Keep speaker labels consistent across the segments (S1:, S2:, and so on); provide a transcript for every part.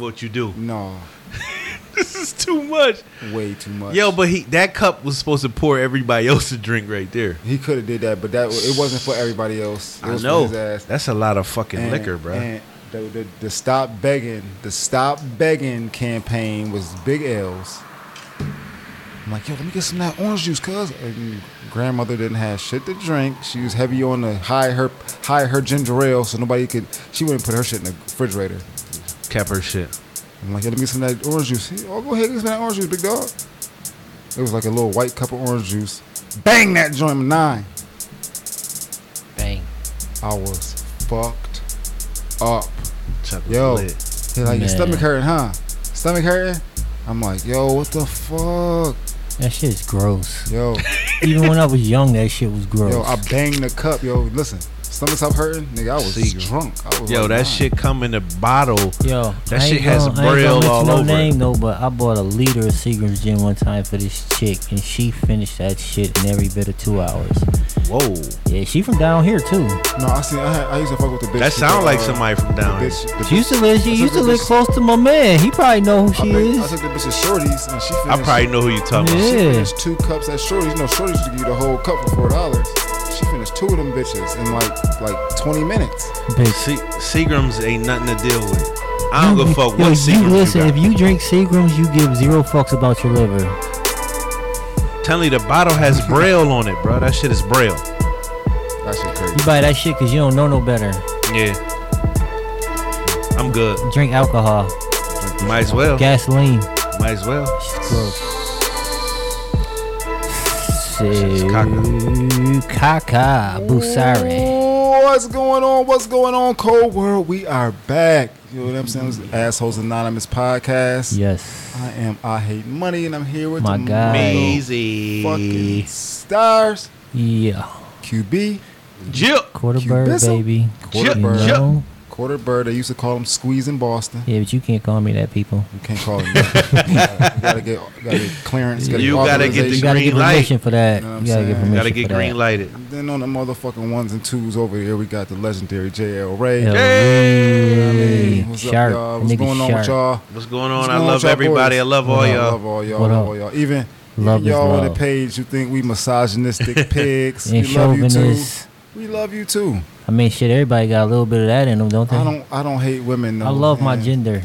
S1: what you do.
S2: No,
S1: This is too much.
S2: way too much.
S1: Yo, but he that cup was supposed to pour everybody else a drink right there.
S2: he could have did that, but that it wasn't for everybody else. It
S1: I
S2: was
S1: know.
S2: for his ass.
S1: That's a lot of fucking
S2: And-
S1: liquor, bro.
S2: and The, the, the stop begging, the stop begging campaign was big L's. I'm like, yo, let me get some of that orange juice, cuz. And grandmother didn't have shit to drink. She was heavy on the high her high her ginger ale, so nobody could. She wouldn't put her shit in the refrigerator.
S1: Kept her shit.
S2: I'm like, yo, let me get some of that orange juice. He, oh, go ahead, get some of that orange juice, big dog. It was like a little white cup of orange juice. Bang that joint nine.
S3: Bang.
S2: I was fucked up.
S1: Chocolate
S2: Yo,
S1: lit.
S2: He's like, your
S3: Man.
S2: stomach hurting, huh? Stomach hurting? I'm like, yo, what the fuck?
S3: That shit is gross.
S2: Yo,
S3: Even when I was young, that shit was gross.
S2: yo, I banged the cup. Yo, listen, stomach stop hurting? Nigga, I was
S1: Seagull.
S2: drunk. I was
S1: yo,
S2: like,
S1: that
S2: nah.
S1: shit come in a bottle.
S3: Yo,
S1: That
S3: I ain't
S1: shit has
S3: gonna- I ain't
S1: braille
S3: gonna mention
S1: all
S3: no
S1: over it.
S3: Name, no, but I bought a liter of Seagram's gin one time for this chick, and she finished that shit in every bit of two hours.
S1: Whoa,
S3: Yeah, she from down here too.
S2: No, I see. I, had, I used to fuck with the bitch.
S1: that
S2: with
S1: sound
S2: the,
S1: like
S2: uh,
S1: somebody from
S2: the
S1: down. here.
S2: bitch. The
S3: She used to live. She
S2: I
S3: used to
S2: took
S3: live
S2: the bitch-
S3: close to my man. He probably know who
S2: I,
S3: she
S2: banged- I
S3: is.
S2: took the bitch to Shorty's and she finished.
S1: I probably know who you talking
S2: She
S3: Yeah.
S2: finished two cups at Shorty's. You know, Shorty's used to give you the whole cup for four dollars. She finished two of them bitches in like like 20 minutes.
S1: about.
S3: Bitch.
S1: Se- Seagrams ain't nothing to deal with. I don't give a fuck what
S3: Yo, you
S1: Seagrams
S3: listen.
S1: you
S3: if
S1: got.
S3: you drink Seagram's, you give zero fucks about your liver.
S1: Tell me the bottle has braille on it, bro. That shit is braille.
S2: That shit
S3: You
S2: crazy.
S3: buy that shit because you don't know no better.
S1: Yeah, I'm good.
S3: Drink alcohol,
S1: Might as well.
S3: gasoline.
S1: Might as well.
S3: Shit's gross.
S1: Shit's caca.
S3: Kaka Busari.
S2: Ooh, What's going on? What's going on, Cold World? We are back. You know what I'm saying? This is Assholes Anonymous podcast.
S3: Yes.
S2: I am I Hate Money, and I'm here with
S3: My
S2: the
S3: guy.
S2: Mano fucking
S1: Easy.
S2: stars.
S3: Yeah.
S2: QB,
S1: Jill.
S3: Quarter
S2: You
S3: bird,
S2: bizzle.
S3: baby.
S2: Quarter
S3: you
S2: bird.
S3: know?
S2: quarter bird. They used to call him Squeeze in Boston.
S3: Yeah, but you can't call me that, people.
S2: You can't call him. that. you gotta get, gotta get clearance. Gotta
S1: You
S2: get
S1: gotta get the
S3: You
S2: authorization.
S3: gotta
S1: green
S3: get
S1: light.
S3: permission for that.
S2: Know what I'm
S3: You gotta
S2: saying?
S3: get permission
S1: Gotta get
S3: for
S1: green
S3: that.
S1: lighted.
S2: Then on the motherfucking ones and twos over here, we got the legendary JL Ray.
S3: Hell
S1: Hey,
S3: yeah.
S2: Hey, what's up,
S3: Sharp.
S2: y'all? What's
S3: Nigga
S2: going on
S3: sharp.
S2: with y'all?
S1: What's going on?
S2: What's
S1: I
S2: going
S1: love
S2: with y'all
S1: everybody.
S2: boys?
S1: I love
S3: What
S1: all
S3: up?
S2: I
S1: y'all.
S2: love all y'all.
S3: What
S2: love
S3: up?
S2: all y'all. Even
S3: Love is
S2: y'all on the
S3: love.
S2: page, you think we misogynistic pigs?
S3: And
S2: we love you too.
S3: chauvinists.
S2: We love you too.
S3: I mean, shit, everybody got a little bit of that in them, don't they?
S2: I don't. I don't hate women. Though,
S3: I love my
S2: man.
S3: gender.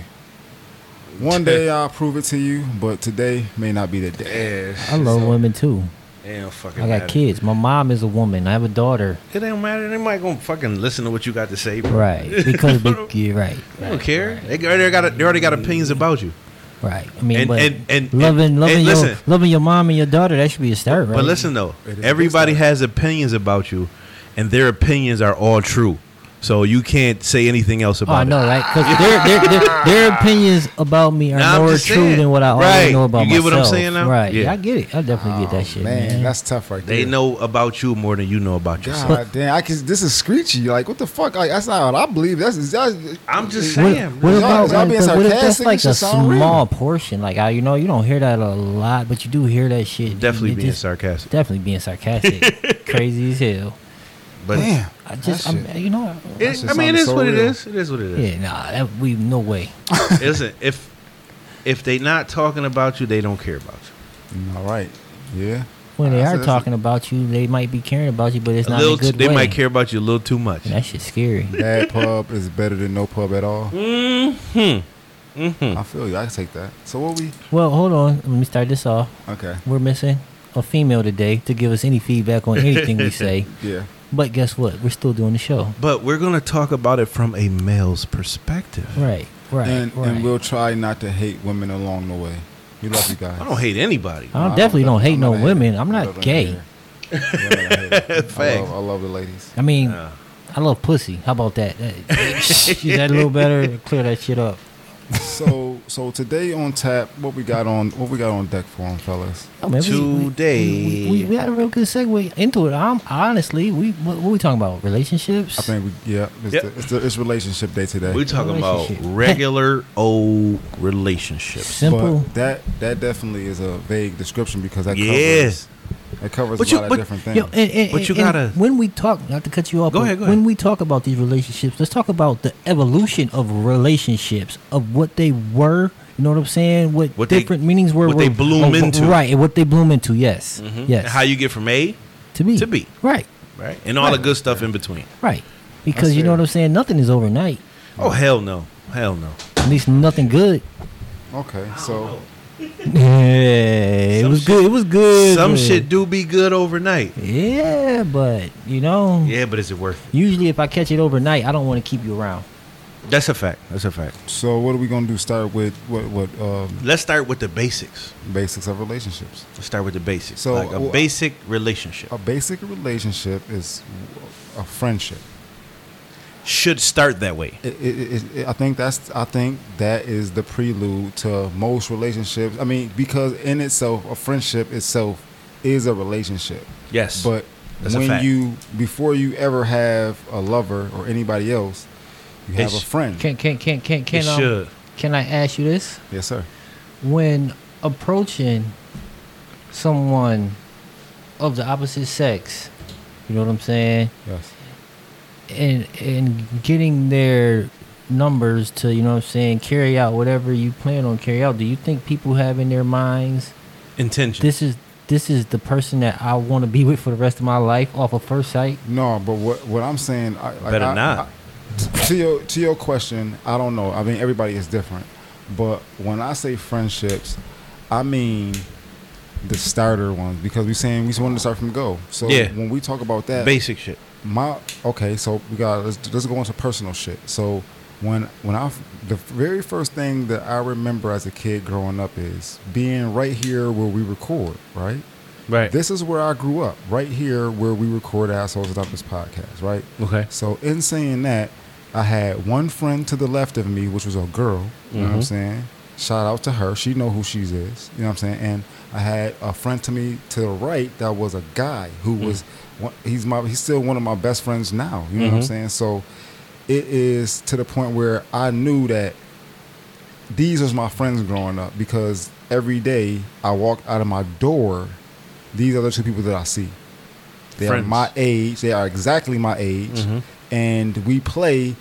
S2: One day I'll prove it to you, but today may not be the day.
S1: Yeah,
S3: I love women too.
S1: Damn, fucking.
S3: I
S1: matter.
S3: got kids. My mom is a woman. I have a daughter.
S1: It don't matter. They might gonna fucking listen to what you got to say, bro.
S3: Right. Because we, yeah, right.
S1: They don't care. They already got. They already got opinions about you.
S3: Right. I mean,
S1: And-
S3: but
S1: and- and-
S3: loving
S1: and-
S3: loving
S1: and
S3: your
S1: listen.
S3: loving your mom and your daughter that should be a start, right?
S1: But listen though,
S2: It is a good
S1: everybody
S2: start.
S1: has opinions about you, and their opinions are all true. So you can't say anything else
S3: oh, I
S1: about
S3: know,
S1: it.
S3: right? Because their, their, their, their opinions about me are
S1: Nah, I'm
S3: more true
S1: just saying.
S3: than what I
S1: Right.
S3: already know about
S1: You get what I'm
S3: myself.
S1: saying now?
S3: Right?
S1: Yeah.
S3: Yeah. I get it. I definitely get
S2: Oh,
S3: that shit,
S2: man,
S3: man.
S2: that's tough right there.
S1: They know about you more than you know about yourself.
S2: God damn, I can, this is screechy. Like what the fuck? Like that's not what I believe. That's, that's
S1: I'm just
S3: what,
S1: saying.
S3: what
S1: bro.
S2: Y'all-
S3: about
S2: y'all
S3: like,
S2: being
S3: but what if that's
S2: sarcastic?
S3: like
S2: It's
S3: a
S2: just all real.
S3: small portion? Like I, you know, you don't hear that a lot, but you do hear that shit.
S1: Definitely
S3: It
S1: being
S3: just-
S1: sarcastic.
S3: Definitely being sarcastic. Crazy as hell.
S1: But
S2: damn.
S3: I just,
S2: That
S3: I'm, you know, I-
S1: it,
S2: just
S1: I mean, it
S2: sounded
S1: is
S2: so
S1: what it
S2: real.
S1: is. It is what it is.
S3: yeah, nah, that, we no way.
S1: Listen, if if they not talking about you, they don't care about you.
S2: All right. Yeah.
S3: When they
S2: Nah, so
S3: are
S2: that's a-
S3: talking about you, they might be caring about you, but it's
S1: A
S3: not
S1: little,
S3: a good
S1: they
S3: way.
S1: might care about you a little too much.
S3: And that shit's scary.
S2: Bad pub is better than no pub at all.
S1: Mm-hmm. Mm-hmm.
S2: I feel you. I can take that. So what we?
S3: Well, hold on. Let me start this off.
S2: Okay.
S3: We're missing a female today to give us any feedback on anything we say.
S2: Yeah.
S3: But guess what? We're still doing the show.
S1: But we're gonna talk about it from a male's perspective.
S3: Right, right,
S2: and,
S3: right.
S2: and we'll try not to hate women along the way. We love you guys.
S1: I don't hate anybody.
S3: I don't- definitely don't hate
S2: I'm
S3: no
S2: not a hater.
S3: women. I'm
S2: I
S3: not
S2: love
S3: gay.
S2: them here. Yeah, I'm not a hater. I,
S1: Facts.
S2: love, I love the ladies.
S3: I mean,
S1: Uh,
S3: I love pussy. How about that? That- Is that a little better? Clear that shit up.
S2: So so today on tap, what we got on what we got on deck for 'em, fellas?
S3: Oh, man, we- we-
S1: Today.
S3: we, we, we had a real good segue into it. I'm honestly, we what, what we talking about? Relationships?
S2: I think we yeah, it's,
S1: Yep.
S2: the, it's, the, it's relationship day today.
S1: We're talking about
S3: Relationship.
S1: regular old relationships.
S3: Simple.
S2: But that that definitely is a vague description because that
S1: Yeah.
S2: covers It covers
S1: But
S2: a
S1: you-
S2: lot
S1: but-
S2: of different things.
S3: Yo, and, and,
S1: But you
S3: and
S1: gotta-
S3: When we talk, not to cut you off.
S1: Go
S3: but
S1: ahead, go
S3: When
S1: ahead.
S3: we talk about these relationships, let's talk about the evolution of relationships of what they were. You know what I'm saying? What,
S1: What they-
S3: different meanings were?
S1: what they
S3: were-
S1: bloom into. Mm-hmm.
S3: Right, and what they bloom into. Yes, yes.
S1: And how you get from A
S3: to be
S1: to B,
S3: Right,
S1: right? And all the
S3: Right.
S1: good stuff in between.
S3: right. Because you
S2: fair.
S3: know what I'm saying. Nothing is overnight.
S1: Oh hell no, hell no.
S3: At least nothing good.
S2: okay, so
S3: Yeah, it
S1: Some
S3: was
S1: shit-
S3: good. It was good.
S1: Some
S3: good.
S1: shit do be good overnight.
S3: Yeah, but you know,
S1: Yeah, but is it worth it?
S3: usually if I catch it overnight, I don't want to keep you around.
S1: That's a fact. That's a fact.
S2: so what are we gonna do? Start with what what um,
S1: Let's start with the basics.
S2: basics of relationships.
S1: Let's start with the basics.
S2: So, oh, uh,
S1: like a
S2: well,
S1: basic relationship
S2: A basic relationship is a friendship.
S1: should start that way.
S2: It, it, it, it, I think that's I think that is the prelude to most relationships. I mean, because in itself, a friendship itself is a relationship.
S1: Yes.
S2: But
S1: That's a
S2: when
S1: fact.
S2: you before you ever have a lover or anybody else, you have
S1: It's-
S2: a friend.
S3: Can can can can
S1: it
S3: can um,
S1: should.
S3: can I ask you this?
S2: Yes, sir.
S3: When approaching someone of the opposite sex, you know what I'm saying,
S2: Yes.
S3: and and getting their numbers to you know what I'm saying carry out whatever you plan on carry out. Do you think people have in their minds
S1: Intention.
S3: this is this is the person that I want to be with for the rest of my life off of first sight?
S2: No, but what what I'm saying, I, like,
S1: Better
S2: I-
S1: not.
S2: I- to your to your question, I don't know. I mean, everybody is different, but when I say friendships, I mean the starter ones because we're saying we just want to start from go. So
S1: Yeah.
S2: when we talk about that,
S1: basic shit.
S2: my okay so we got let's, let's go into personal shit so when when i the very first thing that i remember as a kid growing up is being right here where we record right
S1: Right.
S2: this is where i grew up right here where we record assholes without this podcast right
S1: okay.
S2: so in saying that i had one friend to the left of me which was a girl you know what i'm
S1: Mhm.
S2: saying shout out to her she know who she is you know what i'm saying and i had a friend to me to the right that was a guy who
S1: Mm.
S2: was one- he's my he's still one of my best friends now you know what i'm
S1: Mhm.
S2: saying so it is to the point where i knew that these was my friends growing up because every day i walked out of my door these are the two people that i see they are
S1: Friends. Mm-hmm.
S2: my age. They are exactly my age, and we play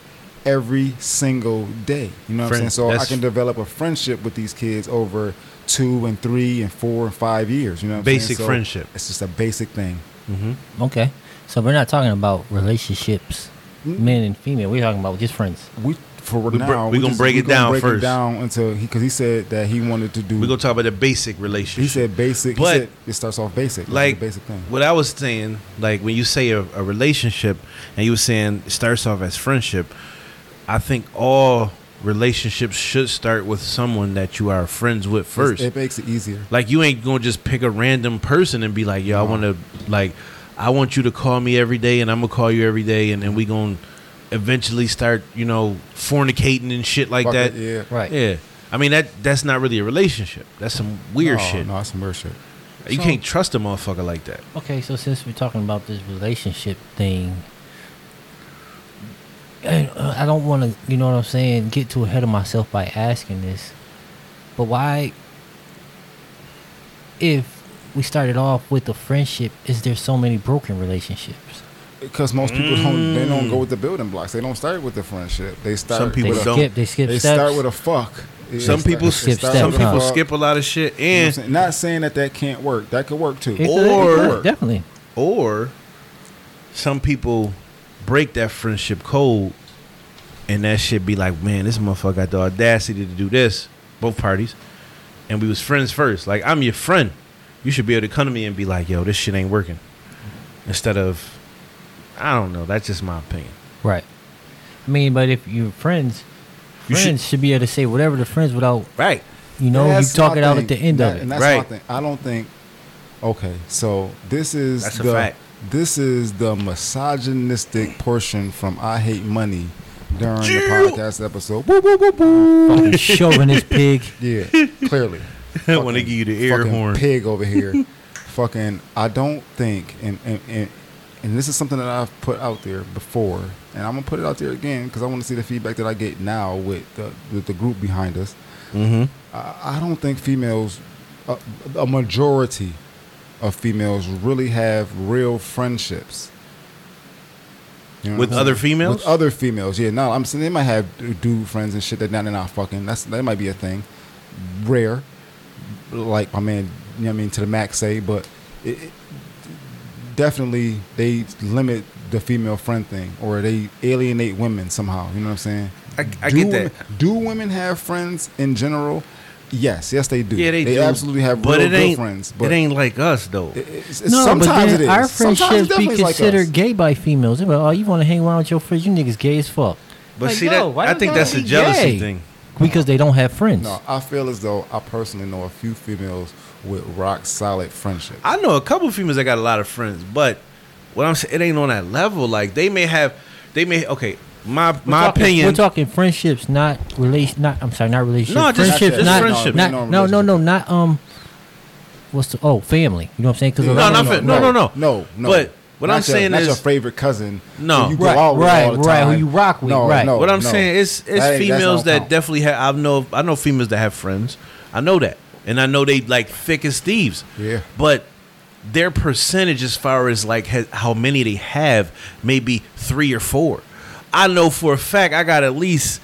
S2: every single day. You know what I'm
S1: Friends,
S2: saying? So I
S1: that's-
S2: can develop a friendship with these kids over two and three and four and five years. You know, what I'm saying?
S1: Basic
S2: So
S1: friendship.
S2: It's just a basic thing.
S1: Mm-hmm.
S3: Okay. So we're not talking about relationships,
S2: Mm.
S3: men and female. We're talking about just friends.
S2: We for
S1: We
S2: now
S1: bre- we gonna
S2: just-
S1: break
S2: we
S1: it down
S2: break
S1: first.
S2: down until because he, said that he wanted to do.
S1: We're gonna talk about the basic
S2: he
S1: relationship.
S2: said basic. he
S1: But-
S2: said it starts off basic. That's
S1: like
S2: the basic thing.
S1: what I was saying, like when you say a, a relationship and you were saying it starts off as friendship, I think all relationships should start with someone that you are friends with first.
S2: it makes it easier.
S1: Like you ain't gonna just pick a random person and be like, yo, I wanna like I want you to call me every day and I'm gonna call you every day and then we gonna eventually start, you know, fornicating and shit like
S2: Fuck
S1: that.
S2: it, yeah.
S3: Right.
S1: Yeah. I mean that that's not really a relationship. That's some weird
S2: no,
S1: shit.
S2: No, that's some weird shit.
S1: You
S3: So-
S1: can't trust a motherfucker like that.
S3: Okay, so since we're talking about this relationship thing, and, uh, I don't want to, you know what I'm saying, get too ahead of myself by asking this, but why, if we started off with a friendship, is there so many broken relationships?
S2: Because most people don't, they don't
S1: Mm.
S2: go with the building blocks. They don't start with the friendship. They start.
S1: Some people
S3: They
S2: with a-
S1: don't.
S3: skip, they skip
S2: They
S3: steps.
S2: start with a fuck. It-
S1: Some
S2: it
S1: people
S2: it
S1: skip
S2: starts
S3: steps,
S1: Some
S2: with a
S1: people
S2: fuck.
S1: skip a lot of shit,
S2: You know what I'm
S1: and
S2: saying? not saying that that can't work. That could work too.
S3: It
S1: Or-
S3: could, it
S1: Or-
S3: could, definitely.
S1: or some people break that friendship code, and that shit be like, man, this motherfucker got the audacity to do this. Both parties, and we was friends first. Like I'm your friend, you should be able to come to me and be like, yo, this shit ain't working. Instead of, I don't know. That's just my opinion.
S3: Right. I mean, but if you're friends,
S1: You should-
S3: friends should, be able to say whatever to friends without,
S1: Right.
S3: you know,
S2: That's
S3: you talk
S2: my
S3: it out
S2: thing.
S3: at the end
S2: That- And
S3: of it.
S2: that's my
S1: Right.
S2: thing. I don't think. Okay, so this is
S1: That's a
S2: the
S1: fact.
S2: this is the misogynistic portion from I Hate Money during the
S1: Jew.
S2: podcast episode.
S3: Fucking chauvinist pig.
S2: Yeah, clearly.
S1: when they give you the air
S2: fucking
S1: horn,
S2: pig over here. fucking, I don't think, and, and and and this is something that I've put out there before, and I'm gonna put it out there again because I want to see the feedback that I get now with the with the group behind us.
S1: mm-hmm.
S2: I, I don't think females, a, a majority of females really have real friendships. You know what
S1: With
S2: I'm saying?
S1: other females?
S2: With other females, yeah. No, I'm saying they might have d- dude friends and shit that now they're not fucking. That's that might be a thing. Rare, like my man, you know what I mean, to the max say, but it, it, definitely they limit the female friend thing or they alienate women somehow. You know what I'm saying?
S1: I- I
S2: do
S1: get that.
S2: women, Do women have friends in general? Yes, yes they do.
S1: Yeah, they,
S2: they
S1: do.
S2: absolutely have
S1: but
S2: real
S1: it
S2: good
S1: ain't,
S2: friends. But
S1: it ain't like us though.
S2: it- it's- it's-
S3: No, but
S2: sometimes
S3: then
S2: it is.
S3: our
S2: Sometimes it
S3: friendships be
S2: definitely is like us.
S3: considered gay by females. They're like, oh, you want to hang around with your friends? You niggas gay as fuck.
S1: but
S3: Like,
S1: see
S3: yo,
S1: that
S3: why
S1: I
S3: you
S1: think
S3: gotta
S1: that's a
S3: be
S1: jealousy
S3: gay?
S1: thing.
S3: Because they don't have friends.
S2: No, I feel as though I personally know a few females with rock solid friendships.
S1: I know a couple of females that got a lot of friends, but what I'm saying, it ain't on that level. Like they may have, they may okay. My
S3: We're
S1: my
S3: talking-
S1: opinion.
S3: We're talking friendships, not relation. Not I'm sorry, not relationships.
S1: No, just-
S3: friendships,
S1: just
S3: not,
S1: friendship.
S3: not-
S2: No,
S3: no, no, no,
S2: relationship.
S3: not um. What's the oh family? You know what I'm saying? Because
S1: No, not fa- no, no, no.
S2: no, no.
S1: But what
S2: Not
S1: I'm saying
S2: your,
S1: is-
S2: not your favorite cousin.
S1: No.
S2: who you go
S3: Right,
S2: out with
S3: right,
S2: all the
S3: right, who
S2: time.
S3: you rock with,
S2: No,
S3: right.
S2: no,
S1: what I'm
S2: no.
S1: saying is, it's
S2: That ain't- that's
S1: females
S2: not
S1: that
S2: count.
S1: definitely have. I know I know females that have friends. I know that, and I know they like thick as thieves.
S2: Yeah.
S1: But their percentage, as far as like ha- how many they have, maybe three or four. I know for a fact I got at least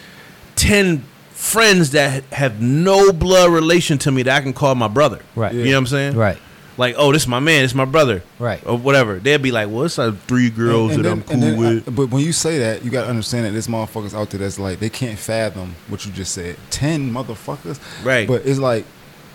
S1: ten friends that have no blood relation to me that I can call my brother.
S3: Right.
S1: You know what I'm saying?
S3: Right.
S1: Like, oh, this is my man. This is my brother.
S3: Right.
S1: Or whatever. They'll be like, well, it's like three girls that I'm cool
S2: then I-
S1: with.
S2: but when you say that, you gotta understand that there's motherfuckers out there that's like they can't fathom what you just said. Ten motherfuckers.
S1: Right.
S2: But it's like,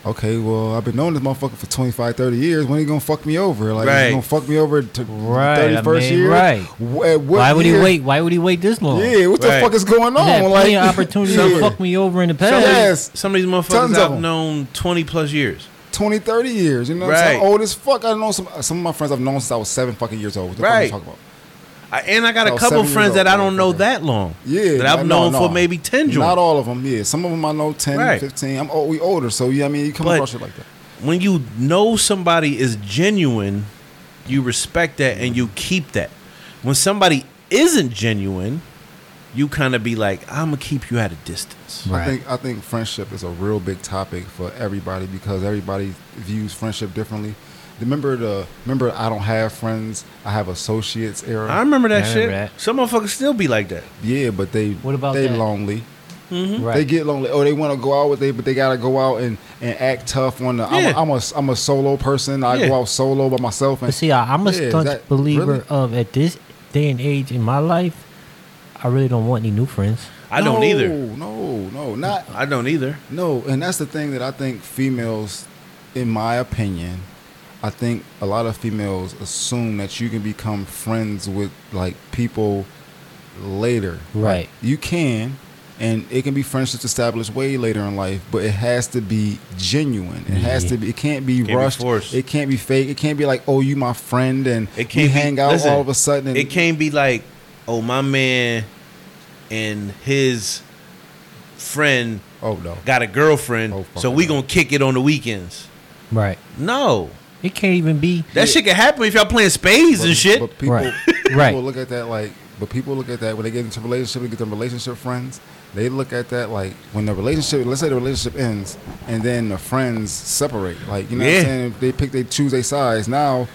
S2: okay, well, I've been knowing this motherfucker for 25, 30 years. When he gonna fuck me over? Like
S1: Right.
S2: he gonna fuck me over to
S3: Right,
S2: thirty first
S3: I mean,
S2: year?
S3: right.
S2: Wh- at what
S3: Why would
S2: year-
S3: he wait? Why would he wait this long?
S2: Yeah, what
S1: Right.
S2: the fuck is going on?
S3: He had
S2: like
S3: plenty of opportunities
S2: Yeah.
S3: to fuck me over in the past.
S2: Yes.
S1: Some of these motherfuckers
S2: Tons of
S1: I've
S2: 'em.
S1: known 20 plus years.
S2: 20, 30 years. You know what I'm saying?
S1: Right.
S2: I'm old as fuck. I know some uh, some of my friends I've known since I was seven fucking years old. What the
S1: Right.
S2: fuck you talking about?
S1: I, and I got a
S2: Oh,
S1: couple
S2: seven years
S1: friends that I
S2: old,
S1: don't know
S2: okay.
S1: that long.
S2: Yeah.
S1: That I've
S2: no,
S1: known
S2: no.
S1: for maybe 10 joints.
S2: Not all of them, yeah. Some of them I know 10,
S1: Right.
S2: 15. I'm old, we older, so yeah, I mean, you come
S1: But-
S2: across shit like that.
S1: When you know somebody is genuine, you respect that and you keep that. When somebody isn't genuine, you kind of be like, I'm going to keep you at a distance.
S2: I think I think friendship is a real big topic for everybody because everybody views friendship differently. Remember the remember I don't have friends, I have associates era.
S1: I remember that
S3: I
S1: shit.
S3: remember that.
S1: Some motherfuckers still be like that.
S2: yeah, but they
S3: What about
S2: they
S3: that?
S2: lonely.
S3: Right.
S2: They get lonely. Oh, they want to go out with they, but they gotta go out and, and act tough. On the
S1: Yeah.
S2: I'm, a, I'm a I'm a solo person. I
S1: Yeah.
S2: go out solo by myself. And
S3: But see, I, I'm a
S2: Yeah,
S3: staunch
S2: that-
S3: believer
S2: really?
S3: of at this day and age in my life, I really don't want any new friends.
S1: I don't
S2: No,
S1: either.
S2: No, no, not
S1: I don't either.
S2: No, and that's the thing that I think females, in my opinion, I think a lot of females assume that you can become friends with like people later.
S3: Right.
S2: You can, and it can be friendships established way later in life, but it has to be genuine. It has
S3: Yeah.
S2: to be. It can't be
S1: Can't be
S2: rushed.
S1: forced.
S2: it can't be fake. It can't be like, oh, you my friend, and
S1: It can't
S2: we
S1: be-
S2: hang out
S1: listen,
S2: all of a sudden. And
S1: it can't be like, oh, my man and his friend
S2: Oh no.
S1: got a girlfriend,
S2: Oh,
S1: so
S2: fuck
S1: we
S2: no.
S1: gonna kick it on the weekends.
S3: Right.
S1: No,
S3: It can't even be.
S1: that shit can happen if y'all playing spades and shit.
S2: But people,
S3: Right.
S2: people
S3: Right.
S2: look at that like, but people look at that when they get into relationship, they get their relationship friends. They look at that like when the relationship, let's say the relationship ends, and then the friends separate. Like you know,
S1: Yeah.
S2: what I'm saying they pick, they choose their sides. Now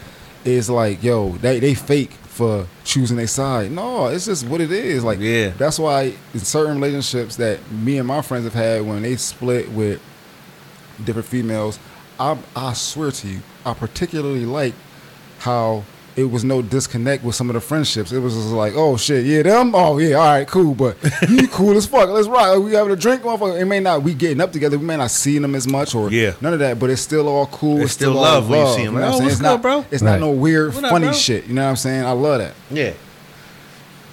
S2: it's like, yo, they they fake for choosing their side. No, it's just what it is. Like
S1: Yeah.
S2: that's why in certain relationships that me and my friends have had when they split with different females. I, I swear to you, I particularly like how it was no disconnect with some of the friendships. It was just like, oh shit, yeah, them. Oh yeah, all right, cool. But you cool as fuck. Let's rock. Like, we having a drink, motherfucker. It may not we getting up together. We may not seeing them as much or
S1: Yeah.
S2: none of that. But it's still all cool.
S1: It's
S2: It's,
S1: still
S2: still,
S1: love
S2: all
S1: when you
S2: love.
S1: see 'em.
S2: know
S1: Like, "Oh,
S2: what I'm saying?
S1: what's
S2: It's not-
S1: good, bro?"
S2: It's
S3: Right.
S2: not no weird,
S1: What up,
S2: funny
S1: bro?
S2: shit. You know what I'm saying? I love that.
S1: yeah.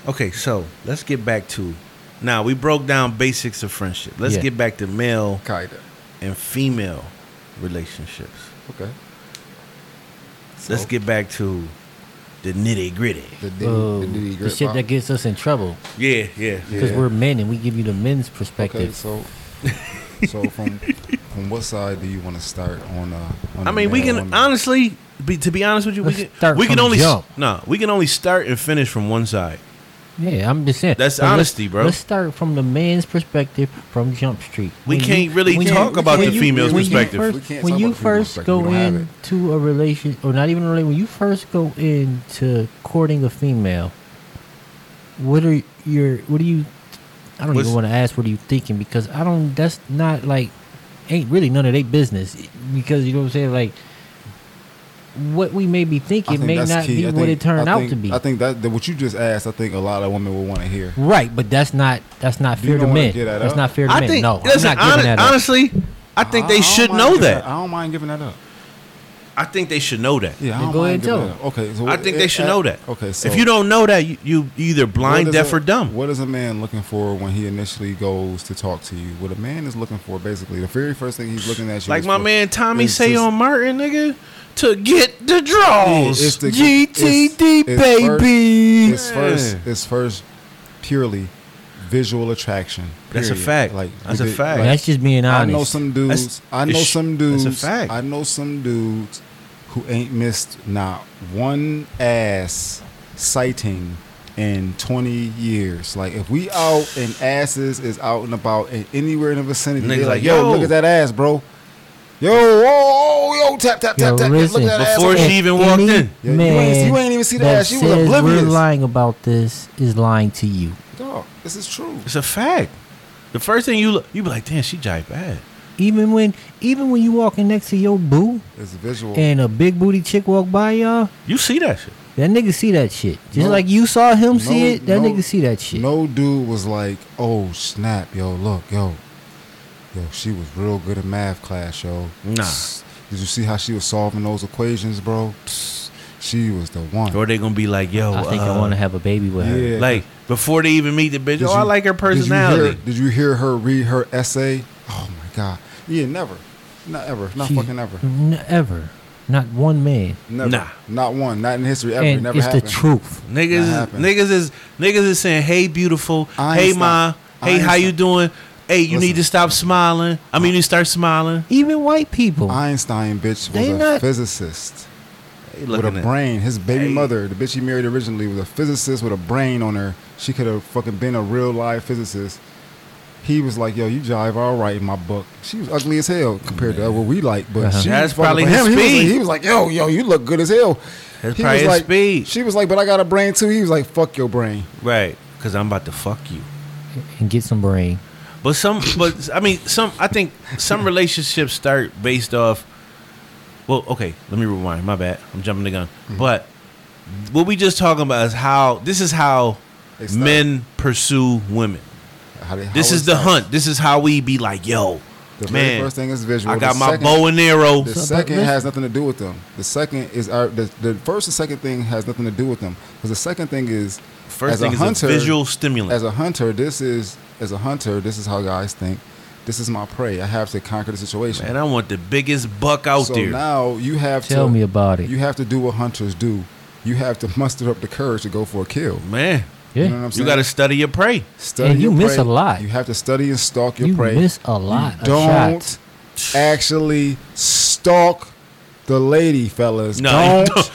S1: Okay, so let's get back to now. We broke down basics of friendship. Let's
S3: Yeah.
S1: get back to male
S2: Kinda.
S1: and female relationships.
S2: Okay.
S1: Let's
S2: So-
S1: get back to the nitty gritty.
S2: The, nitty-
S3: Oh,
S2: the, nitty
S3: the
S2: grit
S3: shit
S2: pop.
S3: that gets us in trouble
S1: Yeah, yeah.
S3: because
S2: Yeah.
S3: we're men and we give you the men's
S2: Okay,
S3: perspective.
S2: so so from from what side do you want to start on? Uh, on
S1: I mean,
S2: the
S1: we
S2: male
S1: can
S2: woman?
S1: honestly, be, to be honest with you, we
S3: Let's
S1: can
S3: start
S1: we can
S3: from
S1: only
S3: jump.
S1: no, we can only start and finish from one side.
S3: Yeah, I'm just saying.
S1: That's
S3: But let's-
S1: honesty, bro.
S3: Let's start from the man's perspective from Jump Street.
S1: We
S3: When
S1: can't really
S3: when
S1: talk about
S3: when
S1: the female's
S3: when
S1: perspective.
S3: You
S2: We
S3: first,
S2: can't
S3: when
S2: talk
S3: you
S2: about the female's
S3: first
S2: perspective.
S3: go
S2: We don't have
S3: into a relation, or not even a relation, when you first go into courting a female, what are your, what do you, I don't
S1: What's-
S3: even want to ask what are you thinking because I don't, that's not like, ain't really none of their business because you know what I'm saying? Like, what we may be
S2: I
S3: thinking
S2: think
S3: may
S2: that's
S3: not
S2: key.
S3: be
S2: I
S3: what
S2: think-
S3: it turned
S2: I
S3: out
S2: think-
S3: to be.
S2: I think that, that what you just asked, I think a lot of women will want to hear.
S3: Right, but that's not that's not
S2: Do you
S3: fair to
S2: know what
S3: men.
S2: I get at
S3: That's
S2: all?
S3: not fair to
S1: I
S3: men.
S1: think.
S3: no,
S1: listen,
S3: I'm not giving
S1: hon-
S3: that up.
S1: honestly, I think they
S2: don't
S1: should
S2: mind
S1: know
S2: giving
S1: that.
S2: I don't mind giving that up.
S1: I think they should know that.
S2: Yeah, I
S3: Then
S2: don't mind
S3: go ahead and
S2: giving
S3: tell
S2: that up. Okay, so
S1: I think
S2: it-
S1: they should
S2: it-
S1: know that.
S2: Okay, so
S1: if you don't know that, you you either blind,
S2: What is
S1: deaf,
S2: a-
S1: or dumb.
S2: What is a man looking for when he initially goes to talk to you? What a man is looking for, basically, the very first thing he's looking at you.
S1: Like
S2: is
S1: my
S2: for-
S1: man Tommy
S2: is
S1: say
S2: just-
S1: on Martin, nigga, to get the
S2: Yeah,
S1: draws.
S2: it's the-
S1: GTD,
S2: it's- it's first-
S1: baby.
S2: It's first.
S1: Yeah.
S2: It's first purely visual attraction.
S1: That's a
S2: period.
S1: fact. That's a
S2: the-
S1: fact.
S3: That's just being
S2: I
S3: honest.
S2: know some dudes.
S1: That's-
S2: I know
S1: it's-
S2: some
S1: that's a
S2: dudes.
S1: fact.
S2: I know some dudes who ain't missed not one ass sighting in 20 years. Like if we out and asses is out and about and anywhere in the vicinity,
S1: Niggas
S2: they're like,
S1: like,
S2: yo,
S1: yo."
S2: look at that ass, bro. Yo, oh, oh, yo, tap, tap,
S3: Yo,
S2: tap, tap. Look
S3: listen.
S2: at that
S1: Before
S2: ass.
S1: she even walked
S3: Any
S1: in.
S2: Yeah, you ain't- you
S3: man
S2: ain't even see the
S3: that
S2: ass. You was
S3: says
S2: oblivious.
S3: We're lying about this is lying to you.
S2: Dog, this is true.
S1: It's a fact. The first thing you look, you be like, damn, she jive bad.
S3: Even when even when you walking next to your boo
S2: It's visual.
S3: and a big booty chick walk by y'all,
S1: You see that shit.
S3: that nigga see that shit. Just
S2: No.
S3: like you saw him see
S2: No,
S3: it, that
S2: no,
S3: nigga see that shit.
S2: No dude was like, "Oh snap, yo, look, yo, yo, she was real good in math class, yo."
S1: Nah.
S2: Psst. Did you see how she was solving those equations, bro? Psst. She was the one.
S1: Or they gonna be like, yo,
S3: I think I
S1: uh,
S3: want to have a baby with her.
S2: Yeah.
S1: like before they even meet the bitch.
S2: Did
S1: oh,
S2: you-
S1: I like her personality.
S2: Did you, hear, did you hear her read her essay? Oh my god. Yeah, never, not ever, not
S3: She-
S2: fucking ever,
S3: n- ever. Not one man.
S2: never,
S1: Nah.
S2: not one, not in history ever,
S3: and
S2: never
S3: it's
S2: happened.
S3: the truth.
S1: Niggas,
S2: That
S1: is,
S2: happened.
S1: niggas is niggas is saying, "Hey, beautiful.
S2: I
S1: Hey,
S2: ain't
S1: ma.
S2: stop- I
S1: Hey,
S2: ain't
S1: how you
S2: stop-
S1: doing? Hey, you need
S2: Listen.
S1: to stop smiling. I mean, you need to start smiling.
S3: Even white people.
S2: Einstein bitch was
S3: They
S2: a
S3: not-
S2: physicist.
S1: Hey,
S2: with a
S1: looking at-
S2: brain. His baby
S1: Hey.
S2: mother, the bitch he married originally, was a physicist with a brain on her. She could have fucking been a real live physicist. He was like, "Yo, you jive all right in my book." She was ugly as hell compared to what we like, but
S3: Uh-huh.
S2: she
S1: That's
S2: was fucking
S1: probably
S2: with
S1: his
S2: him. He was,
S1: speed.
S2: like, he was like, "Yo, yo, you look good as hell."
S1: That's
S2: He
S1: probably
S2: was
S1: his
S2: like-
S1: speed.
S2: She was like, "But I got a brain too." He was like, "Fuck your brain."
S1: Right, because I'm about to fuck you.
S3: and get some brain.
S1: But some, but I mean, some. I think some relationships start based off. Well, okay, let me rewind. My bad. I'm jumping the gun.
S2: Mm-hmm.
S1: But what we just talking about is how this is how
S2: They start-
S1: men pursue women.
S2: How they- how
S1: This
S2: it
S1: is the
S2: starts.
S1: hunt. This is how we be like, yo,
S2: The very
S1: man.
S2: first thing is visual.
S1: I
S2: The
S1: got my
S2: second-
S1: bow and arrow.
S2: The
S3: So, but
S2: second
S3: listen-
S2: has nothing to do with them. The second is our the, the first and second thing has nothing to do with them because the second thing is
S1: First
S2: as
S1: thing
S2: a
S1: is
S2: hunter,
S1: a visual stimulant.
S2: As a hunter, this is as a hunter, this is how guys think. This is my prey. I have to conquer the situation.
S1: and I want the biggest buck out
S2: so
S1: there.
S2: now you have
S3: oh, Tell
S2: to
S3: me about it.
S2: You have to do what hunters do. You have to muster up the courage to go for a kill.
S1: man,
S3: yeah.
S2: You know what I'm saying?
S1: you got to study your prey.
S2: study
S3: And you
S2: your
S3: miss
S2: prey.
S3: a lot.
S2: You have to study and stalk your
S3: You
S2: prey.
S3: miss a lot of
S2: don't
S3: shots.
S2: actually stalk the lady, fellas.
S1: No, you
S2: don't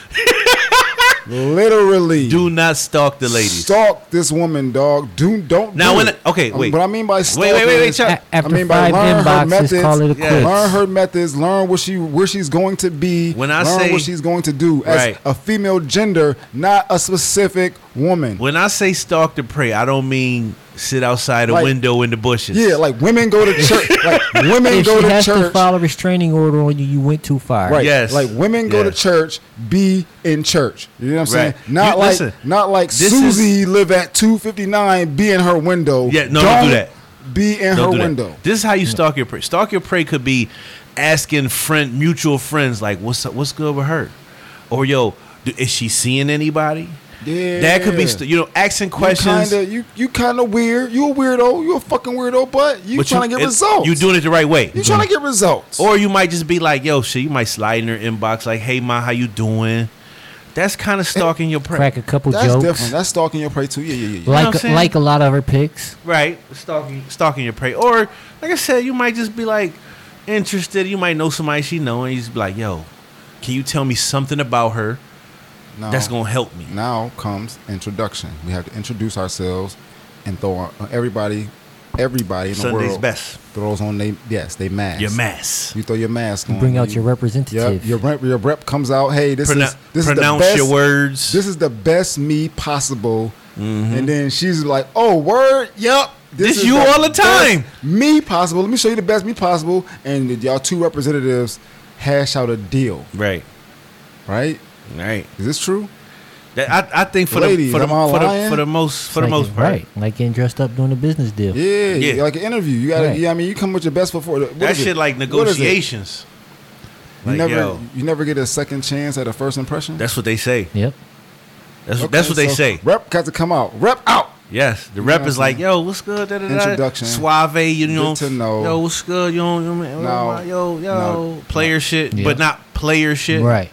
S2: literally
S1: Do not stalk the ladies.
S2: Stalk this woman, dog. Do don't.
S1: Now,
S2: do
S1: when-
S2: it.
S1: okay,
S2: Um,
S1: wait.
S2: What I mean by stalking
S1: wait, wait,
S2: is-
S1: Chuck.
S3: A- after
S2: I mean by
S3: five
S2: learn her
S3: inboxes,
S2: methods.
S3: call it a
S1: Yeah.
S3: quits.
S2: Learn her methods. Learn what she where she's going to be.
S1: When I
S2: learn
S1: say-
S2: what she's going to do as
S1: Right.
S2: a female gender, not a specific woman.
S1: When I say stalk the prey, I don't mean sit outside a
S2: Like-
S1: window in the bushes.
S2: Yeah, like women go to church. like women
S3: If
S2: go
S3: she
S2: to
S3: has to
S2: church.
S3: file a restraining order on you, you went too far.
S2: Right.
S1: Yes.
S2: Like women go to
S1: Yes.
S2: church, be in church. You know what I'm saying?
S1: Right.
S2: Not
S1: You-
S2: like
S1: listen,
S2: not like
S1: this
S2: Susie live at 259, be in her window.
S1: Yeah, no, don't do that.
S2: Be in
S1: Don't
S2: her
S1: do that.
S2: window.
S1: This is how you stalk your prey. Stalk your prey could be asking friend, mutual friends, like, "What's up, what's good with her?" Or, "Yo, do, is she seeing anybody?" That could be,
S2: Yeah.
S1: st- you know, asking questions.
S2: You kinda, you, you kinda weird. You a weirdo. You a fucking weirdo, but you
S1: but
S2: trying to get
S1: it-
S2: results.
S1: You doing it the right way.
S2: You trying to get results.
S1: Or you might just be like, yo, shit, you might slide in her inbox like, hey, ma, how you doing? That's
S2: Eh,
S1: kind of stalking your prey.
S3: Crack a couple
S2: that's
S3: jokes.
S2: different. That's stalking your prey too. Yeah, yeah, yeah. yeah.
S1: what I'm
S3: Like
S1: saying?
S3: like a lot of her pics.
S1: Right, stalking stalking your prey. Or, like I said, you might just be like interested. You might know somebody she know, and you just be like, yo, can you tell me something about her
S2: Now,
S1: That's gonna help me.
S2: Now comes introduction. We have to introduce ourselves and throw our, uh, everybody, everybody in the
S1: Sunday's
S2: world
S1: best.
S2: throws on they yes they mask.
S1: Your mass.
S2: You throw your mask on.
S3: Bring out
S2: You-
S3: your representative.
S2: Yep, your rep, your rep comes out. Hey, this
S1: Pronoun-
S2: is this is the
S1: pronounce
S2: best,
S1: your words.
S2: This is the best me possible. And then she's like, "Oh, word, yep,
S1: Mm-hmm. This you all the time.
S2: best me possible. Let me show you the best me possible." And y'all two representatives hash out a deal,
S1: right.
S2: right?
S1: Right.
S2: Is this true?
S1: That, I, I think for
S2: Ladies,
S1: the for the,
S2: am I
S1: for the,
S2: lying?
S1: for the most for
S3: Like
S1: the most
S3: it-
S1: part,
S3: Right. Like getting dressed up doing a business deal.
S2: Yeah,
S1: Yeah.
S2: like an interview. You gotta,
S3: Right.
S2: yeah. I mean, you come with your best foot forward. What
S1: that
S2: is it?
S1: shit like
S2: What is it?
S1: negotiations.
S2: You
S1: Like,
S2: never,
S1: yo.
S2: you never get a second chance at a first impression.
S1: That's what they say.
S3: Yep.
S1: That's that's
S2: Okay,
S1: what they
S2: so
S1: say.
S2: Rep got to come out. Rep out.
S1: Yes, the
S2: You
S1: rep
S2: know
S1: is
S2: what I'm
S1: like, yo, what's good? Da, da, da.
S2: Introduction.
S1: Suave, you know.
S2: to know.
S1: Yo, what's good? You know, you know what I mean?
S2: No.
S1: yo, yo,
S2: No.
S1: player shit,
S3: Yeah.
S1: but not player shit.
S3: Right.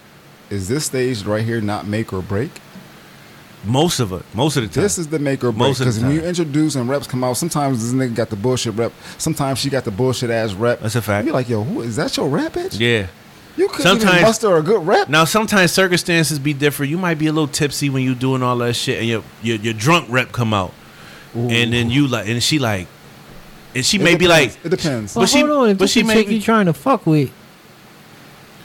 S2: Is this stage right here not make or break?
S1: Most of it, most of the time.
S2: This is the make or break
S1: Most of the
S2: because when you
S1: time.
S2: introduce and reps come out, sometimes this nigga got the bullshit rep. Sometimes she got the bullshit ass rep.
S1: That's a fact.
S2: You be like, yo, who is that? Your rep, bitch?
S1: yeah.
S2: You couldn't even
S1: Sometimes-
S2: muster a good rep.
S1: Now, sometimes circumstances be different. You might be a little tipsy when you doing all that shit, and your your, your drunk rep come out, and then you like, and she like, and she
S2: It
S1: may be
S2: depends.
S1: like,
S2: it depends.
S1: But
S3: Well,
S1: she-
S3: hold on. If
S1: but
S3: this
S1: she
S3: the
S1: may
S3: chick
S1: be-
S3: you trying to fuck with,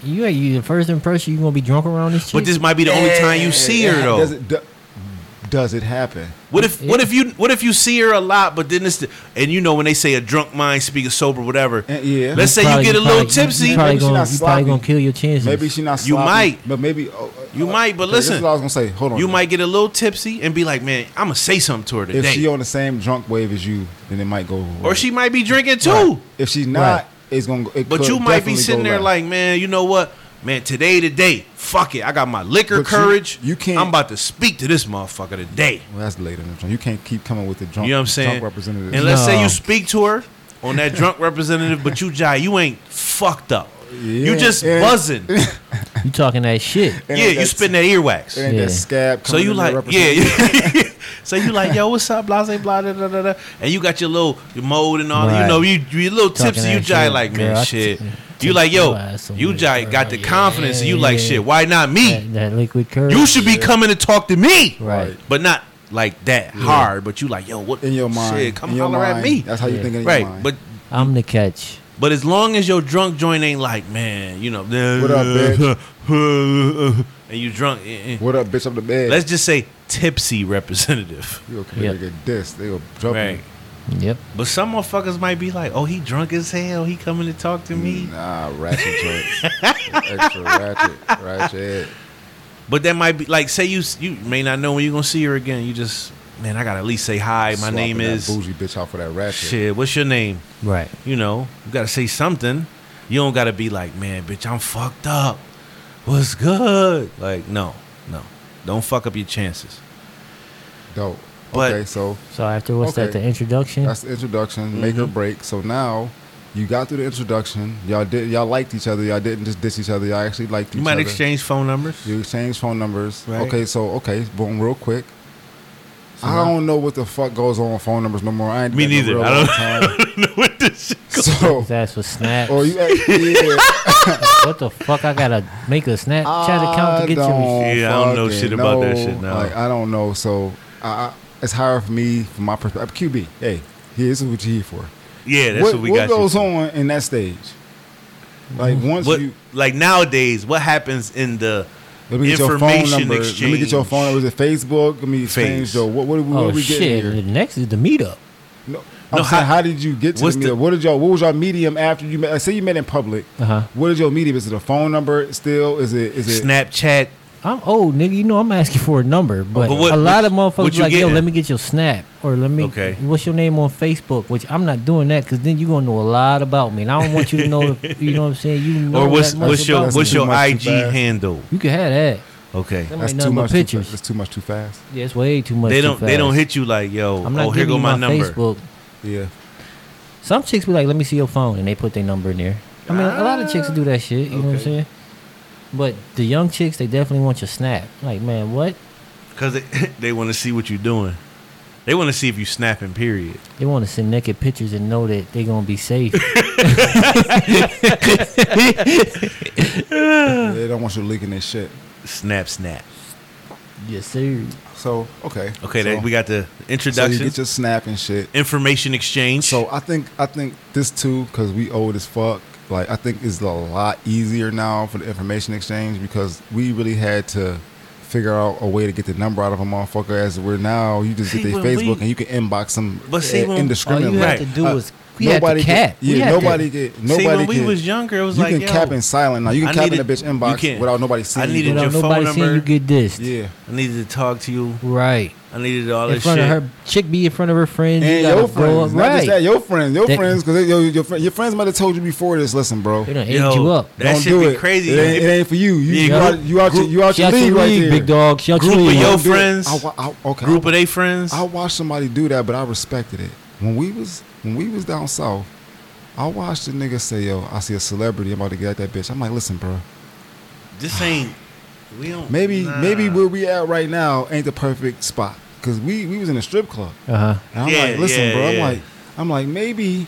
S3: you ain't you the first impression. You gonna be drunk around this chick.
S1: but this might be the only time you see her though.
S2: Does it, do- does it happen?
S1: What if what if you what if you see her a lot, but then it's the, and you know when they say a drunk mind speak a sober whatever.
S2: Eh, yeah.
S1: Let's say
S3: Probably-
S1: you get a little
S3: probably-
S1: tipsy.
S3: You probably,
S2: Maybe she
S3: gonna,
S2: not
S3: you probably
S2: sloppy.
S3: gonna kill your chances.
S2: Maybe she not.
S1: You
S2: sloppy,
S1: might.
S2: but maybe oh, oh,
S1: You might, but
S2: okay, this is
S1: listen.
S2: what I was gonna say. Hold on.
S1: You might get a little tipsy and be like, man, I'm gonna say something to her
S2: If
S1: today,
S2: she on the same drunk wave as you, then it might go.
S1: or she might be drinking too.
S2: If she's not,
S3: Right.
S2: it's gonna. go- It
S1: But
S2: could
S1: you might be
S2: definitely
S1: sitting
S2: go
S1: there
S2: left.
S1: like, man, you know what? Man, today today, fuck it. I got my liquor
S2: But you-
S1: courage.
S2: you can't-
S1: I'm about to speak to this motherfucker today.
S2: Well, that's later. than drunk. You can't keep coming with the drunk.
S1: You know what I'm saying?
S2: Drunk representative.
S1: And let's say
S3: No.
S1: you speak to her on that drunk representative, but you jai, you ain't fucked up.
S2: Yeah,
S1: You just
S2: and-
S1: buzzing.
S3: you talking that shit.
S2: And
S1: yeah, you
S2: that's-
S1: spin that earwax.
S2: and
S3: Yeah.
S2: that scab.
S1: So
S2: coming
S1: you
S2: in there
S1: like, yeah,
S2: representing-
S1: yeah. so you like, yo, what's up, blase, blah, da, da, da, da. And you got your little your mold and all.
S3: Right.
S1: You know, you you a little
S3: Talking
S1: tipsy. You
S3: that
S1: jai
S3: shit,
S1: like,
S3: girl, I
S1: man, shit.
S3: took-
S1: You like,
S3: your
S1: yo,
S3: ass
S1: you
S3: somewhere,
S1: jai got the
S3: girl.
S1: confidence. and you
S3: Yeah,
S1: like,
S3: yeah.
S1: shit. Why not me?
S3: That, that liquid courage.
S1: You should be coming to talk to me,
S3: Right.
S1: but not like that hard. But you like, yo, what
S2: in your mind.
S1: Shit, come
S2: in your
S1: holler at
S2: mind.
S1: me,
S2: That's how you
S3: Yeah.
S2: think in your
S1: right?
S2: mind.
S1: But
S3: I'm the catch.
S1: but as long as your drunk joint ain't like, man, you know,
S2: What up,
S1: bitch? and you drunk. eh, eh.
S2: what up, bitch? Up the bed.
S1: Let's just say tipsy representative.
S2: you gonna come here
S3: Yep.
S2: and get this? They gonna jump
S1: Right.
S3: Yep.
S1: But some motherfuckers might be like, "Oh, he drunk as hell. He coming to talk to
S2: you.
S1: me."
S2: Nah, ratchet joints. Extra ratchet, ratchet.
S1: But that might be like, say you you may not know when you're gonna see her again. You just, man, I gotta at least say hi. My
S2: Swapping
S1: name
S2: that
S1: is
S2: bougie bitch out for that ratchet.
S1: shit. What's your name?
S3: Right.
S1: You know, you gotta say something. You don't gotta be like, man, bitch, I'm fucked up. What's good? Like, no, no, don't fuck up your chances.
S2: Dope.
S1: But-
S2: okay, so
S3: So after what's that?
S2: Okay.
S3: The introduction.
S2: That's the introduction, make or break. So now you got through the introduction. Y'all did y'all liked each other. Y'all didn't just diss each other. Y'all actually liked
S1: You
S2: each
S1: might
S2: other.
S1: exchange phone numbers.
S2: You exchange phone numbers.
S1: Right.
S2: Okay, so okay, boom, real quick. I don't know what the fuck goes on with phone numbers no more. I ain't
S1: Me
S2: been in
S1: neither.
S2: real
S1: I
S2: long
S1: know what this shit-
S2: time. so,
S3: That's what snaps.
S1: Oh,
S2: or you, act- yeah,
S3: what the fuck? I gotta make a Snapchat account
S2: I
S3: to get
S1: Ah,
S3: your.
S2: don't
S1: Yeah, I don't know
S2: fucking
S1: shit about that
S2: know.
S1: shit now.
S2: Like, I don't know. So, I, I, it's higher for me from my perspective. QB, hey, here's what you here for.
S1: Yeah, that's what,
S2: what,
S1: we got. you
S2: goes
S1: for.
S2: on in that stage? Like once
S1: What
S2: you
S1: like nowadays? What happens in the
S2: let me get your phone
S1: information
S2: number. Let me get your phone number. Is it Facebook? Let me exchange
S1: Face.
S2: your what? What, are we- what
S3: Oh
S2: are we getting
S3: shit!
S2: here?
S3: The next is the meetup.
S2: No,
S1: No,
S2: I'm saying,
S1: how-
S2: how did you get to
S1: what's
S2: the meetup?
S1: the-
S2: what did y'all? What was your medium after you met? uh, Say you met in public.
S3: Uh-huh.
S2: What is your medium? Is it a phone number still? Is it? Is it?
S1: Snapchat.
S3: I'm old, nigga. You know I'm asking for a number, but,
S1: Oh, But what-
S3: a lot of
S1: what-
S3: motherfuckers
S1: what you
S3: like, yo,
S1: getting?
S3: let me get your snap or let me.
S1: Okay.
S3: What's your name on Facebook? Which I'm not doing that because then you gonna know a lot about me, and I don't want you to know. you know what I'm saying? You know
S1: or what's
S3: that much
S1: what's your
S3: about
S1: what's
S3: me.
S1: your
S2: Too much, too
S1: IG
S2: fast.
S1: handle?
S3: You can have that.
S1: Okay.
S3: That
S2: That's
S3: ain't nothing
S2: too
S3: but
S2: much. Too, fa-
S3: pictures.
S2: that's too much. Too fast.
S3: Yeah, it's way too much.
S1: They
S3: too
S1: don't they don't
S3: fast.
S1: hit you like yo.
S3: I'm not
S1: oh, here
S3: giving
S1: go
S3: you
S1: my, number.
S3: Facebook.
S2: Yeah.
S3: Some chicks be like, "Let me see your phone," and they put their number in there. I mean, a lot of chicks do that shit. You know what I'm
S1: okay.
S3: saying? But the young chicks, they definitely want your snap. Like, man, what?
S1: Cause they, they want to see what you're doing. They want to see if you snapping. Period.
S3: They want to send naked pictures and know that they gonna be safe.
S2: They don't want you leaking their shit.
S1: Snap, snap.
S3: Yes, sir.
S2: So okay.
S1: Okay,
S2: so,
S1: that, we got the
S2: so you
S1: introduction,
S2: get your snap and shit.
S1: information exchange.
S2: So I think I think this too, because we old as fuck. Like I think it's a lot easier now for the information exchange because we really had to figure out a way to get the number out of a motherfucker. As we're now, you just
S1: See,
S2: get their
S1: when
S2: Facebook
S1: we-
S2: and you can inbox them
S1: But see,
S2: i-
S1: when-
S3: All
S2: indiscriminately.
S3: you had to
S1: Right.
S3: do
S2: Uh,
S3: was we had to
S2: nobody can-
S3: cap. We
S2: yeah,
S3: had to-
S2: nobody get nobody.
S1: See, when we
S2: get-
S1: was younger, it was
S2: you
S1: like
S2: can
S1: yo,
S2: cap in silent now. You
S1: I
S2: can cap in a
S1: needed-
S2: bitch inbox
S1: can.
S2: without nobody seeing. you.
S1: needed
S3: without
S1: your phone
S3: nobody seeing
S1: number.
S3: you get this.
S2: Yeah,
S1: I needed to talk to you.
S3: Right.
S1: I needed all
S3: in
S1: this
S3: front
S1: shit.
S3: of her chick be in front of her friends.
S2: and
S3: you gotta
S2: your
S3: go
S2: friends,
S3: up.
S2: not just that,
S3: Right.
S2: your friends, your
S3: That-
S2: friends, because your your, fri- your friends might have told you before this. Listen, bro,
S3: They done ate
S1: Yo,
S3: you up.
S1: That
S2: don't
S1: shit
S2: do
S1: be
S2: it.
S1: crazy.
S2: It ain't, it ain't for you. You, you
S1: Yeah,
S2: out, you out, your, you out
S3: Shout
S2: your
S3: out to
S2: league
S3: the
S2: right
S3: league,
S2: there.
S3: big dog. Shout out to
S1: Group
S3: the
S1: of
S3: league.
S1: your
S2: Don't do it.
S1: friends,
S2: I, wa- I, okay,
S1: group
S2: I,
S1: of they friends.
S2: I watched somebody do that, but I respected it. When we was when we was down south, I watched the nigga say, "Yo, I see a celebrity. I'm about to get at that bitch." I'm like, "Listen, bro.
S1: this ain't. We don't.
S2: Maybe
S1: nah.
S2: maybe where we at right now ain't the perfect spot because we we was in a strip club.
S3: Uh huh.
S2: And I'm
S1: Yeah,
S2: like, listen,
S1: yeah,
S2: bro. I'm
S1: yeah.
S2: like, I'm like, maybe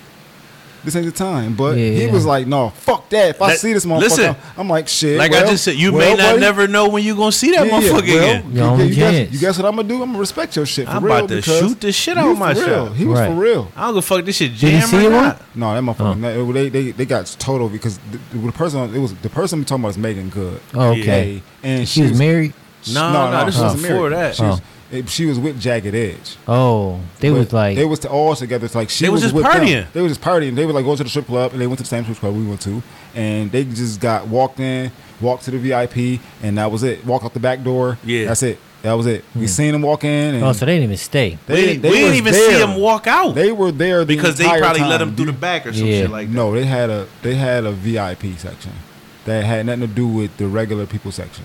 S2: this ain't the time. But he
S3: Yeah.
S2: was like, no, fuck that. If I
S1: Let-
S2: see this motherfucker,
S1: listen.
S2: I'm- I'm like, shit.
S1: Like
S2: well,
S1: I just said, you
S2: well,
S1: may not
S2: buddy,
S1: never know when you gonna see that
S2: yeah, yeah,
S1: motherfucker
S2: well,
S1: again.
S2: you-
S3: Your
S2: you,
S3: own
S2: guess,
S3: chance.
S2: you guess what I'm gonna do? I'm gonna respect your shit. For
S1: I'm
S2: real
S1: about to
S2: because
S1: shoot the shit
S2: you
S1: out of
S2: for
S1: my
S2: real.
S1: shot.
S2: He was
S3: Right.
S2: for real.
S1: I don't give a fuck this shit
S3: Did he
S1: jam
S3: see
S1: or
S3: it,
S1: not.
S2: No, that
S3: Oh.
S2: motherfucker. no, They, they they got total because the, the person it was the person we talking about is Megan Good.
S3: Oh,
S1: Yeah.
S3: okay.
S2: and
S3: She was married.
S1: No, no, this
S2: she
S1: was
S2: wasn't
S1: before
S2: married.
S1: that.
S2: She was, it- she was with Jagged Edge.
S3: Oh, they
S2: But
S3: was like
S2: they was to all together. It's like she
S1: They was
S2: was,
S1: just
S2: with them.
S1: partying.
S2: They was just partying. They were like going to the strip club, and they went to the same strip club we went to, and they just got walked in, walked to the VIP, and that was it. Walk out the back door.
S1: Yeah.
S2: that's it. That was it. We seen them walk in. And
S3: Oh, so they didn't even stay.
S1: we didn't, we didn't
S2: was
S1: even see
S2: there.
S1: him walk out
S2: They were there the
S1: because they
S2: entire
S1: probably let
S2: time,
S1: him through the
S2: dude.
S1: back or some
S3: Yeah.
S1: shit like that.
S2: No, they had a they had a VIP section that had nothing to do with the regular people section,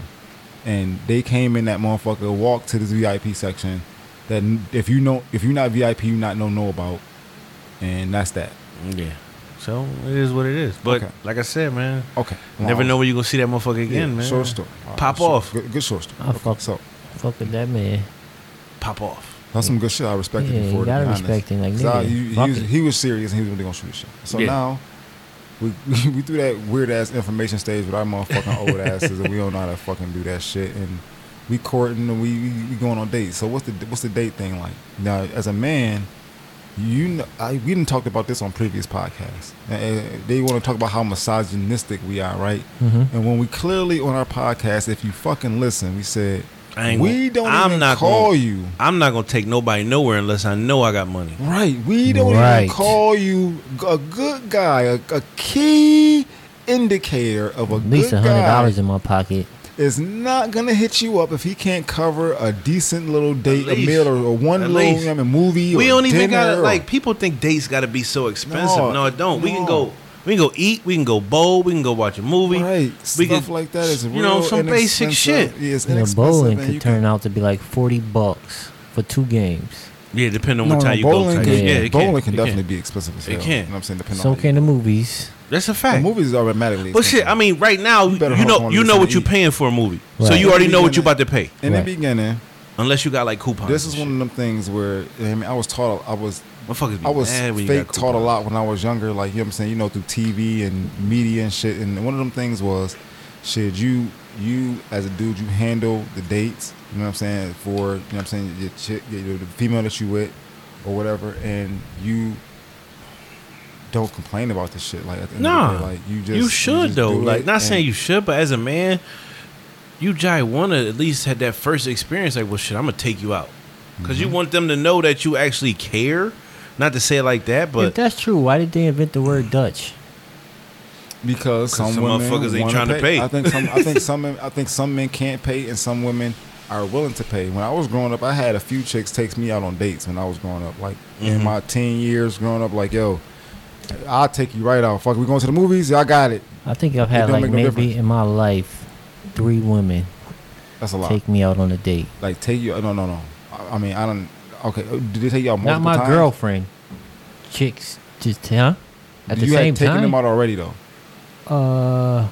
S2: and they came in that motherfucker walked to this VIP section that n- if you know if you're not VIP you not know know about, and that's that.
S1: Yeah. So it is what it is. But
S2: Okay.
S1: like I said, man,
S2: Okay,
S1: never
S2: Wow.
S1: know when you gonna see that motherfucker
S2: Yeah,
S1: again, man.
S2: Short story. All
S1: Pop
S2: good short-
S1: off. Oh,
S2: good, good short story.
S3: I
S2: Okay,
S3: fuck-
S2: so
S3: Fuck with that man.
S1: Pop off.
S2: that's some good shit. I respected
S3: Yeah,
S2: him for
S3: you
S2: it, to be
S3: gotta
S2: honest.
S3: respect him, like,
S2: 'Cause I-
S3: nigga,
S2: he, he
S3: fuck
S2: was,
S3: it.
S2: he was serious and he was really gonna shoot his shit. So
S1: Yeah.
S2: now. We, we threw that weird ass information stage with our motherfucking old asses, and we don't know how to fucking do that shit. And we courting and we, we, we going on dates. So what's the what's the date thing like? Now, as a man, you know, I, we didn't talk about this on previous podcasts. Uh, uh, they want to talk about how misogynistic we are, right?
S3: Mm-hmm.
S2: And when we clearly on our podcast, if you fucking listen, we said
S1: I ain't gonna-
S2: we don't
S1: I'm
S2: even
S1: not
S2: call
S1: gonna-
S2: you.
S1: I'm not gonna take nobody nowhere unless I know I got money.
S2: Right. We don't
S3: Right.
S2: even call you g- a good guy, a, a key indicator of a
S3: At least
S2: good
S3: a hundred
S2: guy
S3: dollars in my pocket.
S2: is not gonna hit you up if he can't cover a decent little date,
S1: least.
S2: a meal, or, or one
S1: At
S2: little
S1: least.
S2: I mean, movie.
S1: We
S2: or
S1: don't even
S2: dinner
S1: gotta
S2: or-
S1: like people think dates gotta be so expensive. No,
S2: No,
S1: it don't. We can
S2: no.
S1: go we can go eat, we can go bowl, we can go watch a movie.
S2: right
S1: we
S2: stuff
S1: could-
S2: like that is
S1: you know,
S2: real
S1: some basic
S2: inexpensive.
S1: shit.
S2: Yeah, it's
S3: And a
S2: inexpensive,
S3: bowling
S2: and you
S3: could turn out to be like forty bucks for two games.
S1: Yeah, depending on
S2: No,
S1: what
S2: no,
S1: time you go.
S2: bowling
S1: type
S2: can,
S1: shit. Yeah, it
S2: bowling can,
S1: it
S2: definitely be expensive as
S1: It
S2: hell.
S1: can.
S2: You know what I'm saying? Depending
S3: So
S2: on
S3: can the movies.
S1: That's a
S2: the
S1: fact.
S2: movies is automatically
S1: But shit,
S2: expensive.
S1: I mean, right now you,
S2: better hope
S1: know
S2: on
S1: you
S2: this
S1: know
S2: and
S1: what you're
S2: eat.
S1: paying for a movie, so
S3: Right.
S1: you already know what you're
S2: Beginning.
S1: about to pay,
S2: in
S3: Right.
S2: the beginning,
S1: unless you got like coupons.
S2: this is one of them things where I mean, I was taught I was
S1: Motherfuckers be
S2: I was
S1: mad when you
S2: fake
S1: got
S2: taught a
S1: coupons.
S2: lot when I was younger, like you know what I'm saying, you know, through TV and media and shit. And one of them things was, shit, you you as a dude, you handle the dates, you know what I'm saying, for you know what I'm saying, your chick, your, the female that you with, or whatever, and you don't complain about this shit. Like, at the end of the
S1: Nah,
S2: day, like you just
S1: you should
S2: just
S1: though.
S2: do
S1: Like,
S2: it
S1: not saying
S2: and-
S1: you should, but as a man, you jai want to at least had that first experience. Like, well, shit, I'm gonna take you out because
S2: Mm-hmm.
S1: you want them to know that you actually care. Not to say it like that,
S3: if
S1: but
S3: that's true, why did they invent the word Dutch?
S2: because some,
S1: some
S2: women
S1: motherfuckers ain't
S2: wanna
S1: trying to pay.
S2: I think some I think some men, I think some men can't pay and some women are willing to pay. When I was growing up, I had a few chicks takes me out on dates when I was growing up. Like
S1: Mm-hmm.
S2: in my ten years growing up, like yo, I'll take you right out. Fuck, we going to the movies? Y'all got it.
S3: I think I've
S2: It
S3: had
S2: don't
S3: like
S2: make no
S3: maybe
S2: difference.
S3: in my life three women
S2: That's a lot.
S3: take me out on a date.
S2: like take you? No, no, no. I, I mean, I don't. Okay, uh, did they take you out
S3: Not
S2: multiple
S3: my
S2: times?
S3: girlfriend. Chicks just huh? At the
S2: you
S3: same
S2: had taken
S3: time.
S2: them out already though.
S3: Uh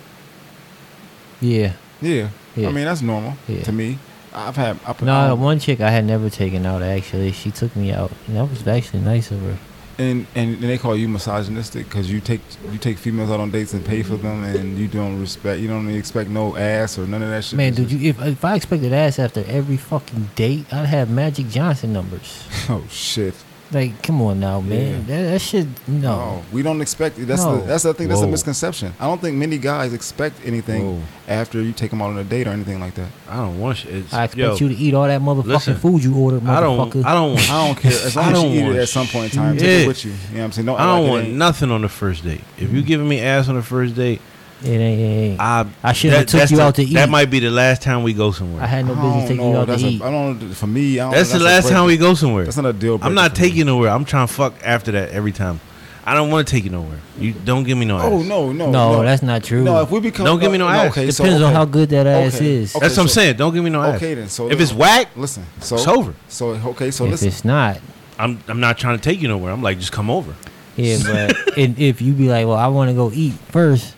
S3: Yeah.
S2: Yeah.
S3: Yeah.
S2: I mean that's normal
S3: Yeah.
S2: to me. I've had I,
S3: No,
S2: I-
S3: one chick I had never taken out actually. She took me out. And that was actually nice of her.
S2: and and, and they call you misogynistic because you take you take females out on dates and pay for them, and you don't respect you don't expect no ass or none of that shit.
S3: Man,
S2: It's
S3: dude,
S2: just-
S3: you, if if I expected ass after every fucking date, I'd have Magic Johnson numbers.
S2: Oh shit!
S3: Like, come on now, man. That, that shit, no.
S2: No, Oh, we don't expect. That's
S3: No.
S2: the that's the thing. That's a
S1: Whoa.
S2: misconception. I don't think many guys expect anything
S1: Whoa.
S2: after you take them out on a date or anything like that.
S1: I don't want shit.
S2: Oh,
S1: It's-
S3: I expect
S1: yo,
S3: you to eat all that motherfucking
S1: listen,
S3: food you ordered, motherfucker.
S1: I don't. I don't want.
S2: I don't care. As long
S1: I
S2: as
S1: don't
S2: you eat it
S1: want
S2: at some point in time, take
S1: shit.
S2: it with you. You know what I'm saying? No,
S1: I don't
S2: like it
S1: want
S2: ain't- Mm-hmm.
S1: nothing on the first date. If you giving me ass on the first date,
S3: It ain't. It ain't. I,
S1: I
S3: I shouldn't have took
S1: that's
S3: you
S1: the-
S3: out to eat.
S1: That might be the last time we go somewhere.
S3: had no
S2: I
S3: business
S2: don't
S3: taking
S2: know.
S3: you out
S2: That's
S3: to
S2: a-
S3: eat.
S2: I don't. For me, I don't,
S1: that's, the
S2: Oh, a
S1: last
S2: break-
S1: time we go somewhere.
S2: That's not a deal.
S1: I'm
S2: breaker
S1: not
S2: for me.
S1: taking you nowhere. I'm trying to fuck after that every time. I don't want to take you nowhere. You don't give me no.
S2: Oh
S1: ass.
S2: no, no,
S3: no, that's not true.
S2: No, if we become uh,
S1: Don't give me no ass.
S2: Okay,
S3: Depends
S2: so,
S3: on
S2: okay.
S3: how good that ass
S2: Okay.
S3: is.
S2: Okay.
S1: That's what I'm
S2: so-
S1: saying. Don't give me no ass.
S2: Okay, then. So
S1: if
S2: then-
S1: it's whack,
S2: Listen, so
S1: it's over.
S2: So okay, so
S3: if
S2: listen.
S3: it's not,
S1: I'm I'm not trying to take you nowhere. I'm like, just come over.
S3: yeah, but and if you be like, well, I want to go eat first,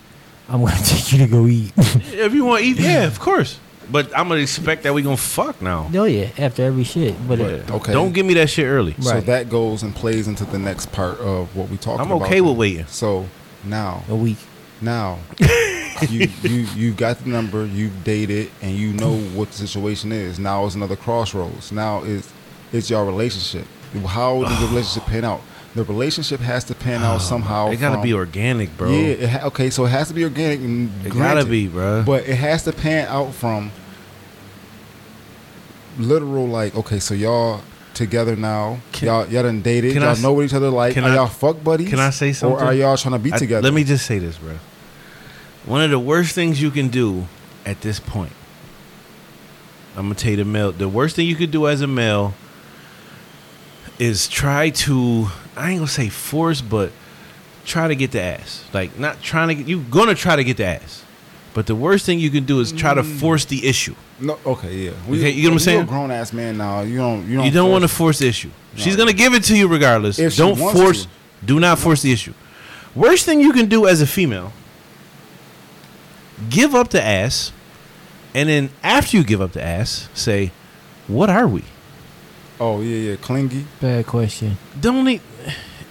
S3: I'm gonna take you to go eat.
S1: If you want to eat, yeah, of course. But I'm gonna expect that we gonna fuck now.
S3: no, yeah, after every shit, but it,
S1: But
S2: Okay.
S1: Don't give me that shit early.
S2: So
S3: Right.
S2: that goes and plays into the next part of what we talking
S1: I'm
S2: about.
S1: okay with waiting.
S2: So now,
S3: a week.
S2: now, you you you got the number, you've dated, and you know what the situation is. Now it's another crossroads. Now it's it's your relationship. How does the relationship pan out? The relationship has to pan out somehow.
S1: It gotta
S2: from-
S1: be organic, bro.
S2: Yeah. It ha- okay. So it has to be organic. And
S1: It gotta
S2: granted,
S1: be, bro.
S2: But it has to pan out from literal, like, okay, so y'all together now.
S1: Can-
S2: y'all y'all done dated.
S1: can
S2: Y'all
S1: I s-
S2: know what each other like.
S1: can
S2: Are
S1: I-
S2: y'all fuck buddies?
S1: can I say
S2: Or are
S1: something?
S2: y'all trying to be
S1: I-
S2: together?
S1: let me just say this, bro. One of the worst things you can do at this point, I'm gonna tell you the male. The worst thing you could do as a male is try to. I ain't gonna say force, but try to get the ass. Like not trying to. get You gonna try to get the ass, but the worst thing you can do is try to force the issue.
S2: No. Okay. Yeah.
S1: Okay, you get what I'm
S2: You
S1: saying?
S2: a grown ass man now. You don't. You don't.
S1: You don't want to force
S2: force-
S1: the issue. She's
S2: No.
S1: gonna give it to you regardless.
S2: If she
S1: don't
S2: wants
S1: force.
S2: to.
S1: Do not force the issue. Worst thing you can do as a female: give up the ass, and then after you give up the ass, say, "What are we?"
S2: Oh yeah, yeah. Clingy.
S3: Bad question.
S1: Don't. Need,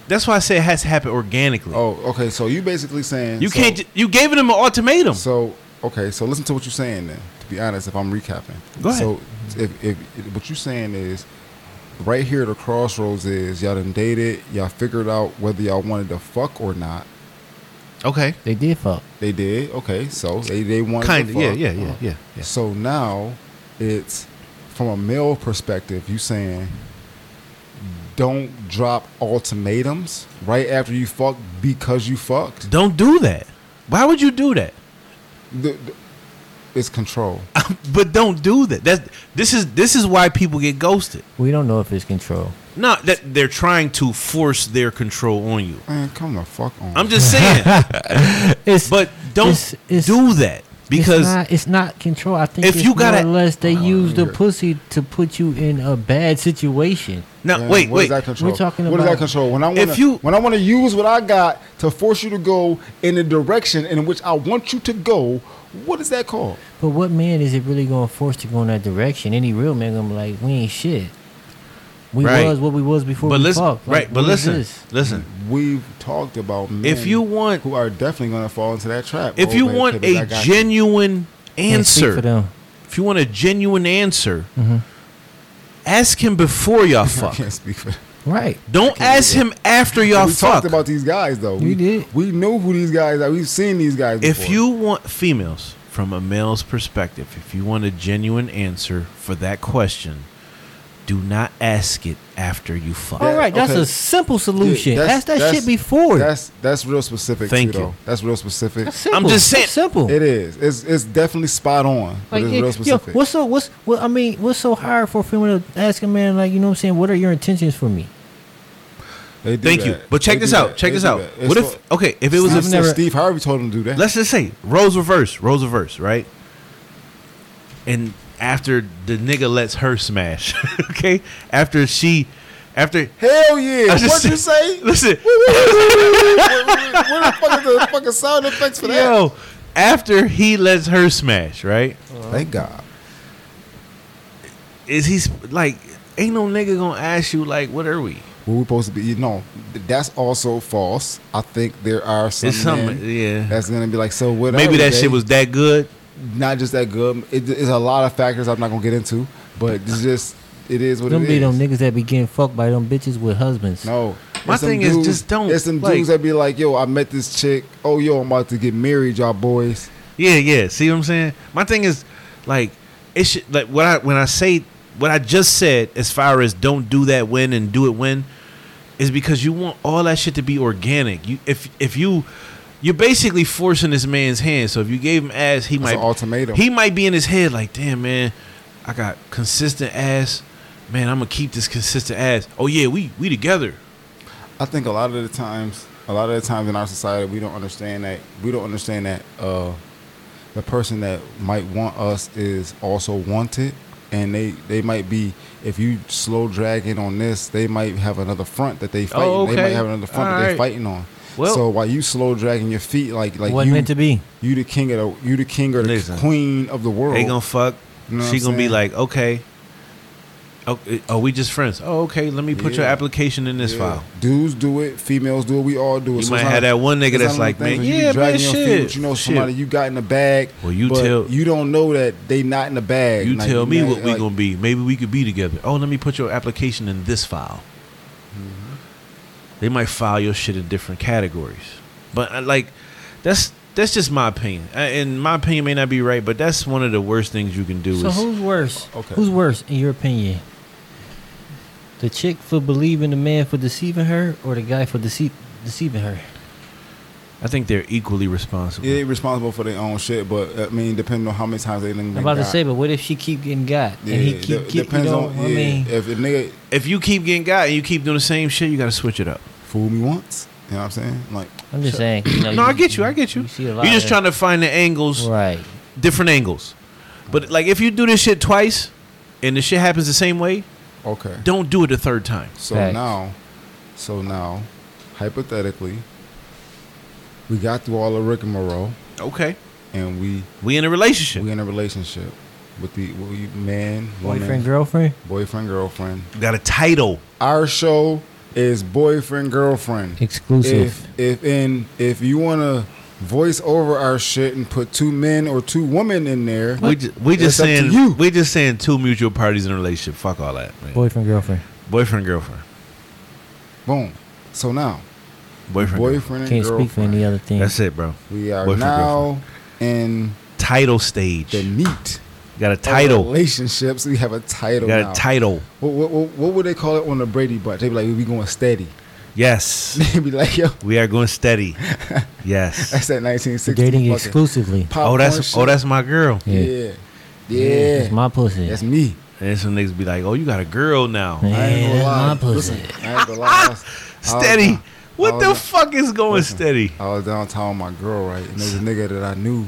S1: that's why I say it has to happen organically.
S2: Oh, okay. So you basically saying
S1: you
S2: so-
S1: can't. ju- You gave them an ultimatum.
S2: So okay, so listen to what you're saying then. To be honest, if I'm recapping,
S1: Go ahead.
S2: So if, if, if what you're saying is right here, the crossroads is y'all done dated, y'all figured out whether y'all wanted to fuck or not.
S1: okay.
S3: They did fuck.
S2: They did. Okay, so they they wanted
S1: Kind
S2: to
S1: of.
S2: fuck.
S1: Yeah. Yeah. Yeah. Yeah. yeah.
S2: So now it's from a male perspective, you saying don't drop ultimatums right after you fuck because you fucked.
S1: Don't do that. Why would you do that?
S2: The- the- it's control.
S1: But don't do that. That's this is this is why people get ghosted.
S3: We don't know if it's control.
S1: No, that they're trying to force their control on you.
S2: Man, come the fuck on.
S1: I'm just saying.
S3: It's
S1: but don't
S3: it's- it's-
S1: do that
S3: it's
S1: because
S3: not, it's not control. I think
S1: if
S3: it's
S1: you gotta-
S3: more or less
S2: Oh,
S3: they use the
S2: you're-
S3: pussy to put you in a bad situation.
S1: now
S2: Man,
S1: wait
S2: what is
S1: wait
S2: that control?
S3: We're talking
S2: what is
S3: about-
S2: that control? When I want
S1: If you-
S2: when I want to use what I got to force you to go in the direction in which I want you to go, what is that called?
S3: But what man is it really going to force to go in that direction? Any real man going to be like, we ain't shit. We
S1: Right.
S3: was what we was before
S1: but
S3: we
S1: listen
S3: fucked. Like,
S1: right but
S3: what is
S1: listen
S3: this?
S1: listen
S2: We've talked about men
S1: If you want-
S2: who are definitely going to fall into that trap.
S1: if
S2: Oh,
S1: you
S2: babe,
S1: want
S2: babe, I
S1: a
S2: got you.
S1: genuine
S3: Can't speak for
S1: answer
S3: them.
S1: if you want a genuine answer
S3: Mhm.
S1: ask him before y'all
S2: I
S1: fuck
S2: can't speak for.
S3: Right.
S1: don't ask him after y'all
S2: we
S1: fuck
S2: talked about these guys though.
S3: We did.
S2: We know who these guys are. We've seen these guys.
S1: if
S2: before.
S1: you want females from a male's perspective if you want a genuine answer for that question do not ask it after you fuck
S3: All right. That's
S2: okay.
S3: a simple
S2: Yeah,
S3: solution.
S2: that's-
S3: ask that
S2: that's-
S3: shit before. That's,
S2: That's that's real specific.
S1: Thank
S2: too,
S1: you.
S2: Though. That's real specific.
S3: simple.
S1: just saying-
S3: That's simple.
S2: It is. It's it's definitely spot on. but
S3: Like,
S2: it's
S3: yeah,
S2: real
S3: yo,
S2: specific.
S3: what's so what's what I mean? What's so hard for a female to ask a man like you know what I'm saying? What are your intentions for me?
S2: They do
S1: Thank
S2: that.
S1: you. But check
S2: They
S1: this
S2: do
S1: out.
S2: that.
S1: Check
S2: They
S1: this
S2: do
S1: out.
S2: that. It's
S1: What
S2: so-
S1: if okay, if it was
S2: Steve,
S1: a
S2: said Steve Harvey told him to do that.
S1: let's just say roles reverse, roles reverse, right? And after the nigga lets her smash, okay? After she after
S2: Hell yeah!
S1: I just
S2: What'd
S1: said-
S2: you say? Where
S1: listen,
S2: the fuck is the fucking sound effects for that?
S1: yo, after he lets her smash, right?
S2: Thank God.
S1: Is he's like ain't no nigga gonna ask you like what are we?
S2: Were we supposed to be? You know, that's also false. I think there are some
S1: It's something,
S2: men
S1: yeah.
S2: that's gonna be like, so what?
S1: Maybe
S2: are
S1: that
S2: they?
S1: shit was that good.
S2: not just that good. It, it's a lot of factors I'm not gonna get into, but it's just it is what
S3: Them
S2: it
S3: be
S2: is.
S3: them niggas that be getting fucked by them bitches with husbands.
S2: No.
S1: My
S2: There's some
S1: thing is just don't,
S2: There's some
S1: like-
S2: dudes that be like, yo, I met this chick. Oh, yo, I'm about to get married, y'all boys.
S1: Yeah, yeah. See what I'm saying? My thing is, like, it should like what I when I say what I just said as far as don't do that when and do it when, is because you want all that shit to be organic. You if if you you're basically forcing this man's hand. So if you gave him ass, he
S2: That's
S1: might
S2: an ultimatum.
S1: he might be in his head like, damn man, I got consistent ass. Man, I'm gonna keep this consistent ass. Oh yeah, we we together.
S2: I think a lot of the times, a lot of the times in our society, we don't understand that. We don't understand that uh, the person that might want us is also wanted, and they they might be. If you slow dragging on this, they might have another front that they fight. They might
S1: okay.
S2: have another front that
S1: All
S2: they
S1: right.
S2: fighting on.
S1: Well-
S2: so while you slow dragging your feet, like like
S3: Wasn't
S2: you,
S3: meant to be.
S2: you the king of the, you the king or the
S1: Listen.
S2: queen of the world.
S1: They gonna fuck.
S2: You know what
S1: she
S2: I'm
S1: gonna be
S2: saying?
S1: like, okay. Oh, it- oh, we just friends. Oh, okay. Let me put your
S2: Yeah.
S1: application in this
S2: Yeah.
S1: file.
S2: Dudes do it, females do it, we all do it.
S1: You
S2: So
S1: might
S2: it's not-
S1: have that one nigga
S2: it's
S1: that's
S2: not
S1: like,
S2: one of
S1: man,
S2: those things
S1: yeah,
S2: where you
S1: man,
S2: dragging your feet,
S1: shit.
S2: but you know
S1: shit.
S2: somebody you got in the bag.
S1: Well, you
S2: but
S1: tell-
S2: you don't know that they not in the bag.
S1: You
S2: Like,
S1: tell me
S2: know,
S1: what we
S2: like,
S1: gonna be. Maybe we could be together. Oh, let me put your application in this file.
S2: Mm-hmm.
S1: They might file your shit in different categories, but I, like, that's that's just my opinion. Uh, And my opinion may not be right, but that's one of the worst things you can do.
S3: So
S1: is
S3: who's worse?
S2: Okay.
S3: Who's worse in your opinion? The chick for believing the man for deceiving her, or the guy for decei- deceiving her?
S1: I think they're equally responsible.
S2: Yeah, they responsible for their own shit, but I mean, depending on how many times they done
S3: I'm
S2: been
S3: about to
S2: got.
S3: say, but what if she keep getting got
S2: yeah,
S3: and he
S2: de-
S3: keep get, you
S2: depends
S3: know,
S2: on.
S3: I
S2: yeah,
S3: mean,
S2: if a nigga
S1: If you keep getting got and you keep doing the same shit, you gotta switch it up.
S2: fool me once, you know what I'm saying? Like,
S3: I'm just saying. You know,
S1: No, I get you. I get you.
S3: You
S1: you
S3: see a
S1: are
S3: lot
S1: just
S3: of-
S1: trying to find the angles,
S3: Right.
S1: different angles. But like, if you do this shit twice, and the shit happens the same way,
S2: okay,
S1: don't do it the third time.
S2: so
S3: Facts.
S2: now, so now, hypothetically, we got through all the rigmarole
S1: Okay,
S2: and we
S1: we in a relationship.
S2: We in a relationship with the with you- man, woman,
S3: Boyfriend, girlfriend.
S2: boyfriend, girlfriend.
S1: Got a title.
S2: Our show is boyfriend, girlfriend.
S3: Exclusive.
S2: If if in if you wanna voice over our shit and put two men or two women in there,
S1: We just, we just
S2: It's up to
S1: saying
S2: you.
S1: we just saying two mutual parties in a relationship. Fuck all that, man.
S3: Boyfriend, girlfriend.
S1: boyfriend, girlfriend,
S2: boom. So now,
S1: boyfriend. girlfriend.
S2: boyfriend and
S3: Can't speak for
S2: girlfriend.
S3: any other thing.
S1: That's it, bro.
S2: we are
S1: Boyfriend,
S2: now in
S1: Title stage.
S2: the meat.
S1: Got a
S2: of
S1: title.
S2: relationships. We have a title
S1: Got
S2: now.
S1: a title.
S2: what, what, what, what would they call it on the Brady bunch? They be like, we going steady.
S1: Yes,
S2: They be like, yo,
S1: we are going steady. Yes.
S2: that's that 1960.
S3: Dating
S2: fucking
S3: exclusively.
S1: oh,
S2: popcorn
S1: that's
S2: shit.
S1: oh, that's my girl.
S3: Yeah.
S2: Yeah.
S3: It's
S2: Yeah.
S3: my pussy.
S2: That's me.
S1: And some niggas be like, "Oh, you got a girl now."
S3: Yeah,
S2: I ain't gonna
S3: that's
S2: lie.
S3: my pussy.
S2: Listen, I ain't gonna lie. I was- I was
S1: Steady.
S2: down- I
S1: What
S2: was
S1: the
S2: down-
S1: fuck is going
S2: Oh, Listen.
S1: steady?
S2: I was downtown with my girl, right? And there's a nigga that I knew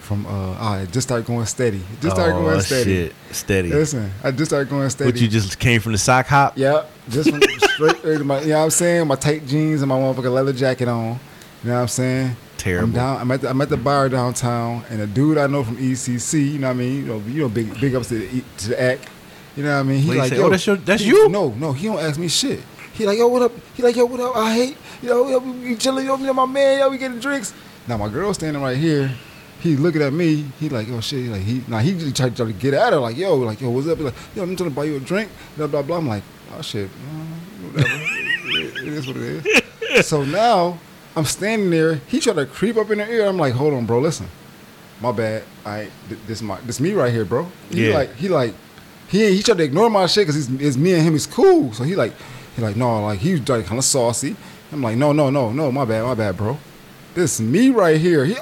S2: from, uh, I just started going steady. Just started
S1: oh,
S2: going steady.
S1: shit. Steady.
S2: Listen, I just started going steady.
S1: What you just came from the sock hop?
S2: Yep. Just from straight, into my, you know what I'm saying? My tight jeans and my motherfucking leather jacket on. You know what I'm saying? I'm
S1: Terrible.
S2: down. I'm at the, I'm at the bar downtown, and a dude I know from ECC. You know what I mean? You know, you know, big big ups to the, E- to the act. You know what I mean? He
S1: What he
S2: like,
S1: say?
S2: yo,
S1: Oh, that's your- that's
S2: he-
S1: you?
S2: No, no, he don't ask me shit. He like, yo, what up? He like, yo, what up? I hate. You know, yo, we we chilling. Yo, me and my man. Yo, we getting drinks. Now my girl standing right here. He looking at me. He like, oh shit. He like he now he just tried, tried to get at her. Like, yo, like yo, what's up? He like, yo, I'm trying to buy you a drink. Blah blah blah. I'm like, oh shit. uh, Whatever. it it is what it is so now I'm standing there. He tried to creep up in the ear. I'm like, hold on, bro. Listen, my bad. I th- this my this me right here, bro. He
S1: Yeah.
S2: like he like he he tried to ignore my shit because it's me and him is cool. So he like he like no like he was like kind of saucy. I'm like no no no no my bad my bad bro. This me right here. He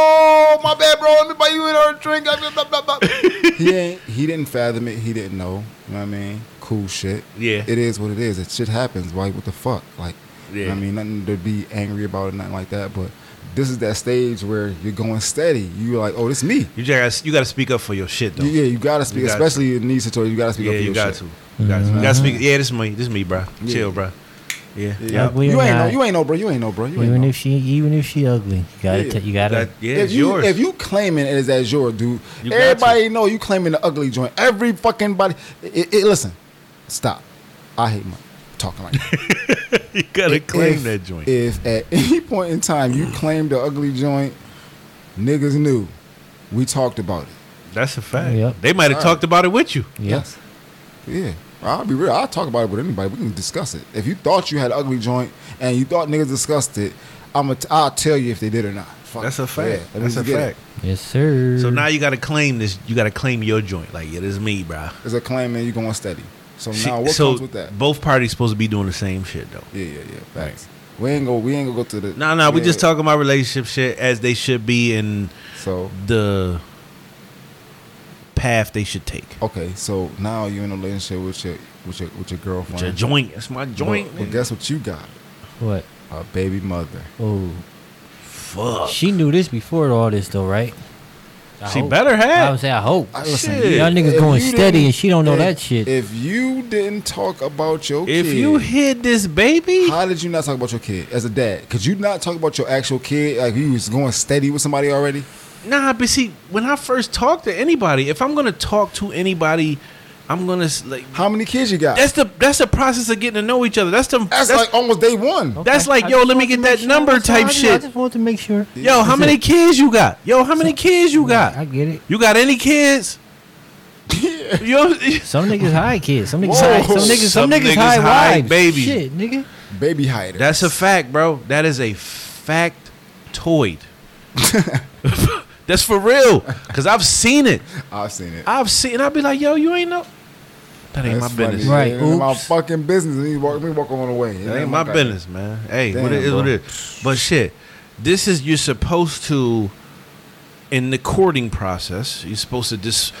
S2: oh my bad bro. Let me buy you another drink. Blah, blah, blah, blah. he ain't he didn't fathom it. He didn't know. You know what I mean? Cool shit.
S1: Yeah.
S2: It is what it is. It shit happens. Like what the fuck? Like you know what I
S1: Yeah.
S2: mean, nothing to be angry about or nothing like that. But this is that stage where you're going steady. You're like, oh, this me.
S1: You just gotta, you gotta speak up for your shit though.
S2: You- yeah, you gotta speak,
S1: You gotta-
S2: especially in these situations. You gotta speak
S1: Yeah,
S2: up for
S1: you
S2: your
S1: got
S2: shit.
S1: to. You got to. You gotta speak. Yeah, this is me. This is me, bro.
S2: Yeah.
S1: Chill, bro. Yeah.
S2: Yeah.
S1: Yup.
S3: Like we-
S2: You
S3: We're
S2: ain't
S3: not-
S2: no, you ain't no, bro. You ain't no, bro. You ain't
S3: even
S2: no.
S3: if she, even if she ugly, you gotta,
S2: Yeah.
S3: ta- you gotta.
S1: That- yeah,
S2: if
S1: it's
S2: you
S1: yours.
S2: if you claiming it is as your dude,
S1: You got
S2: everybody know you claiming the ugly joint. Every fucking body. It, it, listen, stop. I hate money. talking like that.
S1: you gotta claim
S2: If-
S1: that joint.
S2: If at any point in time you claim the ugly joint, niggas knew. We talked about it.
S1: That's a fact.
S3: Yep.
S1: They might have
S2: All
S1: talked about it with you.
S3: Yes.
S2: Yeah. I'll be real. I'll talk about it with anybody. We can discuss it. If you thought you had an ugly joint and you thought niggas discussed it, I'm a t- I'll tell you if they did or not. Fuck
S1: That's
S2: it.
S1: a
S2: Yeah,
S1: fact.
S2: let me
S1: That's a
S2: get it.
S1: fact.
S3: Yes, sir.
S1: So now you gotta claim this. You gotta claim your joint. Like, yeah, this is me, bruh.
S2: It's a claim and you're going steady. So
S1: See,
S2: now what
S1: so
S2: comes with that?
S1: both parties supposed to be doing the same shit though.
S2: Yeah, yeah, yeah. Facts. We ain't go. We ain't gonna go to the.
S1: No, no, we
S2: yeah.
S1: just talking about relationship shit as they should be and
S2: So
S1: the path they should take.
S2: okay, so now you in a relationship with your with your with your girlfriend.
S1: It's a joint. It's my joint.
S2: Oh, Well, well, guess what you got?
S3: what?
S2: A baby mother.
S3: Oh,
S2: Uh.
S1: Fuck.
S3: she knew this before all this, though, right? I
S1: She
S3: hope.
S1: better
S3: I would
S1: have.
S3: say I hope.
S2: I-
S1: Shit.
S3: Y'all niggas
S2: if
S3: going
S2: you
S3: steady,
S2: didn't-
S3: and she don't know
S2: if-
S3: that shit.
S2: If you didn't talk about your
S1: If
S2: kid,
S1: you hit this baby,
S2: how did you not talk about your kid as a dad? Could you not talk about your actual kid? Like you was going steady with somebody already?
S1: Nah, but see, when I first talk to anybody, if I'm gonna talk to anybody, I'm gonna s- like.
S2: How many kids you got?
S1: That's the that's the process of getting to know each other. That's the
S2: That's
S1: that's,
S2: like almost day one.
S3: Okay.
S1: that's like,
S3: I
S1: yo,
S3: just
S1: let me
S3: wanted to
S1: get
S3: make
S1: that
S3: sure.
S1: number
S3: That's all
S1: type
S3: I did. I
S1: shit.
S3: just wanted to make sure.
S1: yo, how
S3: That's
S1: many
S3: it.
S1: kids you got? Yo, how many kids you
S3: I
S1: got?
S3: get it.
S1: You got any kids? Yo,
S3: Some niggas high kids. Some niggas
S2: Whoa.
S3: high. Some niggas.
S1: Some
S3: Some, niggas,
S1: niggas
S3: high,
S1: high
S3: wives.
S1: babies.
S3: Shit, nigga.
S2: Baby hider.
S1: that's a fact, bro. That is a factoid. that's for real, cause I've seen it.
S2: I've seen it.
S1: I've seen. I'll be like, yo, you ain't no. That ain't
S2: That's
S1: my
S2: funny.
S1: business.
S3: Right,
S2: It ain't my
S3: oops.
S2: fucking business. Let me walk, let me walk on away. It
S1: That ain't my
S2: goddamn-
S1: business, man. Hey, what
S2: Damn,
S1: it is,
S2: bro.
S1: what it is. But shit, this is you're supposed to, in the courting process, you're supposed to just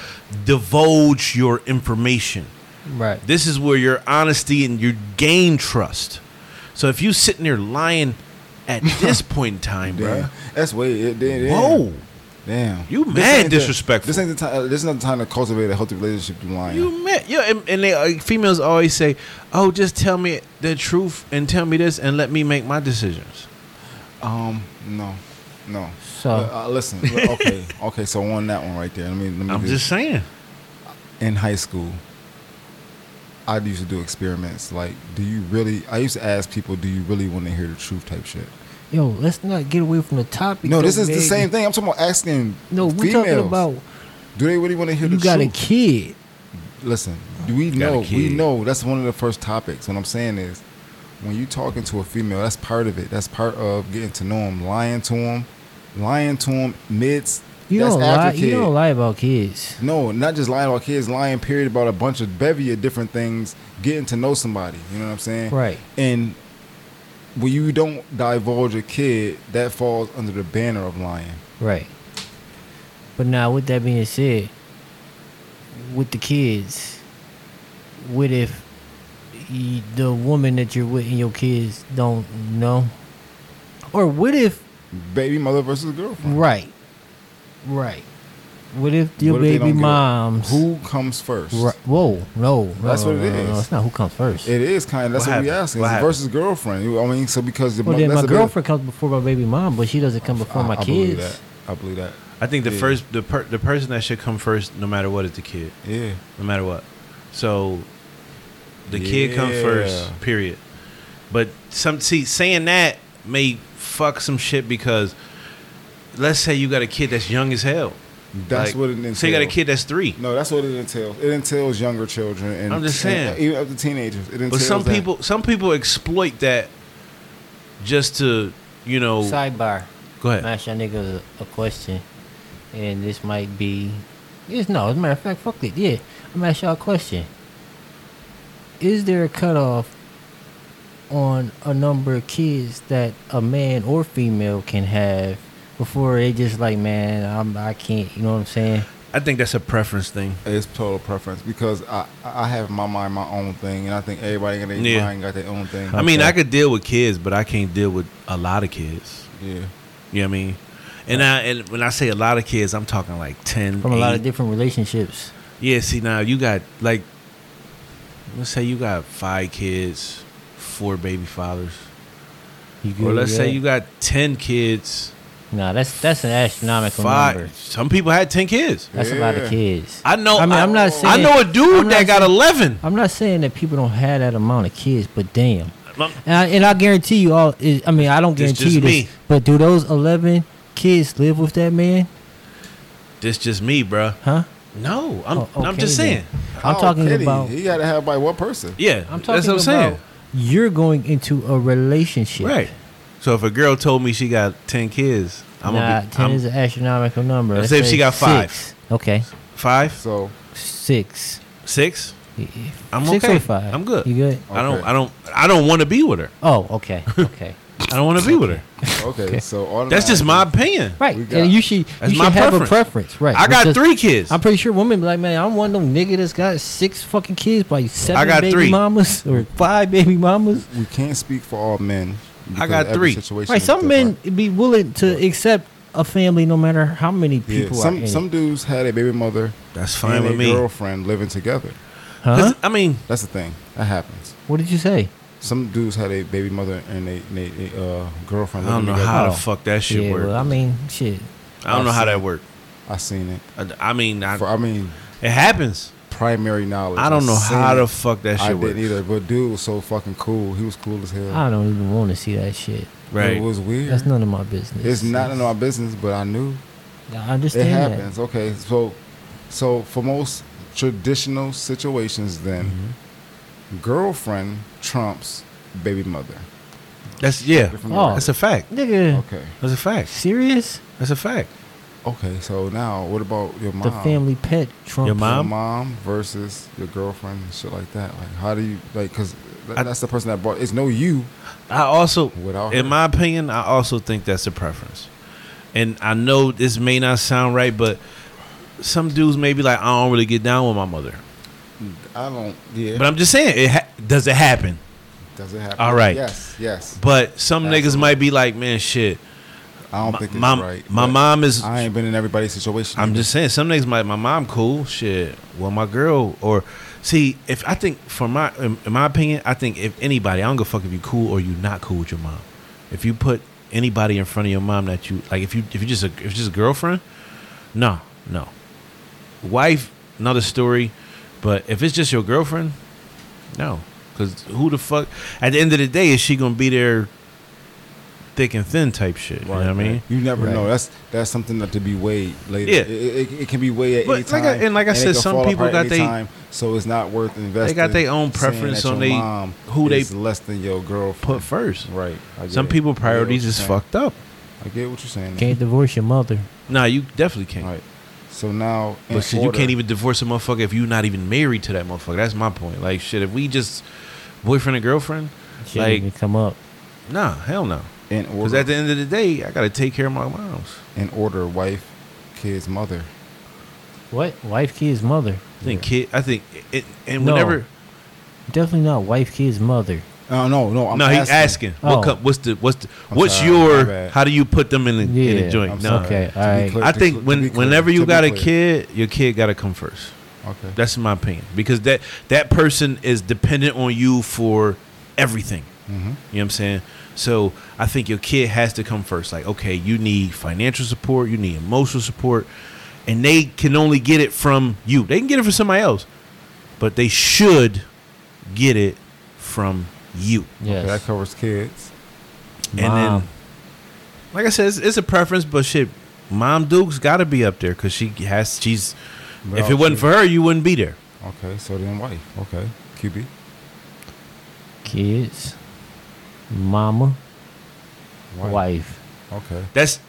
S1: divulge your information.
S3: Right.
S1: This is where your honesty and you gain trust. So if you sitting there lying at this point in time, bro,
S2: Damn. That's way. It, damn, damn.
S1: whoa,
S2: Damn.
S1: You
S2: This
S1: mad
S2: ain't the-
S1: disrespectful.
S2: This ain't the time. This is not the time to cultivate a healthy relationship. You lying.
S1: you met, yeah, and, and they uh, females always say, "Oh, just tell me the truth and tell me this and let me make my decisions."
S2: um. No. No.
S3: So-
S2: Uh, uh, listen. look, okay. Okay. So on that one right there. Let me. Let me
S1: I'm
S2: just,
S1: just saying.
S2: in high school. I used to do experiments like, do you really? I used to ask people, do you really want to hear the truth? Type shit.
S3: Yo, let's not get away from the topic.
S2: No,
S3: though,
S2: this is the
S3: baby.
S2: same thing. I'm talking about asking.
S3: No, we're
S2: females,
S3: talking about
S2: Do they really want to hear
S3: you
S2: the
S3: got
S2: truth?
S3: a kid.
S2: Listen, we
S1: got a
S2: know, we
S1: kid.
S2: know. That's one of the first topics. What I'm saying is, when you talking to a female, that's part of it. That's part of getting to know them, lying to them, lying to them mids.
S3: You
S2: that's
S3: don't lie.
S2: after
S3: You
S2: kid.
S3: don't lie about kids.
S2: No, not just lying about kids. Lying, period, about a bunch of bevy of different things. Getting to know somebody. You know what I'm saying?
S3: Right.
S2: And when you don't divulge a kid, that falls under the banner of lying.
S3: Right. But now, with that being said, with the kids, what if y the woman that you're with and your kids don't know? Or what if,
S2: Baby mother versus girlfriend.
S3: right, right, what if your
S2: What if they
S3: baby
S2: don't get it?
S3: moms?
S2: Who comes first?
S3: Ri- whoa, no, no,
S2: That's
S3: no,
S2: what it
S3: no, no,
S2: is.
S3: it's not who comes first.
S2: It is kind of that's
S1: What
S2: what, we
S1: happened?
S2: asking.
S1: What
S2: It's
S1: happened?
S2: versus girlfriend. You- I mean, so because the
S3: well,
S2: mo-
S3: then
S2: that's
S3: my
S2: a bit of-
S3: girlfriend comes before my baby mom, but she doesn't come before my
S2: I believe
S3: kids.
S2: that. I believe that.
S1: I think the
S2: Yeah.
S1: first the per, the person that should come first, no matter what, is the kid.
S2: Yeah,
S1: No matter what, so the kid comes
S2: Yeah.
S1: first. Period. But some see saying that may fuck some shit because let's say you got a kid that's young as hell.
S2: that's
S1: Like,
S2: what it entails.
S1: Say you got a kid that's three.
S2: No, that's what it entails. It entails younger children. And,
S1: I'm just saying.
S2: and even up to teenagers. It entails
S1: But some
S2: that.
S1: people some people exploit that just to you know.
S3: Sidebar.
S1: Go
S3: I'm
S1: ahead.
S3: ask y'all niggas a, a question, and this might be. Yes, no. As a matter of fact, fuck it. Yeah, I'm gonna ask y'all a question. Is there a cutoff on a number of kids that a man or female can have before they just like, man, I'm I can't. You know what I'm saying?
S1: I think that's a preference thing.
S2: It's total preference because I I have in my mind my own thing, and I think everybody in their
S1: Yeah.
S2: mind got their own thing.
S1: I mean,
S3: Okay.
S1: I could deal with kids, but I can't deal with a lot of kids.
S2: yeah,
S1: You know what I mean? And I and when I say a lot of kids, I'm talking like ten.
S3: From a lot of
S1: eight.
S3: different relationships.
S1: Yeah, see now you got like let's say you got five kids, four baby fathers.
S3: You good
S1: Or
S3: with
S1: let's say
S3: that?
S1: you got ten kids,
S3: No, that's that's an astronomical number.
S1: Five. Some people had ten kids.
S3: That's a lot
S2: Yeah.
S3: of kids.
S1: I know.
S3: I mean, I'm not
S1: I
S3: saying-
S1: know a dude
S3: I'm not
S1: that got
S3: saying-
S1: eleven.
S3: I'm not saying that people don't have that amount of kids, but damn.
S1: Mom-
S3: And I, and I guarantee you all. is- I mean, I don't
S1: This
S3: guarantee
S1: just
S3: you this,
S1: me.
S3: but do those eleven kids live with that man?
S1: This just me, bruh.
S3: Huh?
S1: No, I'm.
S3: Oh,
S1: I'm
S3: okay
S1: just saying.
S3: then. I'm
S2: How
S3: talking
S2: petty.
S3: about.
S2: He got to have by one person.
S1: Yeah,
S3: I'm talking
S1: that's what I'm
S3: about.
S1: saying.
S3: You're going into a relationship.
S1: Right. So if a girl told me she got ten kids, I'm
S3: nah,
S1: gonna be
S3: 10
S1: I'm
S3: is an astronomical number.
S1: Let's say if she got five.
S3: six. Okay.
S1: five,
S2: So
S3: Six.
S1: six. I'm
S3: six
S1: okay.
S3: or five.
S1: I'm good.
S3: You good?
S1: I don't.
S2: Okay.
S1: I don't. I don't want to be with her.
S3: Oh, okay. Okay.
S1: I don't want to be with her.
S2: okay, so
S1: That's just my opinion.
S3: right.
S2: We got-
S3: And you should,
S1: That's
S3: you should
S1: my
S3: have
S1: preference.
S3: a preference. Right.
S1: I got
S3: Because
S1: three kids.
S3: I'm pretty sure women be like, man, I'm one of them nigga that's got six fucking kids by seven
S1: got
S3: baby
S1: three.
S3: mamas or five baby mamas.
S2: We can't speak for all men.
S1: I
S2: because
S1: got
S2: every
S1: three.
S2: situation
S3: Right.
S2: is
S3: Some
S2: different.
S3: men be willing to accept a family no matter how many
S2: Yeah,
S3: people are in
S2: some
S3: it.
S2: some dudes had a baby mother
S1: That's fine
S2: and a
S1: with me.
S2: girlfriend living together.
S3: Huh?
S1: I mean,
S2: That's the thing that happens.
S3: What did you say?
S2: Some dudes had a baby mother and a, and a, a, uh,
S1: I
S2: girlfriend.
S1: don't
S2: living
S1: know
S2: together.
S1: how the
S3: Oh.
S1: fuck that shit
S3: yeah,
S1: work.
S3: well, I mean, shit.
S1: I don't know how that work.
S2: I seen it.
S1: I, I mean, I,
S2: For, I mean,
S1: it happens.
S2: primary knowledge.
S1: I don't know
S2: seen
S1: how
S2: it.
S1: the fuck that
S2: I
S1: shit
S2: didn't
S1: works. Ah,
S2: either. But dude was so fucking cool. He was cool as hell.
S3: I don't even want to see that shit.
S2: It
S1: Right.
S2: was weird.
S3: That's none of my business.
S2: it's not in our business, but I knew
S3: I
S2: it
S3: understand that.
S2: happens. Okay, so so for most traditional situations, then
S1: Mm-hmm.
S2: girlfriend trumps baby mother.
S1: That's yeah.
S2: Different
S3: Oh.
S1: That's a fact.
S3: Nigga,
S2: Okay.
S1: That's a fact.
S3: serious?
S1: That's a fact.
S2: Okay. So now, what about your mom?
S3: The family pet trumps.
S1: Your mom?
S2: Your mom versus your girlfriend, and shit like that. Like, how do you like? Because
S1: I-
S2: that's the person that brought. It's no you.
S1: I also,
S2: Without
S1: in
S2: her.
S1: my opinion, I also think that's a preference. And I know this may not sound right, but some dudes may be like, I don't really get down with my mother.
S2: I don't. Yeah.
S1: But I'm just saying, it ha- does it happen?
S2: Does it happen?
S1: All right.
S2: Yes. Yes.
S1: But some niggas
S2: Absolutely.
S1: might be like, man, shit.
S2: I don't
S1: My,
S2: think it's
S1: my,
S2: right.
S1: my
S2: but
S1: mom is.
S2: I ain't been in everybody's situation.
S1: I'm
S2: either.
S1: just saying, some niggas might. My mom cool, shit. Well, my girl or see if I think for my in in my opinion, I think if anybody, I don't give a fuck if you cool or you not cool with your mom. If you put anybody in front of your mom that you like, if you if you just a, if it's just a girlfriend, no, no. Wife, another story, but if it's just your girlfriend, no, because who the fuck? At the end of the day, is she gonna be there? Thick and thin type shit. you know what I mean?
S2: You never
S3: Right.
S2: know. That's that's something that to be weighed later.
S1: Yeah.
S2: It, it, it can be weighed at
S1: But
S2: any
S1: like
S2: time.
S1: I- and like I
S2: it
S1: said,
S2: can
S1: some
S2: fall
S1: people
S2: apart
S1: got
S2: any
S1: they-
S2: time, so it's not worth investing.
S1: their own
S2: saying
S1: preference
S2: that
S1: on
S2: your
S1: they-
S2: mom
S1: who they
S2: is less than your girlfriend.
S1: Put first.
S2: right. I get
S1: Some
S2: it.
S1: people
S2: I get what
S1: priorities
S2: you're
S1: is
S2: saying.
S1: fucked up.
S2: I get what you're saying.
S3: Can't divorce your mother.
S1: Nah, you definitely
S2: All
S1: can't.
S2: right. So now, in
S1: But shit, you
S2: order-
S1: can't even divorce a motherfucker if you're not even married to that motherfucker. That's my point. Like shit, if we just boyfriend and girlfriend,
S3: Shouldn't even
S1: like
S3: come up.
S1: nah, hell no.
S2: in
S1: Because at
S2: order,
S1: the end of the day, I gotta take care of my moms.
S2: in order, wife, kids, mother.
S3: What? Wife, kids, mother.
S1: I think kid. I think it, and
S3: No.
S1: whenever
S3: Definitely not wife, kids, mother.
S2: Oh no, no. I'm
S1: Uh, no, he's asking. What
S3: Oh.
S1: co- what's the what's the,
S2: I'm
S1: what's
S2: sorry, my
S1: your
S2: bad.
S1: how do you put them in the, in the
S3: Yeah,
S1: joint?
S2: I'm
S1: no,
S2: sorry.
S3: Okay,
S2: To be
S3: all right.
S2: clear-
S1: I
S2: to cl-
S1: think
S2: to
S1: when
S2: be clear-
S1: whenever
S2: to
S1: you
S2: be
S1: got a
S2: clear.
S1: kid, your kid gotta come first.
S2: Okay.
S1: That's my opinion because that that person is dependent on you for everything.
S2: Mhm.
S1: You know what I'm saying? So I think your kid has to come first. Like, okay, you need financial support, you need emotional support, and they can only get it from you. They can get it from somebody else, but they should get it from you.
S2: Okay, that
S3: Yes.
S2: covers kids.
S1: And
S3: Mom.
S1: then, like I said, it's, it's a preference, but shit, Mom Duke's got to be up there because she has. She's. if it
S2: Well,
S1: wasn't
S2: she-
S1: for her, you wouldn't be there.
S2: Okay, so then wife. Okay, QB.
S3: Kids, mama,
S2: Wife.
S3: wife.
S2: Okay,
S1: That's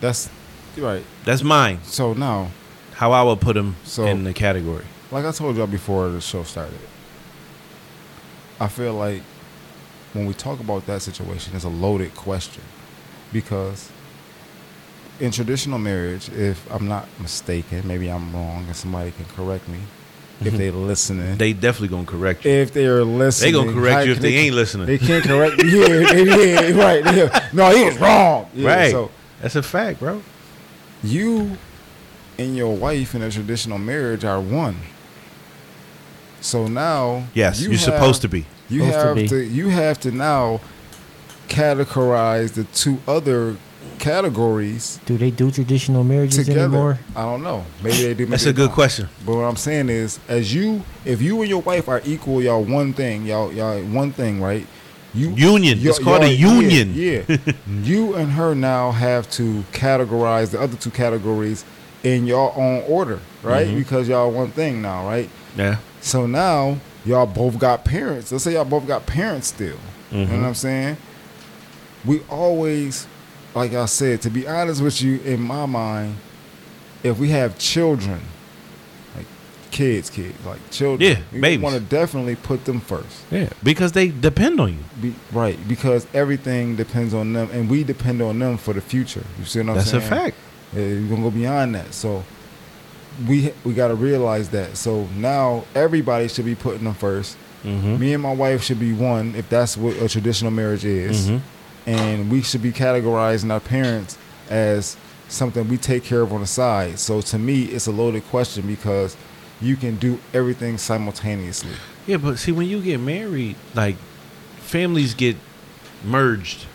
S2: that's you're right.
S1: that's mine.
S2: So now,
S1: how I would put them
S2: So-
S1: in the category.
S2: like I told y'all before the show started, I feel like when we talk about that situation, it's a loaded question because in traditional marriage, if I'm not mistaken, maybe I'm wrong, and somebody can correct me if they listening.
S1: Mm-hmm. They definitely gonna correct you.
S2: if they are listening,
S1: gonna correct
S2: how
S1: you if
S2: can
S1: they ain't listening.
S2: They can't correct. yeah, they- yeah, right. yeah. No, he was wrong. Yeah,
S1: right.
S2: So
S1: That's a fact, bro.
S2: you and your wife in a traditional marriage are one. So now,
S1: Yes, you are supposed to be.
S2: You
S3: Supposed to
S2: have
S3: be.
S2: to, You have to now categorize the two other categories
S3: Do they do traditional marriages
S2: together.
S3: anymore?
S2: I don't know. Maybe they do. Maybe
S1: That's
S2: they
S1: a good
S2: don't.
S1: question.
S2: But what I'm saying is, as you, if you and your wife are equal, y'all one thing, y'all y'all one thing, right? You
S1: Union.
S2: y'all-
S1: It's called
S2: y'all-
S1: a union.
S2: Yeah. yeah. you and her now have to categorize the other two categories in your own order, right?
S1: Mm-hmm.
S2: Because y'all one thing now, right?
S1: Yeah.
S2: So now y'all both got parents. Let's say y'all both got parents still. You
S1: Mm-hmm.
S2: know what I'm saying? We always, like I said, to be honest with you, in my mind, if we have children, like kids, kids, like children,
S1: Yeah,
S2: we
S1: babies.
S2: want to definitely put them first.
S1: Yeah. Because they depend on you.
S2: Be, right, because everything depends on them, and we depend on them for the future. You see what I'm
S1: That's
S2: saying?
S1: a fact.
S2: Uh, You're gonna go beyond that. So we we gotta realize that. So now everybody should be putting them 1st
S1: Mhm.
S2: Me and my wife should be one if that's what a traditional marriage is,
S1: Mhm.
S2: and we should be categorizing our parents as something we take care of on the side. So to me, it's a loaded question because you can do everything simultaneously.
S1: Yeah, but see, when you get married, like families get merged.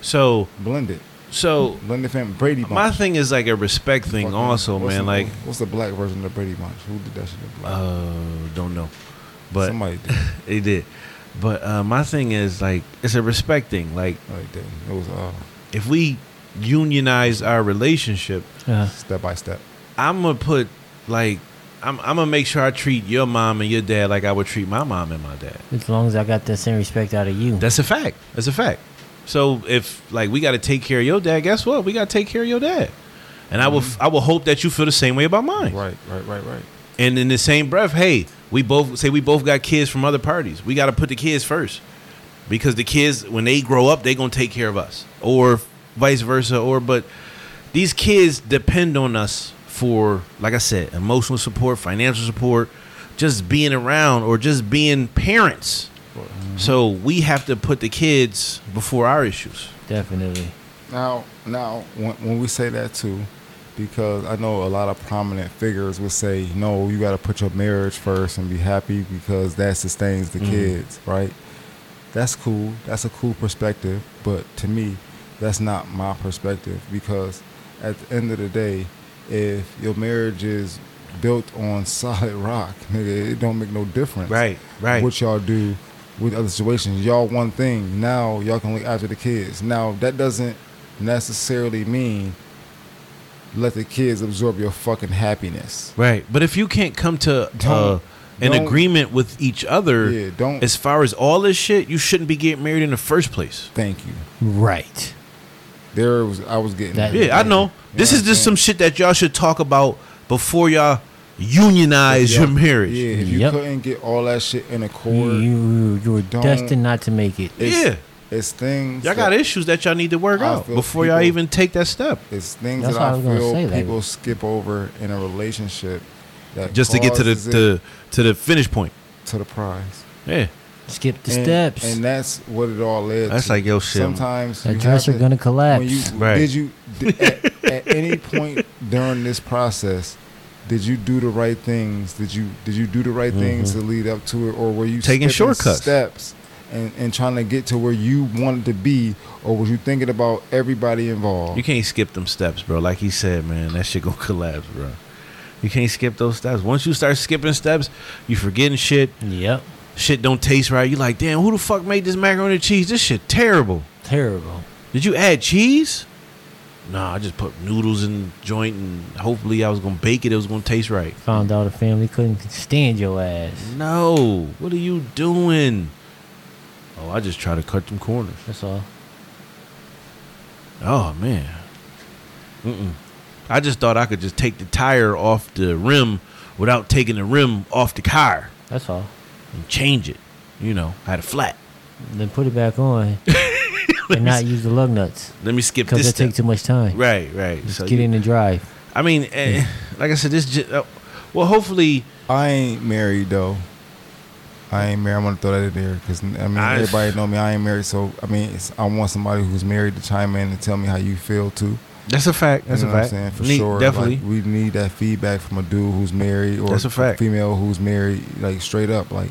S1: So,
S2: Blended,
S1: so
S2: blended family. Brady Bunch.
S1: my thing is like a respect thing,
S2: Fucking-
S1: also,
S2: what's
S1: man.
S2: the-
S1: Like,
S2: what's the black version of the Brady Bunch? Who did that shit? to Black?
S1: uh, don't know, but
S2: Somebody did.
S1: they did. But uh, my thing is like it's a respect thing. Like,
S2: Like that. It was uh,
S1: if we unionize our relationship,
S3: Uh,
S2: step by step.
S1: I'm gonna put like I'm I'm gonna make sure I treat your mom and your dad like I would treat my mom and my dad.
S3: as long as I got that same respect out of you.
S1: That's a fact. That's a fact. So if like we got to take care of your dad, guess what? We got to take care of your dad. And I will I will hope that you feel the same way about mine.
S2: Right, right, right, right.
S1: And in the same breath, hey, we both say we both got kids from other parties. We got to put the kids first because the kids when they grow up, they going to take care of us or vice versa or but these kids depend on us for like I said, emotional support, financial support, just being around or just being parents. So we have to put the kids before our issues.
S3: Definitely.
S2: Now, now, when, when we say that too, because I know a lot of prominent figures would say, no, you got to put your marriage first and be happy because that sustains the kids, right? That's cool. That's a cool perspective. But to me, that's not my perspective because at the end of the day, if your marriage is built on solid rock, nigga, it don't make no difference.
S1: Right, right.
S2: What y'all do with other situations. Y'all one thing. Now y'all can look after the kids. Now that doesn't necessarily mean let the kids absorb your fucking happiness.
S1: Right. But if you can't come to uh,
S2: Don't-
S1: an
S2: don't-
S1: agreement with each other
S2: Yeah, don't-
S1: as far as all this shit, you shouldn't be getting married in the first place.
S2: Thank you.
S3: Right.
S2: There was I was getting
S3: That-
S1: Yeah, I know. This
S2: Yeah,
S1: is just
S2: yeah.
S1: some shit that y'all should talk about before y'all unionize your
S2: Yeah,
S1: marriage.
S2: Yeah, if you
S3: Yep. Mm-hmm.
S2: couldn't get all that shit in accord,
S3: You, you, you were
S2: Don't-
S3: destined not to make it.
S2: it's,
S1: Yeah.
S2: it's things
S1: Y'all got
S2: that-
S1: issues that y'all need to work
S2: I
S1: out
S2: feel
S1: before y'all
S2: people-
S1: even take that step.
S2: It's things
S3: That's
S2: that
S3: what I
S2: I,
S3: was gonna
S2: feel
S3: say, like-
S2: people skip over in a relationship that
S1: Just to get to the,
S2: causes it
S1: the to the finish point.
S2: to the prize.
S1: Yeah.
S3: Skip the
S2: and,
S3: steps.
S2: and that's what it all led.
S1: That's
S2: to.
S1: like, yo, shit.
S2: Sometimes
S3: that
S2: you
S3: dresser
S2: have to-
S3: gonna collapse.
S2: When you,
S1: Right.
S2: Did you did, at, at any point during this process? Did you do the right things? Did you did you do the right things to lead up to it, or were you
S1: Mm-hmm. Taking
S2: skipping
S1: shortcuts.
S2: steps and, and trying to get to where you wanted to be, or was you thinking about everybody involved?
S1: You can't skip them steps, bro. Like he said, man, that shit gonna collapse, bro. You can't skip those steps. Once you start skipping steps, you forgetting shit.
S3: yep.
S1: Shit don't taste right. You like, damn, who the fuck made this macaroni and cheese? This shit terrible.
S3: Terrible.
S1: Did you add cheese? Nah, I just put noodles in the joint and hopefully I was gonna bake it. It was gonna taste right.
S3: Found out the family couldn't stand your ass.
S1: No, what are you doing? Oh, I just try to cut them corners.
S3: That's all.
S1: Oh man. Mm-mm. I just thought I could just take the tire off the rim without taking the rim off the car
S3: That's all.
S1: and change it. You know, I had a flat.
S3: Then put it back on and not use the lug nuts
S1: Let me skip
S3: because
S1: this.
S3: that takes
S1: step.
S3: too much time.
S1: right, right.
S3: Just
S1: So
S3: get
S1: you-
S3: in the drive.
S1: I mean, eh, like I said, this. Just, uh, well, hopefully,
S2: I ain't married though. I ain't married. I'm gonna throw that in there because I mean
S1: I-
S2: everybody know me. I ain't married, so I mean it's, I want somebody who's married to chime in and tell me how you feel too.
S1: that's a fact. That's
S2: you know
S1: a fact.
S2: What I'm saying? For
S1: Need-
S2: sure.
S1: Definitely.
S2: Like, we need that feedback from a dude who's married or
S1: That's a fact.
S2: female who's married, like straight up. Like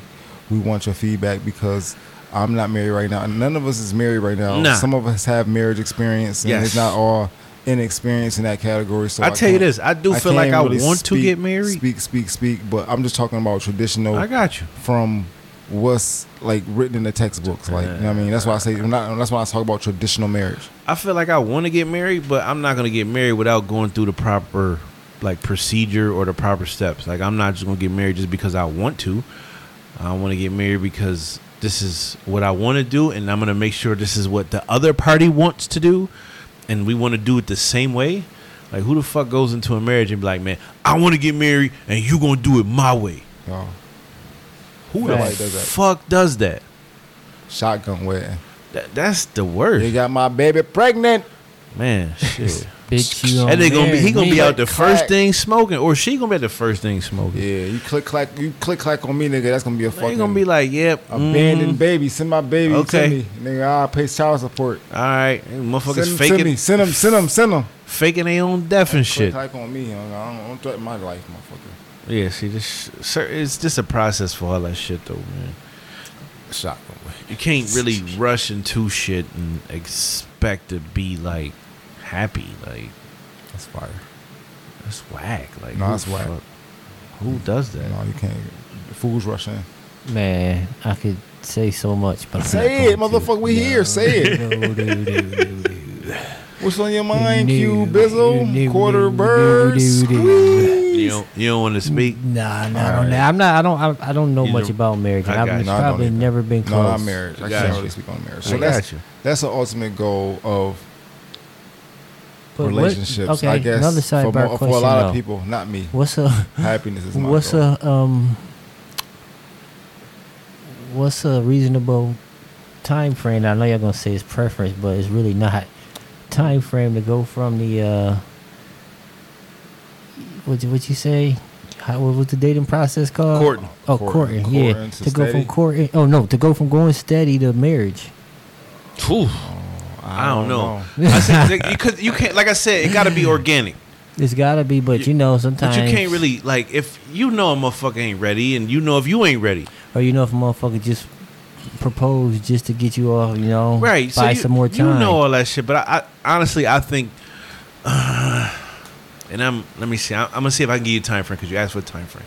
S2: we want your feedback because I'm not married right now. None of us is married right now.
S1: Nah.
S2: Some of us have marriage experience and
S1: Yes.
S2: it's not all inexperienced in that category. So
S1: I tell you
S2: can't-
S1: this, I do feel like
S2: can't
S1: I want to
S2: speak-
S1: get married.
S2: Speak, speak, speak. But I'm just talking about traditional
S1: I got you.
S2: from what's like written in the textbooks. Like you know what I mean. That's why I say. when I- That's why I talk about traditional marriage.
S1: I feel like I want to get married, but I'm not gonna get married without going through the proper like procedure or the proper steps. Like I'm not just gonna get married just because I want to. I want to get married because this is what I want to do, and I'm gonna make sure this is what the other party wants to do, and we want to do it the same way. Like who the fuck goes into a marriage and be like, man, I want to get married, and you gonna do it my way?
S2: Y'all.
S1: Who the
S2: Nobody does that.
S1: fuck does that?
S2: Shotgun wedding.
S1: that that's the
S2: They
S1: worst,
S2: got my baby pregnant.
S1: man. Shit.
S3: Bitch, you
S1: And they gonna be he
S3: marry
S1: gonna
S3: me.
S1: be out the
S2: Click,
S1: first
S2: clack.
S1: thing smoking, or she gonna be at the first thing smoking.
S2: Yeah, you click clack. You click clack on me, nigga. That's gonna be a
S1: They
S2: fucking
S1: gonna be like, yep,
S2: abandoned
S1: mm,
S2: baby. Send my baby
S1: Okay.
S2: to me, nigga. I'll pay child support.
S1: all right, and motherfuckers
S2: Send him to me.
S1: faking
S2: Send him. Send him. Send him.
S1: faking their own death and shit.
S2: Click clack on me. you know, I don't, I don't threaten my life, motherfucker.
S1: Yeah, see, this sh- sir, it's just a process for all that shit though, man.
S2: Shotgun wedding.
S1: You can't really rush into shit and expect to be like happy. Like
S2: That's fire.
S1: that's whack. Like
S2: No,
S1: who
S2: that's
S1: the
S2: whack.
S1: fuck- Who does that?
S2: No, you can't. The fools rush in.
S3: Man, I could say so much, but I'm
S2: Say it,
S3: not going to.
S2: motherfucker. We here. Say it.
S3: No, dude, dude, dude, dude.
S2: What's on your mind, Q
S3: No, no,
S2: Bizzle?
S3: no,
S2: Quarter
S3: no,
S2: birds.
S3: no, no, no.
S1: You
S2: squeeze.
S1: don't, you don't want to speak.
S3: Nah, nah,
S2: All
S3: I don't
S2: right.
S3: know. I'm not. I don't. I, I don't know
S1: You
S3: much
S1: don't-
S3: about marriage.
S1: I
S3: I've
S1: got you. No,
S2: I don't
S3: probably
S2: either.
S3: never been
S2: No,
S3: close.
S2: not marriage. I
S1: Got
S2: can't
S1: you.
S2: really speak on marriage.
S1: I
S2: So
S1: got
S2: that's
S1: you.
S2: that's the ultimate goal of
S3: But what-
S2: relationships.
S3: okay,
S2: I guess
S3: another
S2: for,
S3: sidebar
S2: mo- for
S3: question.
S2: a lot
S3: though.
S2: of people, not me.
S3: what's a
S2: Happiness is my
S3: what's
S2: goal.
S3: a um what's a reasonable time frame? I know y'all gonna say it's preference, but it's really not time frame to go from the uh what what you say? How, what was the dating process called?
S1: Courting.
S3: Oh,
S2: Courting.
S3: courting.
S2: Courting
S3: yeah,
S2: to
S3: to, go
S2: steady.
S3: from courting. Oh no, to go from going steady to marriage.
S1: Whew. I don't
S2: Oh,
S1: know. I said because you can't. Like I said, it got to be organic.
S3: It's gotta be, but
S1: You-
S3: you, know sometimes
S1: But you can't really like if you know a motherfucker ain't ready, and you know if you ain't ready,
S3: or you know if a motherfucker just proposed just to get you off, you know,
S1: right?
S3: buy
S1: you,
S3: some more time.
S1: You know all that shit, but I, I honestly I think, and I'm let me see. I, I'm gonna see if I can give you a time frame because you asked for a time frame.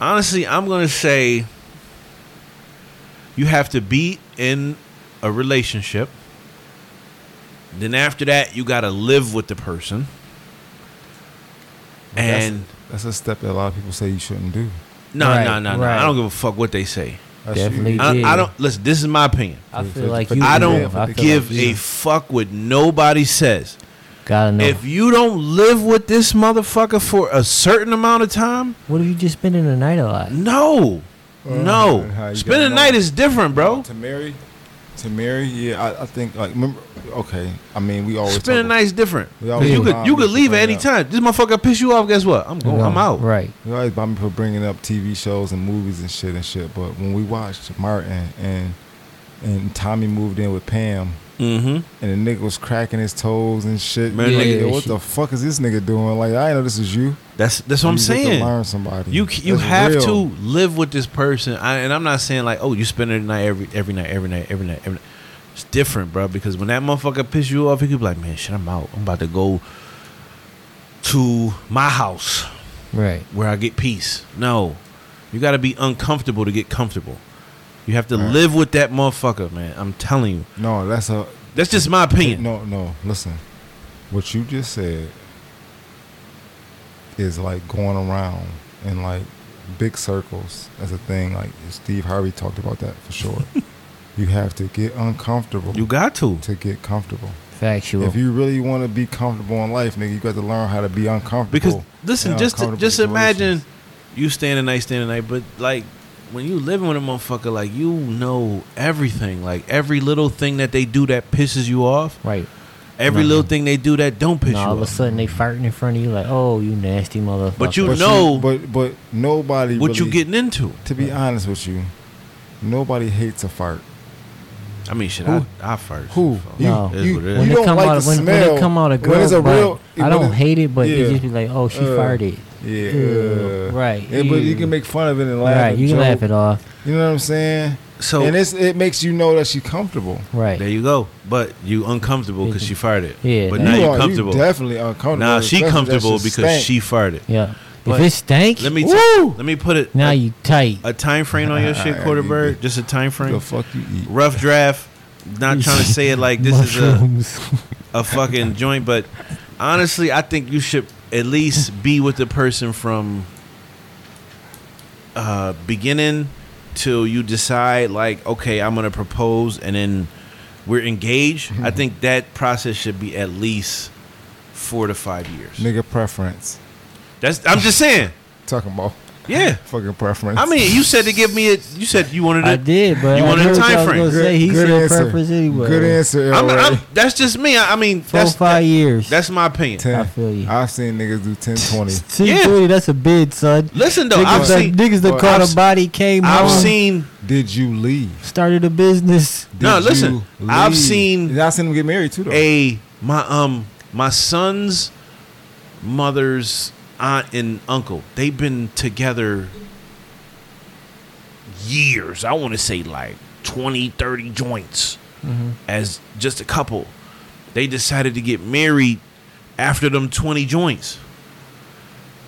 S1: Honestly, I'm gonna say you have to be in a relationship. Then after that, you gotta live with the person. And
S2: That's a step that a lot of people say you shouldn't do.
S1: no,
S3: Right,
S1: no, no, no.
S3: right.
S1: I don't give a fuck what they say.
S2: That's
S3: Definitely.
S2: You.
S1: I,
S3: Yeah.
S1: I don't listen. This is my opinion.
S3: I
S2: For-
S3: feel
S2: for-
S3: like
S2: for
S3: you.
S2: the
S1: I
S2: man,
S1: don't
S2: for the
S3: feel
S1: give
S3: like
S1: a
S3: you
S1: fuck what nobody says.
S3: Gotta know.
S1: If you don't live with this motherfucker for a certain amount of time,
S3: what if you just spending the night a lot?
S1: no,
S2: Uh,
S1: no.
S2: how you
S1: Spending the
S2: gotta know.
S1: night is different, bro.
S2: To marry, to marry. Yeah, I, I think like remember. Okay, I mean we always
S1: Spending the
S2: talk-
S1: night is different.
S2: We always
S1: You could
S2: remind
S1: you could
S2: people
S1: leave at
S2: right
S1: any
S2: now.
S1: time. This motherfucker piss you off. Guess what? I'm going. I'm
S3: No,
S1: out.
S3: Right.
S2: You always bomb me for bringing up TV shows and movies and shit and shit. But when we watched Martin and and Tommy moved in with Pam
S1: Mm-hmm.
S2: and the nigga was cracking his toes and shit,
S1: Man,
S2: like,
S1: Yeah,
S2: yo, what
S3: she-
S2: the fuck is this nigga doing? Like I didn't know this is you.
S1: That's that's what
S2: You
S1: I'm
S2: get to
S1: saying.
S2: learn somebody.
S1: You c- you
S2: That's
S1: have
S2: real.
S1: to live with this person. I, and I'm not saying like, oh, you spend the night every every night, every night, every night, every night. It's different, bro. Because when that motherfucker piss you off, he could be like, man, shit, I'm out. I'm about to go to my house.
S3: Right.
S1: where I get peace. No, you got to be uncomfortable to get comfortable. You have to
S2: Right.
S1: live with that motherfucker, man. I'm telling you.
S2: No, that's a
S1: That's just my opinion.
S2: No, no. Listen, what you just said is like going around in like big circles. That's a thing. Like Steve Harvey talked about that for sure. you have to get uncomfortable
S1: You got to.
S2: to get comfortable.
S3: Factual.
S2: If you really want to be comfortable in life, nigga, you got to learn how to be uncomfortable.
S1: Because
S2: in
S1: listen, just to,
S2: uncomfortable
S1: just imagine
S2: situations.
S1: you staying the night, staying the night, but like when you living with a motherfucker, like you know everything, like every little thing that they do that pisses you off,
S3: right.
S1: every
S3: No.
S1: little thing they do that don't piss
S3: Now
S1: you
S3: all of a
S1: off.
S3: sudden they farting in front of you like, oh, you nasty motherfucker.
S1: But you-
S2: But
S1: know
S2: but but nobody.
S1: what you
S2: really-
S1: getting into?
S2: To be honest with you, nobody hates a fart.
S1: I mean, shit, I, I first.
S2: Who? You,
S3: No.
S1: Is
S2: you,
S1: what it
S2: you
S1: is.
S3: when it
S2: don't
S3: come
S2: like
S3: out,
S2: the
S3: when,
S2: smell.
S3: when it come out a girl,
S2: when it's a
S3: bite,
S2: real,
S3: I don't
S2: when it-
S3: hate it, but
S2: yeah.
S3: you just be like, oh, she
S2: Uh,
S3: farted.
S2: Yeah,
S3: Ew.
S2: uh,
S3: Right.
S2: Yeah, but you
S3: Ew.
S2: can make fun of it and laugh.
S3: Right.
S2: and
S3: You can
S2: joke.
S3: laugh it off.
S2: You know what I'm saying?
S1: So
S2: and it's, it makes you know that she's comfortable.
S3: Right.
S1: there you go. But you uncomfortable because she farted.
S3: Yeah,
S1: But
S3: that-
S1: now
S2: you
S1: you
S2: are- you
S1: comfortable.
S2: definitely uncomfortable.
S1: Nah, she
S2: especially if that
S1: comfortable
S2: shit
S1: because
S2: stank.
S1: she farted.
S3: yeah.
S1: But
S3: if it stank,
S1: Let me t-
S3: woo,
S1: let me put it
S3: now
S1: a,
S3: you tight.
S1: a time frame on your shit,
S2: Ah, you
S1: quarterbird.
S2: good.
S1: Just a time frame.
S2: The fuck you eat?
S1: Rough draft. Not trying to say it like this is a,
S3: Mushrooms.
S1: a fucking joint, but honestly, I think you should at least be with the person from uh beginning till you decide like, okay, I'm gonna propose and then we're engaged.
S3: Mm-hmm.
S1: I think that process should be at least four to five years.
S2: Nigga preference.
S1: That's I'm just saying.
S2: Talking about
S1: Yeah.
S2: fucking preference.
S1: I mean, you said to give me a. You said you wanted
S3: I
S1: it.
S3: did, but
S1: You
S3: I
S1: wanted
S3: knew
S1: a
S3: what
S1: time
S3: y'all was
S1: frame.
S3: gonna say. He said purpose anyway.
S2: Good answer.
S1: I'm,
S2: LA.
S1: I'm, that's just me. I, I mean,
S3: Four
S1: that's
S3: five years.
S1: that's my opinion.
S2: 10.
S3: I feel you.
S2: I've seen niggas do 10, 20.
S3: See,
S1: Yeah.
S3: Cody, that's a bid, son.
S1: Listen though,
S3: niggas,
S1: I've
S3: that,
S1: seen.
S3: niggas
S2: Well,
S3: that caught
S1: I've
S3: a body came
S1: I've
S3: home,
S1: seen.
S2: Did you leave?
S3: started a business.
S2: Did
S1: No,
S2: you
S1: listen, I've seen
S2: And I've seen them get married too, though.
S1: a my um my son's mother's aunt and uncle they've been together years i want to say like 20 30 joints as just a couple they decided to get married after them 20 joints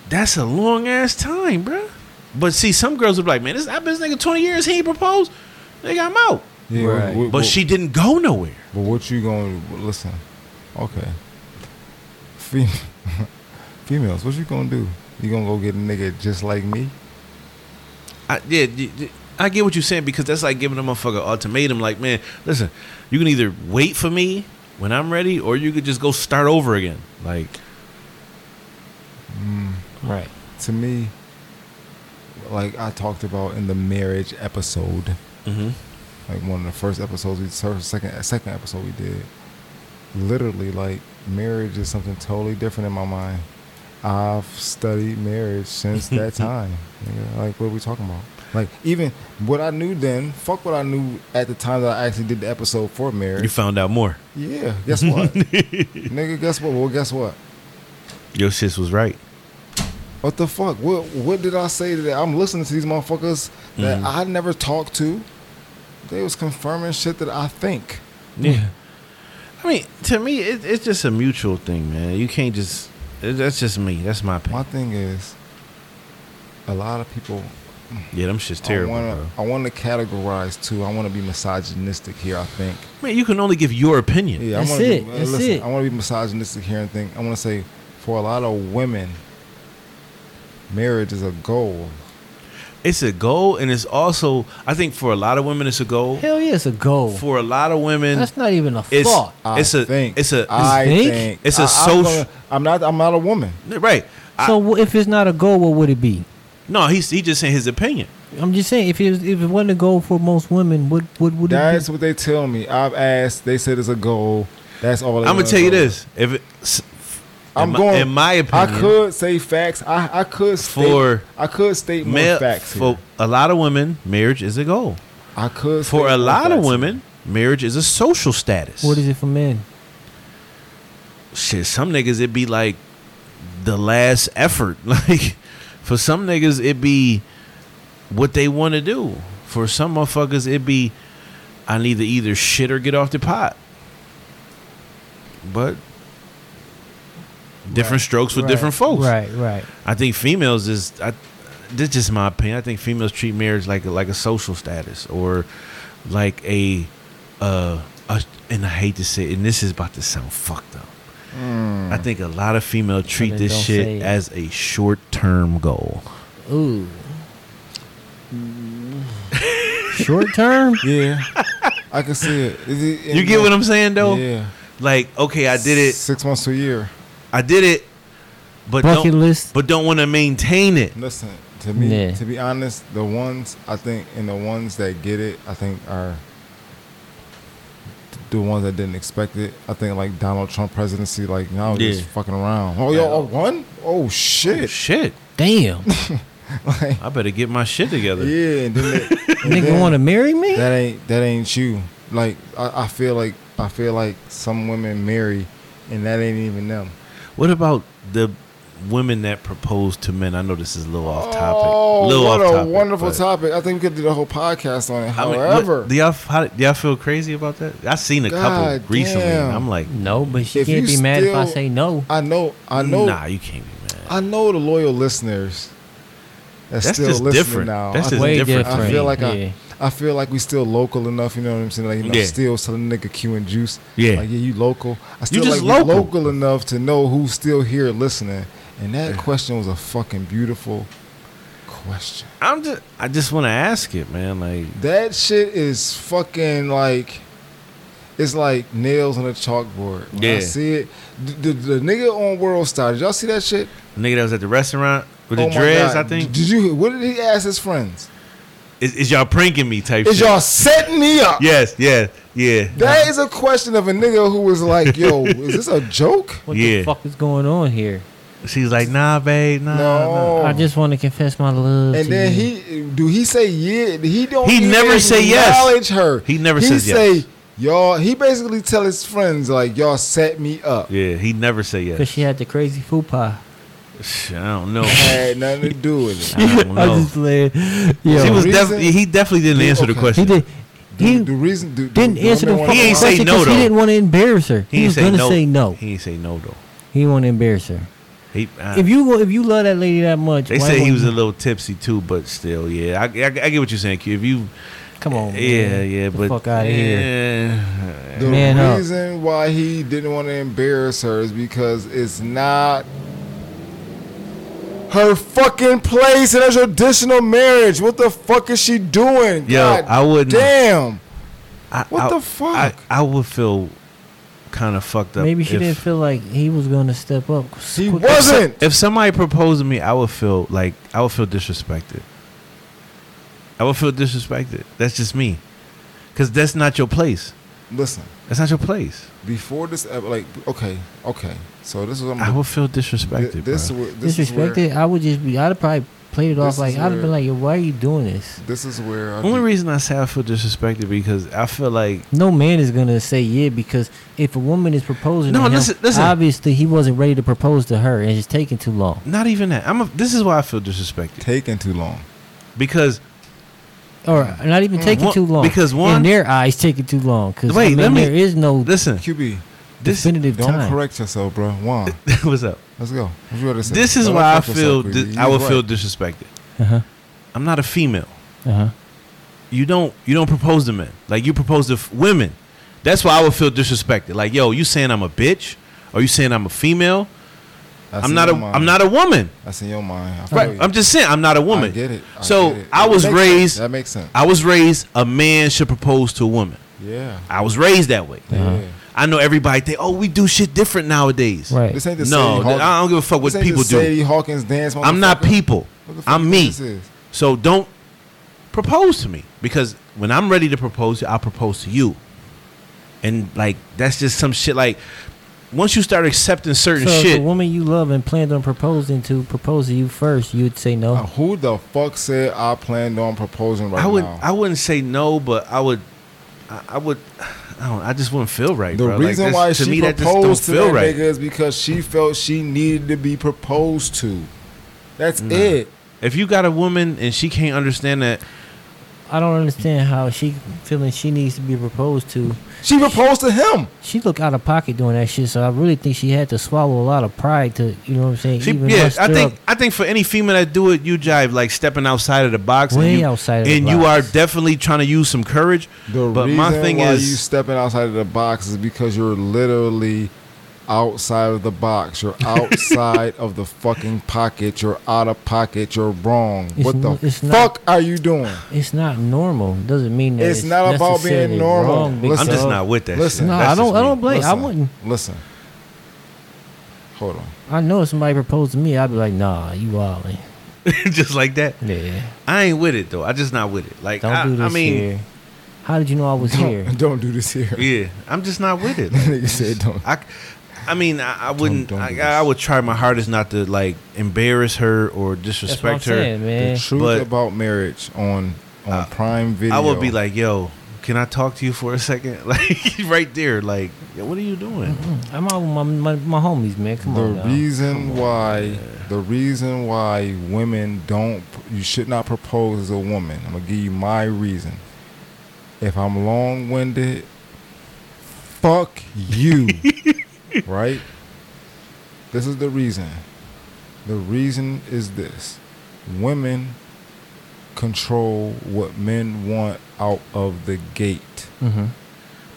S1: that's a long ass time bruh. but see some girls are like man this, i've been this nigga 20 years he ain't proposed nigga i'm out
S2: yeah,
S3: Right.
S2: what-
S1: but
S2: what-
S1: she didn't go nowhere
S2: But what you going to listen? Okay, Fem- females, what you gonna do? You gonna go get a nigga just like me?
S1: I, yeah, y- y- I get what you're saying because that's like giving a motherfucker ultimatum. Like, man, listen, you can either wait for me when I'm ready, or you could just go start over again. Like,
S3: Right.
S2: To me, like I talked about in the marriage episode, like one of the first episodes we first second second episode we did. Literally, like marriage is something totally different in my mind. I've studied marriage since that time. nigga. Like what are we talking about? Like even what I knew then, fuck what I knew at the time that I actually did the episode for marriage.
S1: you found out more.
S2: yeah, guess what, nigga? Guess what? Well, guess what?
S1: Your sis was right.
S2: What the fuck? What what did I say today? I'm listening to these motherfuckers that
S1: Mhm.
S2: I never talked to. They was confirming shit that I think.
S1: Yeah. I mean, to me, it, it's just a mutual thing, man. You can't just. it- that's just me. That's my
S2: My
S1: opinion.
S2: thing is, a lot of people.
S1: Yeah, them shit's terrible,
S2: I
S1: bro.
S2: want to. I want to categorize too. I want to be misogynistic here. I think.
S1: Man, you can only give your opinion.
S2: Yeah,
S3: That's
S2: I want to.
S3: it.
S2: Be, uh,
S3: That's
S2: listen,
S3: it.
S2: I want to be misogynistic here and think. I want to say, for a lot of women, marriage is a goal.
S1: It's a goal, and it's also, I think, for a lot of women, it's a goal.
S3: Hell yeah, it's a goal.
S1: For a lot of women,
S3: That's not even a
S1: it's
S3: thought.
S2: I
S1: it's a
S2: think.
S1: it's a
S2: I
S3: think?
S2: think
S1: It's a
S2: I- I'm,
S1: social-
S2: gonna- I'm not. I'm not a woman.
S1: right. I-
S3: so wh- if it's not a goal, what would it be?
S1: No, he's he just saying his opinion.
S3: I'm just saying, if it was, if it wasn't a goal for most women, what what would
S2: That's
S3: it
S2: what they tell me. I've asked. They said it's a goal. That's all.
S1: I'm gonna tell you this: if it, s-
S2: uh, I'm
S1: in my,
S2: going.
S1: in my opinion,
S2: I could say facts. I I could state,
S1: For
S2: I could state more
S1: male-
S2: facts.
S1: for
S2: here.
S1: a lot of women, marriage is a goal.
S2: I could
S1: For
S2: state
S1: a
S2: more
S1: lot of
S2: facts.
S1: women, marriage is a social status.
S3: be? What is it for men?
S1: Shit, some niggas it be like the last effort. Like for some niggas it be what they want to do. For some motherfuckers it be I need to either shit or get off the pot. But different strokes for
S3: Right,
S1: different folks.
S3: Right, right.
S1: I think females is I, this is just my opinion. I think females treat marriage like like a social status or like a uh a, and I hate to say it, and this is about to sound fucked up.
S2: Hmm.
S1: I think a lot of female treat
S3: then
S1: this
S3: don't say
S1: shit
S3: it.
S1: as a short term goal.
S3: Ooh. Short term?
S2: Yeah, I can see it. Is it
S1: You get what I'm saying though?
S2: Yeah,
S1: Like, okay, I did it.
S2: six months to a year.
S1: I did it. But
S3: Bucket
S1: don't
S3: list.
S1: but don't want to maintain it.
S2: Listen to me.
S3: Yeah.
S2: To be honest, the ones I think and the ones that get it, I think are the ones that didn't expect it. I think like Donald Trump presidency, like now he's
S1: Yeah.
S2: just fucking around. Oh yo,
S1: Yeah.
S2: oh, one? Oh shit!
S1: Shit.
S3: Damn.
S2: like,
S1: I better get my shit together.
S2: yeah, and then, they- and
S3: Nigga
S2: then
S3: want to marry me?
S2: that ain't that ain't you. Like I, I feel like I feel like some women marry, and that ain't even them.
S1: What about the women that propose to men. I know this is a little off topic.
S2: Oh,
S1: little
S2: what
S1: off
S2: a
S1: topic,
S2: wonderful
S1: but-
S2: topic! I think we could do the whole podcast on it.
S1: I mean,
S2: However,
S1: what- do y'all f- how, do y'all feel crazy about that? I seen a couple
S2: God
S1: recently. and
S2: damn.
S1: I'm like,
S3: No, but she
S2: If
S3: can't
S2: you
S3: be mad if I
S2: still-
S3: say no.
S2: I know, I know,
S1: nah, you can't be mad.
S2: I know the loyal listeners. That's,
S1: That's
S2: still
S1: just
S2: listening
S1: different.
S2: now.
S1: That's
S2: I
S1: just
S3: Way
S1: different.
S3: different.
S2: I feel like
S3: Yeah.
S2: I, I feel like we still local enough. You know what I'm saying? Like you know,
S1: Yeah.
S2: still selling nigga Q and juice.
S1: Yeah.
S2: like yeah, you local. I still
S1: just
S2: like we
S1: local.
S2: local enough to know who's still here listening. And that question was a fucking beautiful question.
S1: I'm just, I just want to ask it, man. Like,
S2: That shit is fucking like. It's like nails on a chalkboard. When I
S1: Yeah.
S2: see it. The, the, the nigga on World Star. Did y'all see that shit?
S1: nigga that was at the restaurant with
S2: Oh
S1: the
S2: my
S1: dreads, I
S2: God.
S1: think.
S2: Did you? What did he ask his friends?
S1: Is, is y'all pranking me type
S2: Is
S1: shit?
S2: y'all setting me up?
S1: yes, yeah, yeah.
S2: That is a question of a nigga who was like, "Yo, is this a joke?"
S3: What
S1: Yeah.
S3: the fuck is going on here?
S1: She's like, nah, babe, nah.
S2: No.
S1: nah.
S3: I just want to confess my love.
S2: Oh. And
S3: to
S2: then
S3: you.
S2: he do he say yeah? He don't.
S1: He
S2: even
S1: never say yes.
S2: Acknowledge her.
S1: He never
S2: he
S1: says
S2: say,
S1: yes.
S2: Y'all. He basically tell his friends like, "Y'all set me up."
S1: Yeah, he never say
S3: Cause
S1: yes.
S3: she had the crazy food pie.
S1: Shit, I don't know.
S2: Had nothing to do with it.
S1: I don't
S3: I
S1: know.
S3: just laid.
S1: She
S3: Yo,
S1: was
S2: Reason-
S1: definitely. He definitely didn't
S2: Yeah,
S1: answer the
S2: okay.
S1: question.
S3: he did.
S2: The,
S3: He
S2: the reason the,
S3: didn't answer the
S1: He
S3: fucking
S1: ain't say
S3: question
S1: no,
S3: because he
S1: though.
S3: didn't want to embarrass her. He,
S1: didn't
S3: was
S1: say
S3: gonna say no.
S1: He didn't say no though.
S3: He won't embarrass her.
S1: He, uh,
S3: If you if you love that lady that much,
S1: they
S3: why
S1: say he
S3: wouldn't
S1: was
S3: you-
S1: a little tipsy too, but still, yeah. I, I, I get what you're saying, Q. If you,
S3: Come on, Oh, man.
S1: yeah, yeah,
S3: Get the
S1: but
S3: fuck out of here.
S1: yeah.
S2: The
S3: Man up.
S2: reason why he didn't want to embarrass her is because it's not her fucking place in a traditional marriage. What the fuck is she doing?
S1: Yo, I wouldn't-
S2: Damn.
S1: I-
S2: What
S1: I-
S2: the fuck?
S1: I, I would feel kind of fucked up.
S3: Maybe she
S1: if-
S3: didn't feel like he was gonna step up.
S2: He
S3: quick-
S2: wasn't.
S1: If somebody proposed to me, I would feel like I would feel disrespected. I would feel disrespected. That's just me, because that's not your place.
S2: Listen,
S1: That's not your place.
S2: before this, ep- like, okay, okay. So this is what I'm.
S1: I would feel
S2: th-
S1: disrespected.
S2: this,
S1: bro.
S2: is where- this is where.
S3: disrespected. I would just be. I'd have probably played it
S2: This
S3: off like
S2: is
S3: I'd have
S2: where-
S3: been like, Yo, why are you doing this?
S2: This is where. I
S1: Only
S2: be-
S1: reason I say I feel disrespected because I feel like
S3: No man is gonna say yeah because if a woman is proposing,
S1: No,
S3: to him,
S1: listen- listen.
S3: obviously he wasn't ready to propose to her, and it's taking too long.
S1: not even that. I'm. A, this is why I feel disrespected
S2: taking too long.
S1: because
S3: Or not even taking
S1: One-
S3: too long
S1: Mm. because one-
S3: in their eyes taking too long. Because
S1: Wait,
S3: I mean,
S1: let me-
S3: there is no
S1: listen,
S2: QB,
S1: this
S3: definitive
S2: don't
S3: time.
S2: correct yourself, bro. Juan,
S1: what's up.
S2: let's go. What you gotta say?
S1: This is
S2: Don't
S1: why I
S2: correct
S1: feel
S2: yourself,
S1: di-
S2: QB.
S1: I
S2: You
S1: would feel
S2: right.
S1: disrespected.
S3: Uh huh.
S1: I'm not a female.
S3: Uh huh.
S1: you don't you don't propose to men like you propose to f- women that's why i would feel disrespected like yo you saying i'm a bitch are you saying i'm a female
S2: That's
S1: i'm
S2: in
S1: not a
S2: your mind.
S1: i'm not a woman
S2: That's in your mind. I feel
S1: right
S2: you.
S1: i'm just saying i'm not a woman
S2: I get it. I
S1: so
S2: get it.
S1: i
S2: That
S1: was
S2: makes
S1: raised
S2: sense. That makes sense.
S1: i was raised a man should propose to a woman
S2: Yeah.
S1: i was raised that way
S3: Uh-huh.
S2: Yeah.
S1: i know everybody think oh we do shit different nowadays
S3: Right.
S2: This ain't the
S1: no
S2: Sadie
S1: th-
S2: Hawkins.
S1: i don't give a fuck what
S2: This ain't
S1: people
S2: the
S1: do
S2: Sadie Hawkins dance.
S1: i'm not
S2: motherfucker.
S1: people
S2: What the fuck
S1: i'm
S2: you
S1: me
S2: think this is?
S1: so don't propose to me because when I'm ready to propose, to you, I'll propose to you. And like that's just some shit. Like once you start accepting certain
S3: so if
S1: shit,
S3: the woman you love and planned on proposing to propose to you first, you'd say no.
S1: Oh.
S2: Now, who the fuck said I planned on proposing right
S1: I would
S2: now?
S1: I wouldn't say no, but I would I, I would I don't I just wouldn't feel right.
S2: the
S1: bro. Like,
S2: reason
S1: that's-
S2: why
S1: to
S2: she
S1: me that just don't
S2: proposed to
S1: feel
S2: that
S1: right.
S2: nigga is because she felt she needed to be proposed to. That's it.
S1: If you got a woman and she can't understand that,
S3: I don't understand how she feeling she needs to be proposed to.
S2: She proposed to him.
S3: She looked out of pocket doing that shit, so I really think she had to swallow a lot of pride to, you know what I'm saying?
S1: she
S3: even
S1: yeah.
S3: muster
S1: I think
S3: up
S1: I think for any female that do it, you jive like stepping outside of the box,
S3: way
S1: and you,
S3: outside of the
S1: and you
S3: box.
S1: are definitely trying to use some courage.
S2: The
S1: but
S2: reason
S1: my thing
S2: why
S1: is
S2: you stepping outside of the box is because you're literally outside of the box. You're outside of the fucking pocket. You're out of pocket. You're wrong.
S3: It's
S2: what the
S3: n- it's not-
S2: fuck are you doing?
S3: It's not normal. Doesn't mean that
S2: It's not about being
S3: necessarily
S2: normal.
S3: wrong
S2: Listen,
S1: I'm
S3: because-
S1: just not with that.
S2: listen.
S1: shit.
S3: No,
S1: That's
S3: I don't.
S1: just
S3: I
S1: me.
S3: don't blame. I
S2: Listen,
S3: wouldn't.
S2: Listen. Hold on.
S3: I know if somebody proposed to me, I'd be like, Nah, you wildin'.
S1: just like that.
S3: Yeah,
S1: I ain't with it though. I just not with it. Like
S3: don't
S1: I,
S3: do this
S1: I mean,
S3: here. How did you know I was here?
S2: Don't, don't do this here.
S1: yeah, I'm just not with it. Like,
S2: Nigga said don't.
S1: I, I mean, I, I wouldn't.
S2: don't do
S1: I,
S2: this.
S1: I would try my hardest not to like embarrass her or
S3: That's what I'm
S1: disrespect her.
S3: saying, man.
S2: The truth
S1: But-
S2: about marriage on on
S1: Uh,
S2: Prime Video.
S1: I would be like, "Yo, can I talk to you for a second? Like right there. Like, yo, what are you doing?
S3: I'm out with my, my, my homies, man. Come
S2: the
S3: on, now.
S2: reason why The reason why women don't, you should not propose as a woman. I'm gonna give you my reason. If I'm long winded, fuck you, right? This is the reason. The reason is this: women control what men want out of the gate.
S3: Mm-hmm.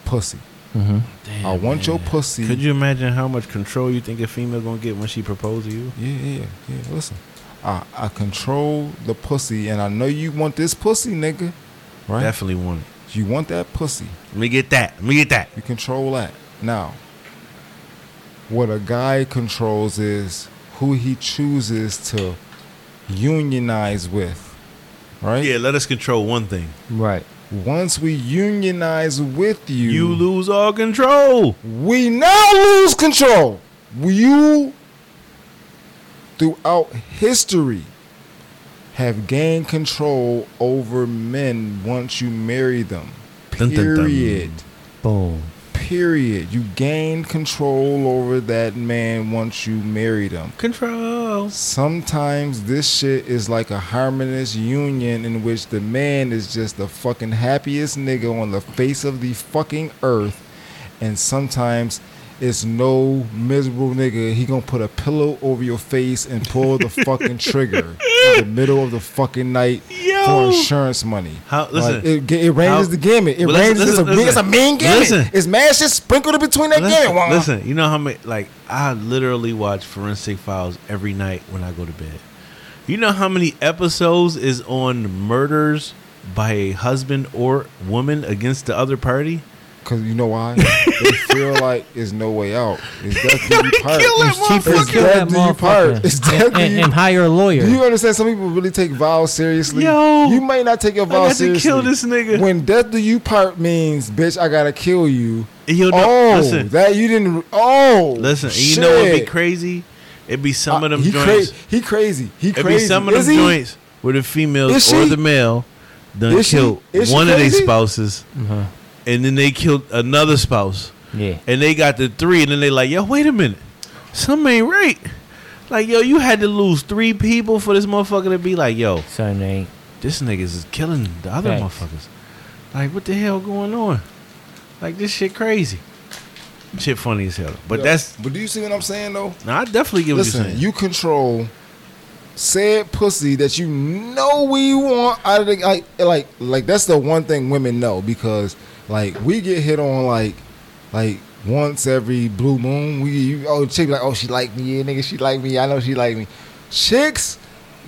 S2: Pussy.
S3: Mm-hmm.
S1: Damn,
S2: I want your
S1: man.
S2: pussy.
S1: Could you imagine how much control you think a female gonna get when she proposes to you?
S2: Yeah, yeah, yeah. Listen, I I control the pussy, and I know you want this pussy, nigga. Right?
S1: Definitely want it.
S2: You want that pussy.
S1: Let me get that. Let me get that.
S2: You control that. Now, what a guy controls is who he chooses to unionize with. Right?
S1: Yeah, let us control one thing.
S3: Right.
S2: Once we unionize with you,
S1: You lose all control.
S2: we now lose control. You, throughout history, have gained control over men once you marry them.
S1: Dun, dun, dun.
S2: Period.
S3: Boom.
S2: Period. You gain control over that man once you marry them.
S1: Control.
S2: Sometimes this shit is like a harmonious union in which the man is just the fucking happiest nigga on the face of the fucking earth, and sometimes it's no miserable nigga. He gonna put a pillow over your face and pull the fucking trigger in the middle of the fucking night for
S1: Yo.
S2: insurance money.
S1: How- listen.
S2: Like, it, it ranges
S1: How-
S2: the gamut. It
S1: Well, listen,
S2: ranges. it's, a,
S1: listen,
S2: it's a mean gamut.
S1: listen.
S2: It's mad shit sprinkled in between that
S1: Listen,
S2: gamut.
S1: listen, you know how many like I literally watch Forensic Files every night when I go to bed. You know how many episodes is on murders by a husband or woman against the other party?
S2: Cause you know why? they feel like it's no way out. It's death do you part.
S1: Kill that
S2: It's cheap
S1: motherfucker.
S2: as
S1: Kill
S2: death do you part. It's death
S3: and,
S2: do
S3: and,
S2: you
S3: and hire a
S2: Do you
S3: lawyer.
S2: understand? Some people really take vows seriously.
S1: Yo,
S2: you might not take your vow
S1: got to
S2: seriously.
S1: kill this nigga.
S2: When death do you part means, bitch, I gotta kill you.
S1: Yo, no,
S2: oh,
S1: listen.
S2: that you didn't. Oh,
S1: Listen, and you
S2: shit.
S1: know what'd be crazy? It'd be some
S2: I-
S1: of them
S2: he
S1: joints.
S2: cra- he crazy. He
S1: It'd
S2: crazy.
S1: be some of
S2: Is
S1: them
S2: he?
S1: joints where the females
S2: Is
S1: or
S2: she?
S1: the male done
S2: Is she?
S1: killed
S2: Is she
S1: one of their
S2: crazy?
S1: spouses,
S3: Uh-huh.
S1: and then they killed another spouse,
S3: Yeah.
S1: and they got the three, and then they like, yo, wait a minute, something ain't right. Like, yo, you had to lose three people for this motherfucker to be like, yo,
S3: Son ain't.
S1: this niggas is killing the other
S3: Facts.
S1: motherfuckers. Like, what the hell going on? Like, this shit crazy. Shit funny as hell. But
S2: Yo,
S1: that's,
S2: But do you see what I'm saying though?
S1: no, I definitely get what
S2: Listen,
S1: you're saying.
S2: you control said pussy that you know we want out of the like, like like that's the one thing women know because like we get hit on like like once every blue moon we you, oh chick be like oh she like me yeah nigga she like me I know she like me chicks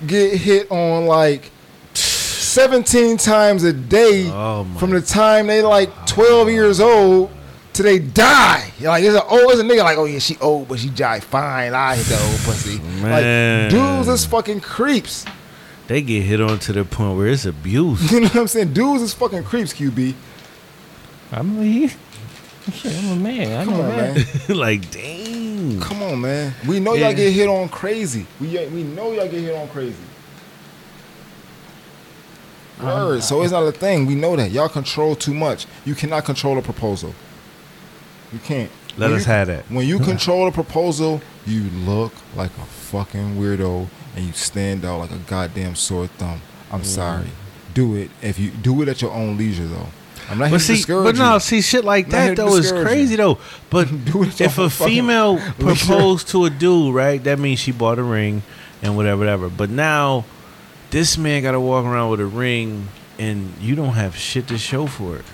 S2: get hit on like 17 times a day
S1: Oh, my
S2: from the time they like 12 years old till they die. You're like, it's an old, it's a nigga like, oh yeah, she old, but she jive fine. I hit that old pussy.
S1: Man.
S2: Like, dudes is fucking creeps.
S1: they get hit on to the point where it's abuse.
S2: You know what I'm saying? Dudes is fucking creeps, QB.
S3: I'm a, shit, I'm a man. I
S2: Come
S3: know
S2: on,
S3: that.
S2: man.
S1: like, dang.
S2: Come on, man. We know
S1: Yeah.
S2: y'all get hit on crazy. We we know y'all get hit on crazy. Word. So it's not a thing. We know that y'all control too much. You cannot control a proposal. You can't.
S1: Let
S2: When
S1: us
S2: you-
S1: have that.
S2: When you control a proposal, you look like a fucking weirdo and you stand out like a goddamn sore thumb. I'm
S1: Mm.
S2: sorry. Do it if you do it at your own leisure, though. I'm not
S1: But
S2: here to
S1: see,
S2: discourage
S1: but no,
S2: you.
S1: see, shit like
S2: Not
S1: that
S2: here to
S1: though is
S2: discourage
S1: crazy
S2: you.
S1: though. But
S2: Do
S1: if
S2: it your
S1: a
S2: own fucking
S1: female
S2: leisure.
S1: proposed to a dude, right, that means she bought a ring and whatever, whatever. But now, this man got to walk around with a ring, and you don't have shit to show for it.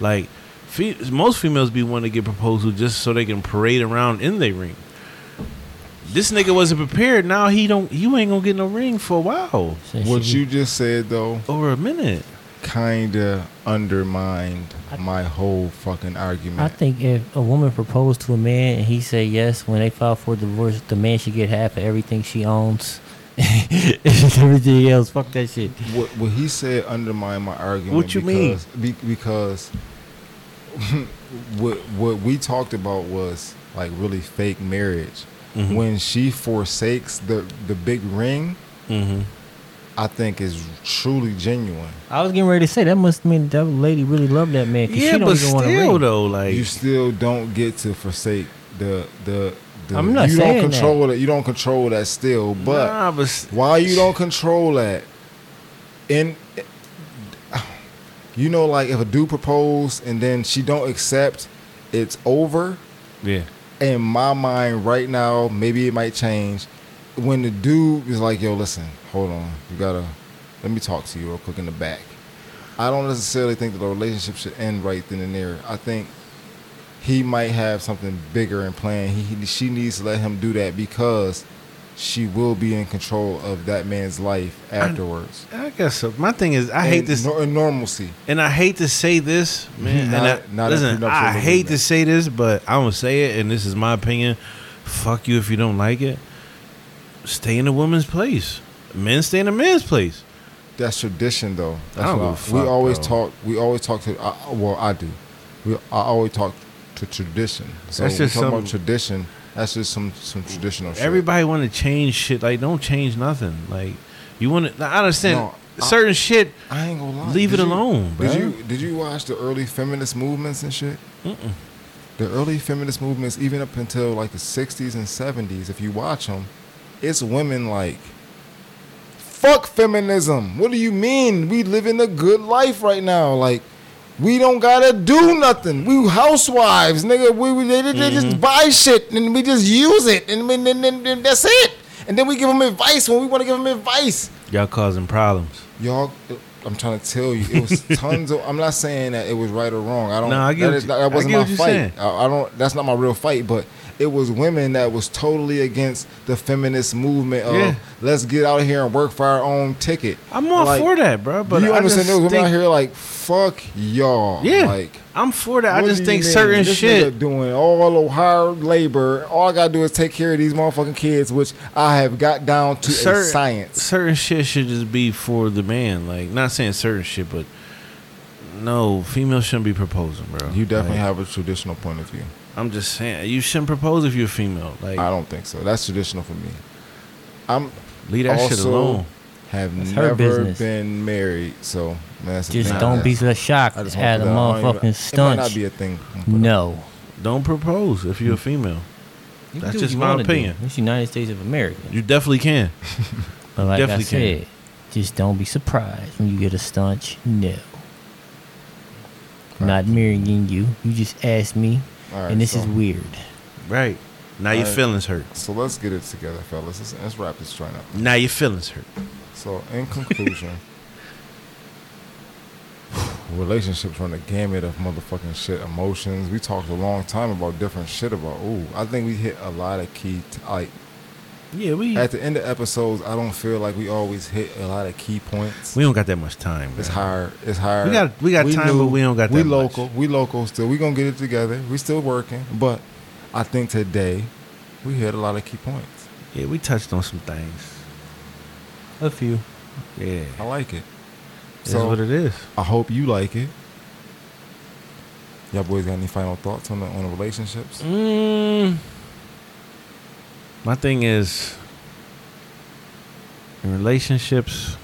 S1: Like, fe- most females be wanting to get proposal just so they can parade around in their ring. This nigga wasn't prepared. Now he don't. You ain't gonna get no ring for a while
S3: Since
S2: What
S3: she-
S2: you just said, though,
S1: or a minute.
S2: kinda undermined my whole fucking argument.
S3: I think if a woman proposed to a man and he said yes, when they file for divorce, the man should get half of everything she owns. everything else, fuck that shit.
S2: what, what he said undermined my argument.
S1: What you mean?
S2: because, mean? Be, because what what we talked about was like really fake marriage.
S1: Mhm.
S2: When she forsakes the the big ring,
S1: Mm-hmm.
S2: I think is truly genuine.
S3: I was getting ready to say that must mean that lady really loved that man. 'cause she
S1: Yeah,
S3: don't
S1: but
S3: even want to
S1: still though, like
S2: you still don't get to forsake the the the-
S3: I'm not
S2: you
S3: saying
S2: don't
S3: that.
S2: control that. You don't control that still, but
S1: nah, but s-
S2: why you don't control that in you know like if a dude propose and then she don't accept it's over
S1: yeah,
S2: in my mind right now maybe it might change when the dude is like yo listen hold on you gotta let me talk to you real quick in the back i don't necessarily think that the relationship should end right then and there i think he might have something bigger in plan he, he- she needs to let him do that because she will be in control of that man's life afterwards
S1: I guess so. My thing is, I hate
S2: And
S1: this,
S2: nor- and normalcy
S1: and I hate to say this, man.
S2: Not-
S1: and I,
S2: not a
S1: listen,
S2: prenuptial
S1: I hate to
S2: agreement.
S1: say this, but I'm gonna say it, and this is my opinion. Fuck you if you don't like it. Stay in a woman's place. Men stay in a man's place.
S2: That's tradition, though. That's
S1: I don't
S2: what
S1: give a
S2: we
S1: fuck,
S2: always
S1: bro.
S2: talk. We always talk to. I, well, I do. We, I always talk to tradition. So
S1: That's
S2: we
S1: just
S2: talking
S1: some-
S2: about tradition. That's just some some traditional. shit.
S1: Everybody want to change shit. Like, don't change nothing. Like, you want to. I understand
S2: No, I-
S1: certain shit.
S2: I ain't gonna lie.
S1: Leave
S2: Did
S1: it
S2: you-
S1: alone,
S2: Did
S1: bruh.
S2: you did you watch the early feminist movements and shit? The early feminist movements, even up until like the '60s and '70s, if you watch them, it's women like, "Fuck feminism! What do you mean? We living a good life right now. Like, we don't gotta do nothing. We housewives, nigga. We, we they, they they
S1: Mm-hmm.
S2: just buy shit and we just use it, and then then- then- then that's it. And then we give them advice when we want to give them advice."
S1: Y'all causing problems.
S2: y'all. I'm trying to tell you, it was tons of. I'm not saying that it was right or wrong. I don't.
S1: No, I get
S2: that
S1: what
S2: is-
S1: you-
S2: that
S1: I
S2: wasn't
S1: get
S2: my
S1: what you're
S2: fight.
S1: saying.
S2: I, I don't. That's not my real fight. But it was women that was totally against the feminist movement of
S1: Yeah.
S2: let's get out here and work for our own ticket.
S1: I'm all
S2: Like,
S1: for that, bro. But
S2: you
S1: I
S2: understand?
S1: just
S2: Those women
S1: think-
S2: out here like fuck y'all.
S1: Yeah,
S2: Like.
S1: I'm for that. I
S2: what
S1: just
S2: do you
S1: think
S2: mean?
S1: certain
S2: This
S1: shit.
S2: nigga doing all the hard labor. All I gotta do is take care of these motherfucking kids, which I have got down to a
S1: certain
S2: science.
S1: Certain shit should just be for the man. Like, not saying certain shit, but no, females shouldn't be proposing, bro.
S2: You definitely
S1: Like,
S2: have a traditional point of view.
S1: I'm just saying, you shouldn't propose if you're a female. Like,
S2: I don't think so. That's traditional for me. I'm
S1: leave that shit
S2: also
S1: alone.
S2: have
S3: That's her
S2: never
S3: business.
S2: been married, so that's the
S3: Just
S2: thing.
S3: don't be
S2: That's-
S3: so shocked
S2: I just
S3: at
S2: wanna put
S3: a
S2: that out. I don't even-
S3: motherfucking
S2: It might not
S3: stunt.
S2: be a thing.
S3: No.
S1: Don't propose if you're a female.
S3: You
S1: That's
S3: do what
S1: just
S3: you
S1: my
S3: wanna do.
S1: opinion.
S3: It's United States of America.
S1: You definitely can.
S3: But like I
S1: definitely
S3: said,
S1: can.
S3: just don't be surprised when you get a staunch no. I'm Not marrying you. You just asked me,
S2: All right,
S3: and this
S2: so,
S3: is weird.
S1: Right. Now your
S2: Right.
S1: feelings hurt.
S2: So let's get it together, fellas. Let's, let's wrap this joint up.
S1: Now your feelings hurt.
S2: So in conclusion, relationships run the gamut of motherfucking shit, emotions. We talked a long time about different shit about. Ooh, I think we hit a lot of key t- like
S1: Yeah, we
S2: At the end of episodes, I don't feel like we always hit a lot of key points.
S1: we don't got that much time.
S2: it's
S1: bro.
S2: hard. It's hard.
S1: We got- we got time, but we don't got
S2: We
S1: that much.
S2: local. We local still. We gonna get it together. We still working. But I think today we hit a lot of key points.
S1: Yeah, we touched on some things.
S3: A few.
S1: Yeah,
S2: I like it.
S1: that's
S2: So
S1: what it is.
S2: I hope you like it. Y'all boys got any final thoughts on the on the relationships?
S1: Mm, my thing is, in relationships,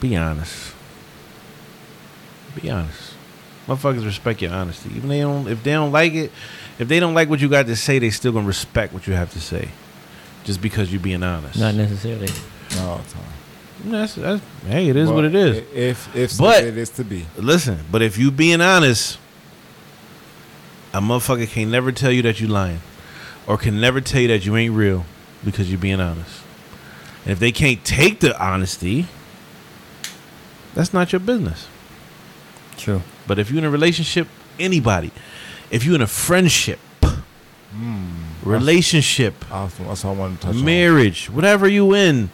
S1: be honest. Be honest. Motherfuckers respect your honesty. Even they don't, if they don't like it, if they don't like what you got to say, they still gonna respect what you have to say, just because you're being honest.
S3: Not necessarily.
S2: No, Tom.
S1: That's, that's, hey, it is
S2: But
S1: what it is.
S2: i- If if
S1: But-
S2: it is to be.
S1: Listen, but if you being honest, a motherfucker can never tell you that you lying, or can never tell you that you ain't real because you being honest. And if they can't take the honesty, that's not your business.
S3: True.
S1: But if you're in a relationship, anybody, if you're in a friendship, relationship,
S2: I was- Hmm. That's what I wanted to touch on.
S1: marriage, whatever you in,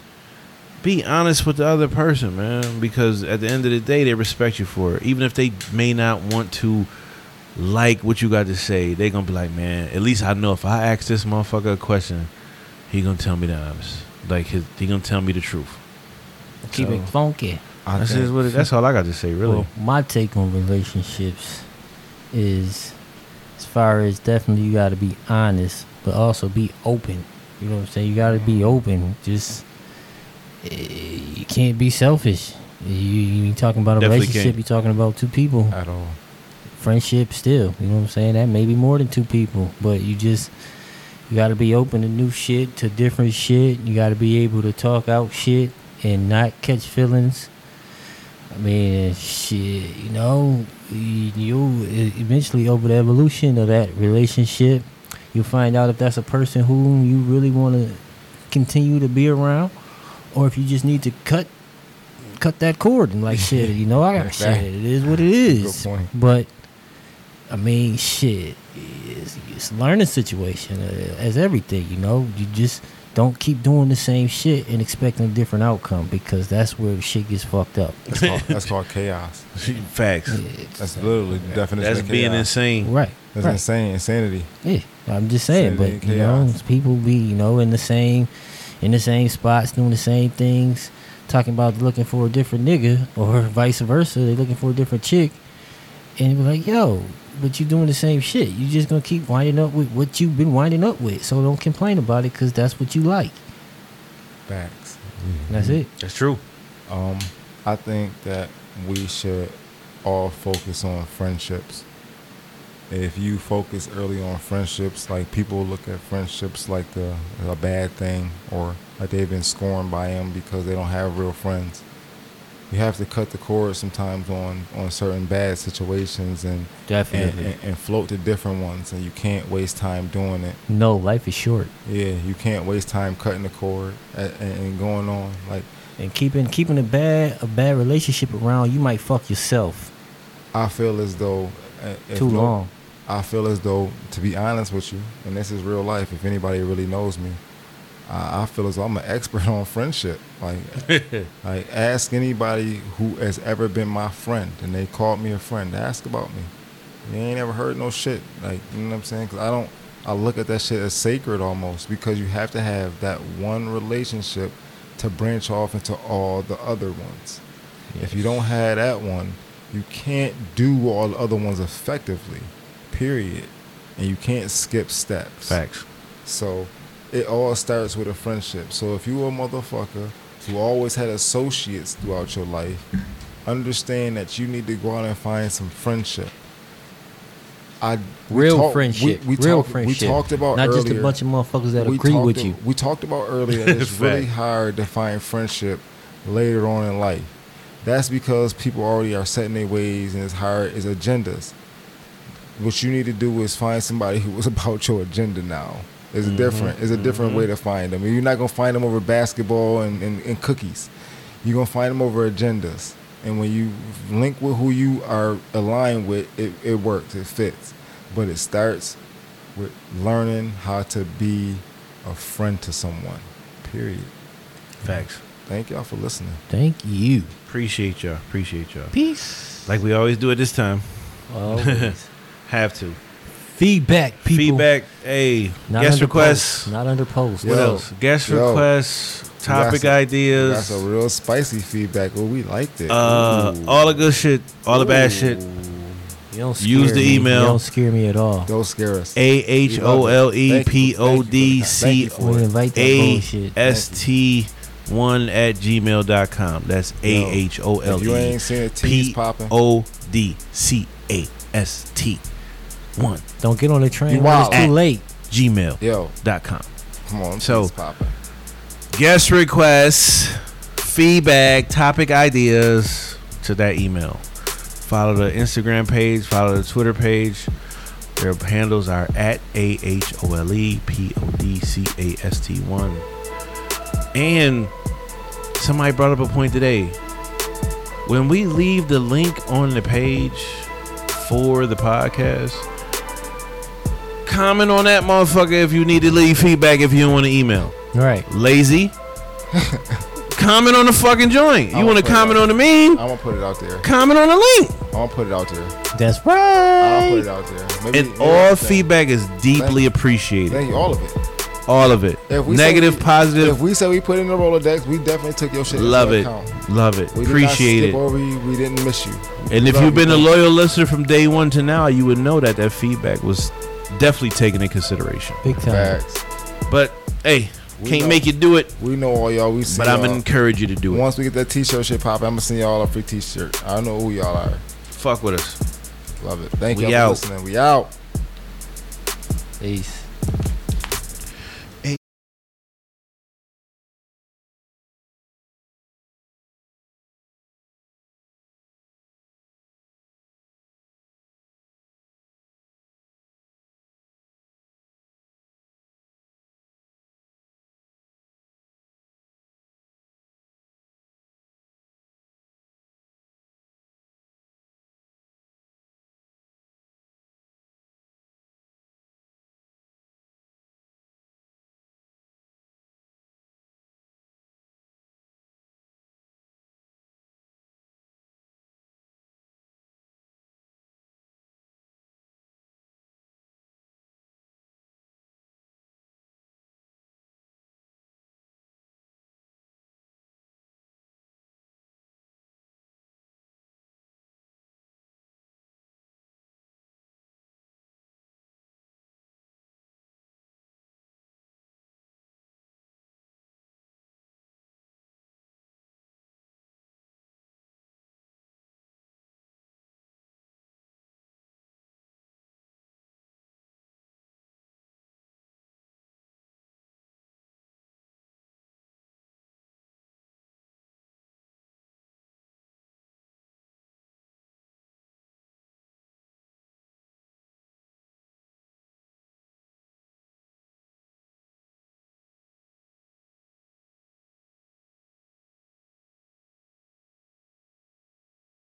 S1: be honest with the other person, man. Because at the end of the day, they respect you for it. Even if they may not want to like what you got to say, they gonna be like, man. At least I know if I ask this motherfucker a question, he gonna tell me the honest. Like his, he gonna tell me the truth.
S3: Keep it funky.
S2: I
S1: That's
S2: think-
S1: just what. It, that's all I got to say, really.
S3: Well, my take on relationships is as far as definitely you got to be honest, but also be open. You know what I'm saying? You got to be open. Just eh, you can't be selfish. You, you ain't talking about a
S1: Definitely
S3: relationship.
S1: can't.
S3: You're talking about two people.
S2: at all.
S3: Friendship, still. You know what I'm saying? That may be more than two people, but you just You got to be open to new shit, to different shit. You got to be able to talk out shit and not catch feelings. I mean, shit, you know, you you e-, eventually over the evolution of that relationship, you'll find out if that's a person whom you really want to continue to be around, or if you just need to cut cut that cord and like shit. You know, I got shit. It is what it is.
S2: Good point.
S3: But I mean, shit, it's, it's a learning situation uh, as everything. You know, you just don't keep doing the same shit and expecting a different outcome because that's where shit gets fucked up.
S2: That's called, that's called chaos.
S1: Facts.
S3: It's-
S2: That's literally the definition.
S1: That's
S2: of
S1: being
S2: chaos.
S1: insane.
S3: right.
S2: That's
S3: right.
S2: insane. Insanity.
S3: Yeah, I'm just saying,
S2: Same
S3: but you
S2: chaos.
S3: know, people be you know in the same, in the same spots doing the same things, talking about looking for a different nigga or vice versa. They looking for a different chick, and it was like, yo, but you doing the same shit. You just gonna keep winding up with what you've been winding up with. So don't complain about it, cause that's what you like.
S2: Facts.
S3: And That's it.
S1: That's true.
S2: Um, I think that we should all focus on friendships. If you focus early on friendships, like people look at friendships like the a bad thing, or like they've been scorned by them because they don't have real friends. You have to cut the cord sometimes on on certain bad situations and and, and, and float to different ones, and you can't waste time doing it.
S3: No, life is short,
S2: Yeah, you can't waste time cutting the cord and, and and going on like
S3: and keeping keeping a bad a bad relationship around, you might fuck yourself
S2: I feel as though uh, if
S3: too
S2: no-
S3: long.
S2: I feel as though, to be honest with you, and this is real life. If anybody really knows me, I, I feel as though I'm an expert on friendship. Like, like ask anybody who has ever been my friend and they called me a friend. Ask about me. You ain't ever heard no shit. Like, you know what I'm saying? Because I don't. I look at that shit as sacred almost because you have to have that one relationship to branch off into all the other ones. If you don't have that one, you can't do all the other ones effectively, period. And you can't skip steps.
S1: Facts.
S2: So it all starts with a friendship. So if you a motherfucker who always had associates throughout your life, understand that you need to go out and find some friendship. I we
S3: Real
S2: talk-
S3: friendship.
S2: We, we
S3: real
S2: talk- We
S3: friendship.
S2: talked about
S3: not
S2: earlier,
S3: just a bunch of motherfuckers that agree
S2: talked
S3: with
S2: a-
S3: you.
S2: We talked about earlier that it's really
S1: Fact.
S2: hard to find friendship later on in life. That's because people already are setting their ways and it's hard is agendas. What you need to do is find somebody who is about your agenda now. It's
S1: Mm-hmm.
S2: a different it's a different way to find them. You're not gonna find them over basketball and, and, and cookies. You're gonna find them over agendas. And when you link with who you are aligned with, it, it works, it fits. But it starts with learning how to be a friend to someone. Period.
S1: Facts.
S2: Thank y'all for listening.
S3: Thank you.
S1: Appreciate y'all. Appreciate y'all.
S3: Peace.
S1: Like we always do at this time.
S3: Always.
S1: Have to.
S3: Feedback, people.
S1: Feedback. Hey, guest
S3: under
S1: requests.
S3: Post. Not under post.
S1: What
S2: Yo.
S1: else? Guest
S2: Yo.
S1: requests, topic
S2: That's a-
S1: ideas,
S2: That's a real spicy feedback. Well, we liked it.
S1: uh,
S2: Ooh.
S1: all the good shit, all the bad shit.
S3: You don't scare
S1: Use the
S3: me.
S1: email.
S3: You don't scare me at all.
S2: Don't scare us.
S1: A H O L E P O D C
S2: Thank you
S3: We invite that
S1: A
S3: bullshit.
S1: S T one at gmail.com. That's A H O
S2: If
S1: L
S2: you
S1: E
S2: ain't seeing the tees
S1: P
S2: popping,
S1: O D C A S T one
S3: Don't get on the train
S2: You
S3: when it's
S2: wild.
S3: too late.
S1: gmail.com.
S2: yo, come on,
S1: So-
S2: tees popping.
S1: Guest requests, feedback, topic ideas to that email. Follow the Instagram page, follow the Twitter page. Their handles are at A H O L E P O D C A S T 1. And somebody brought up a point today. When we leave the link on the page for the podcast, comment on that motherfucker if you need to leave feedback if you don't want to email
S3: Right.
S1: lazy. comment on the fucking joint.
S2: I
S1: You want to
S2: would put it
S1: comment
S2: out.
S1: on the meme?
S2: I'm gonna put it out there.
S1: Comment on the link.
S2: I'm gonna put it out there.
S3: That's
S2: I'll put
S3: right.
S2: it out there. Maybe,
S1: And
S2: maybe
S1: all
S2: thank-
S1: feedback is deeply appreciated.
S2: Thank you, all of it.
S1: All of it.
S2: If we say
S1: Negative,
S2: we- If
S1: positive.
S2: we say we put it in the Rolodex, we definitely took your shit.
S1: Love
S2: into
S1: it.
S2: account.
S1: Love it.
S2: We did not
S1: Appreciate
S2: skip
S1: it.
S2: Over you. We didn't miss you.
S1: And if
S2: love
S1: you've been a
S2: you.
S1: loyal listener from day one to now, you would know that that feedback was definitely taken in consideration.
S3: Big time.
S2: Facts.
S1: But hey,
S2: We
S1: can't
S2: know.
S1: make you do it,
S2: We know all y'all. We see
S1: but I'm
S2: y'all.
S1: gonna encourage you to do it.
S2: Once we get that t-shirt shit popping, I'm gonna send y'all a free t-shirt. I know who y'all are.
S1: Fuck with us.
S2: Love it. Thank
S1: We
S2: y'all
S1: out.
S2: for listening. We out.
S3: Peace.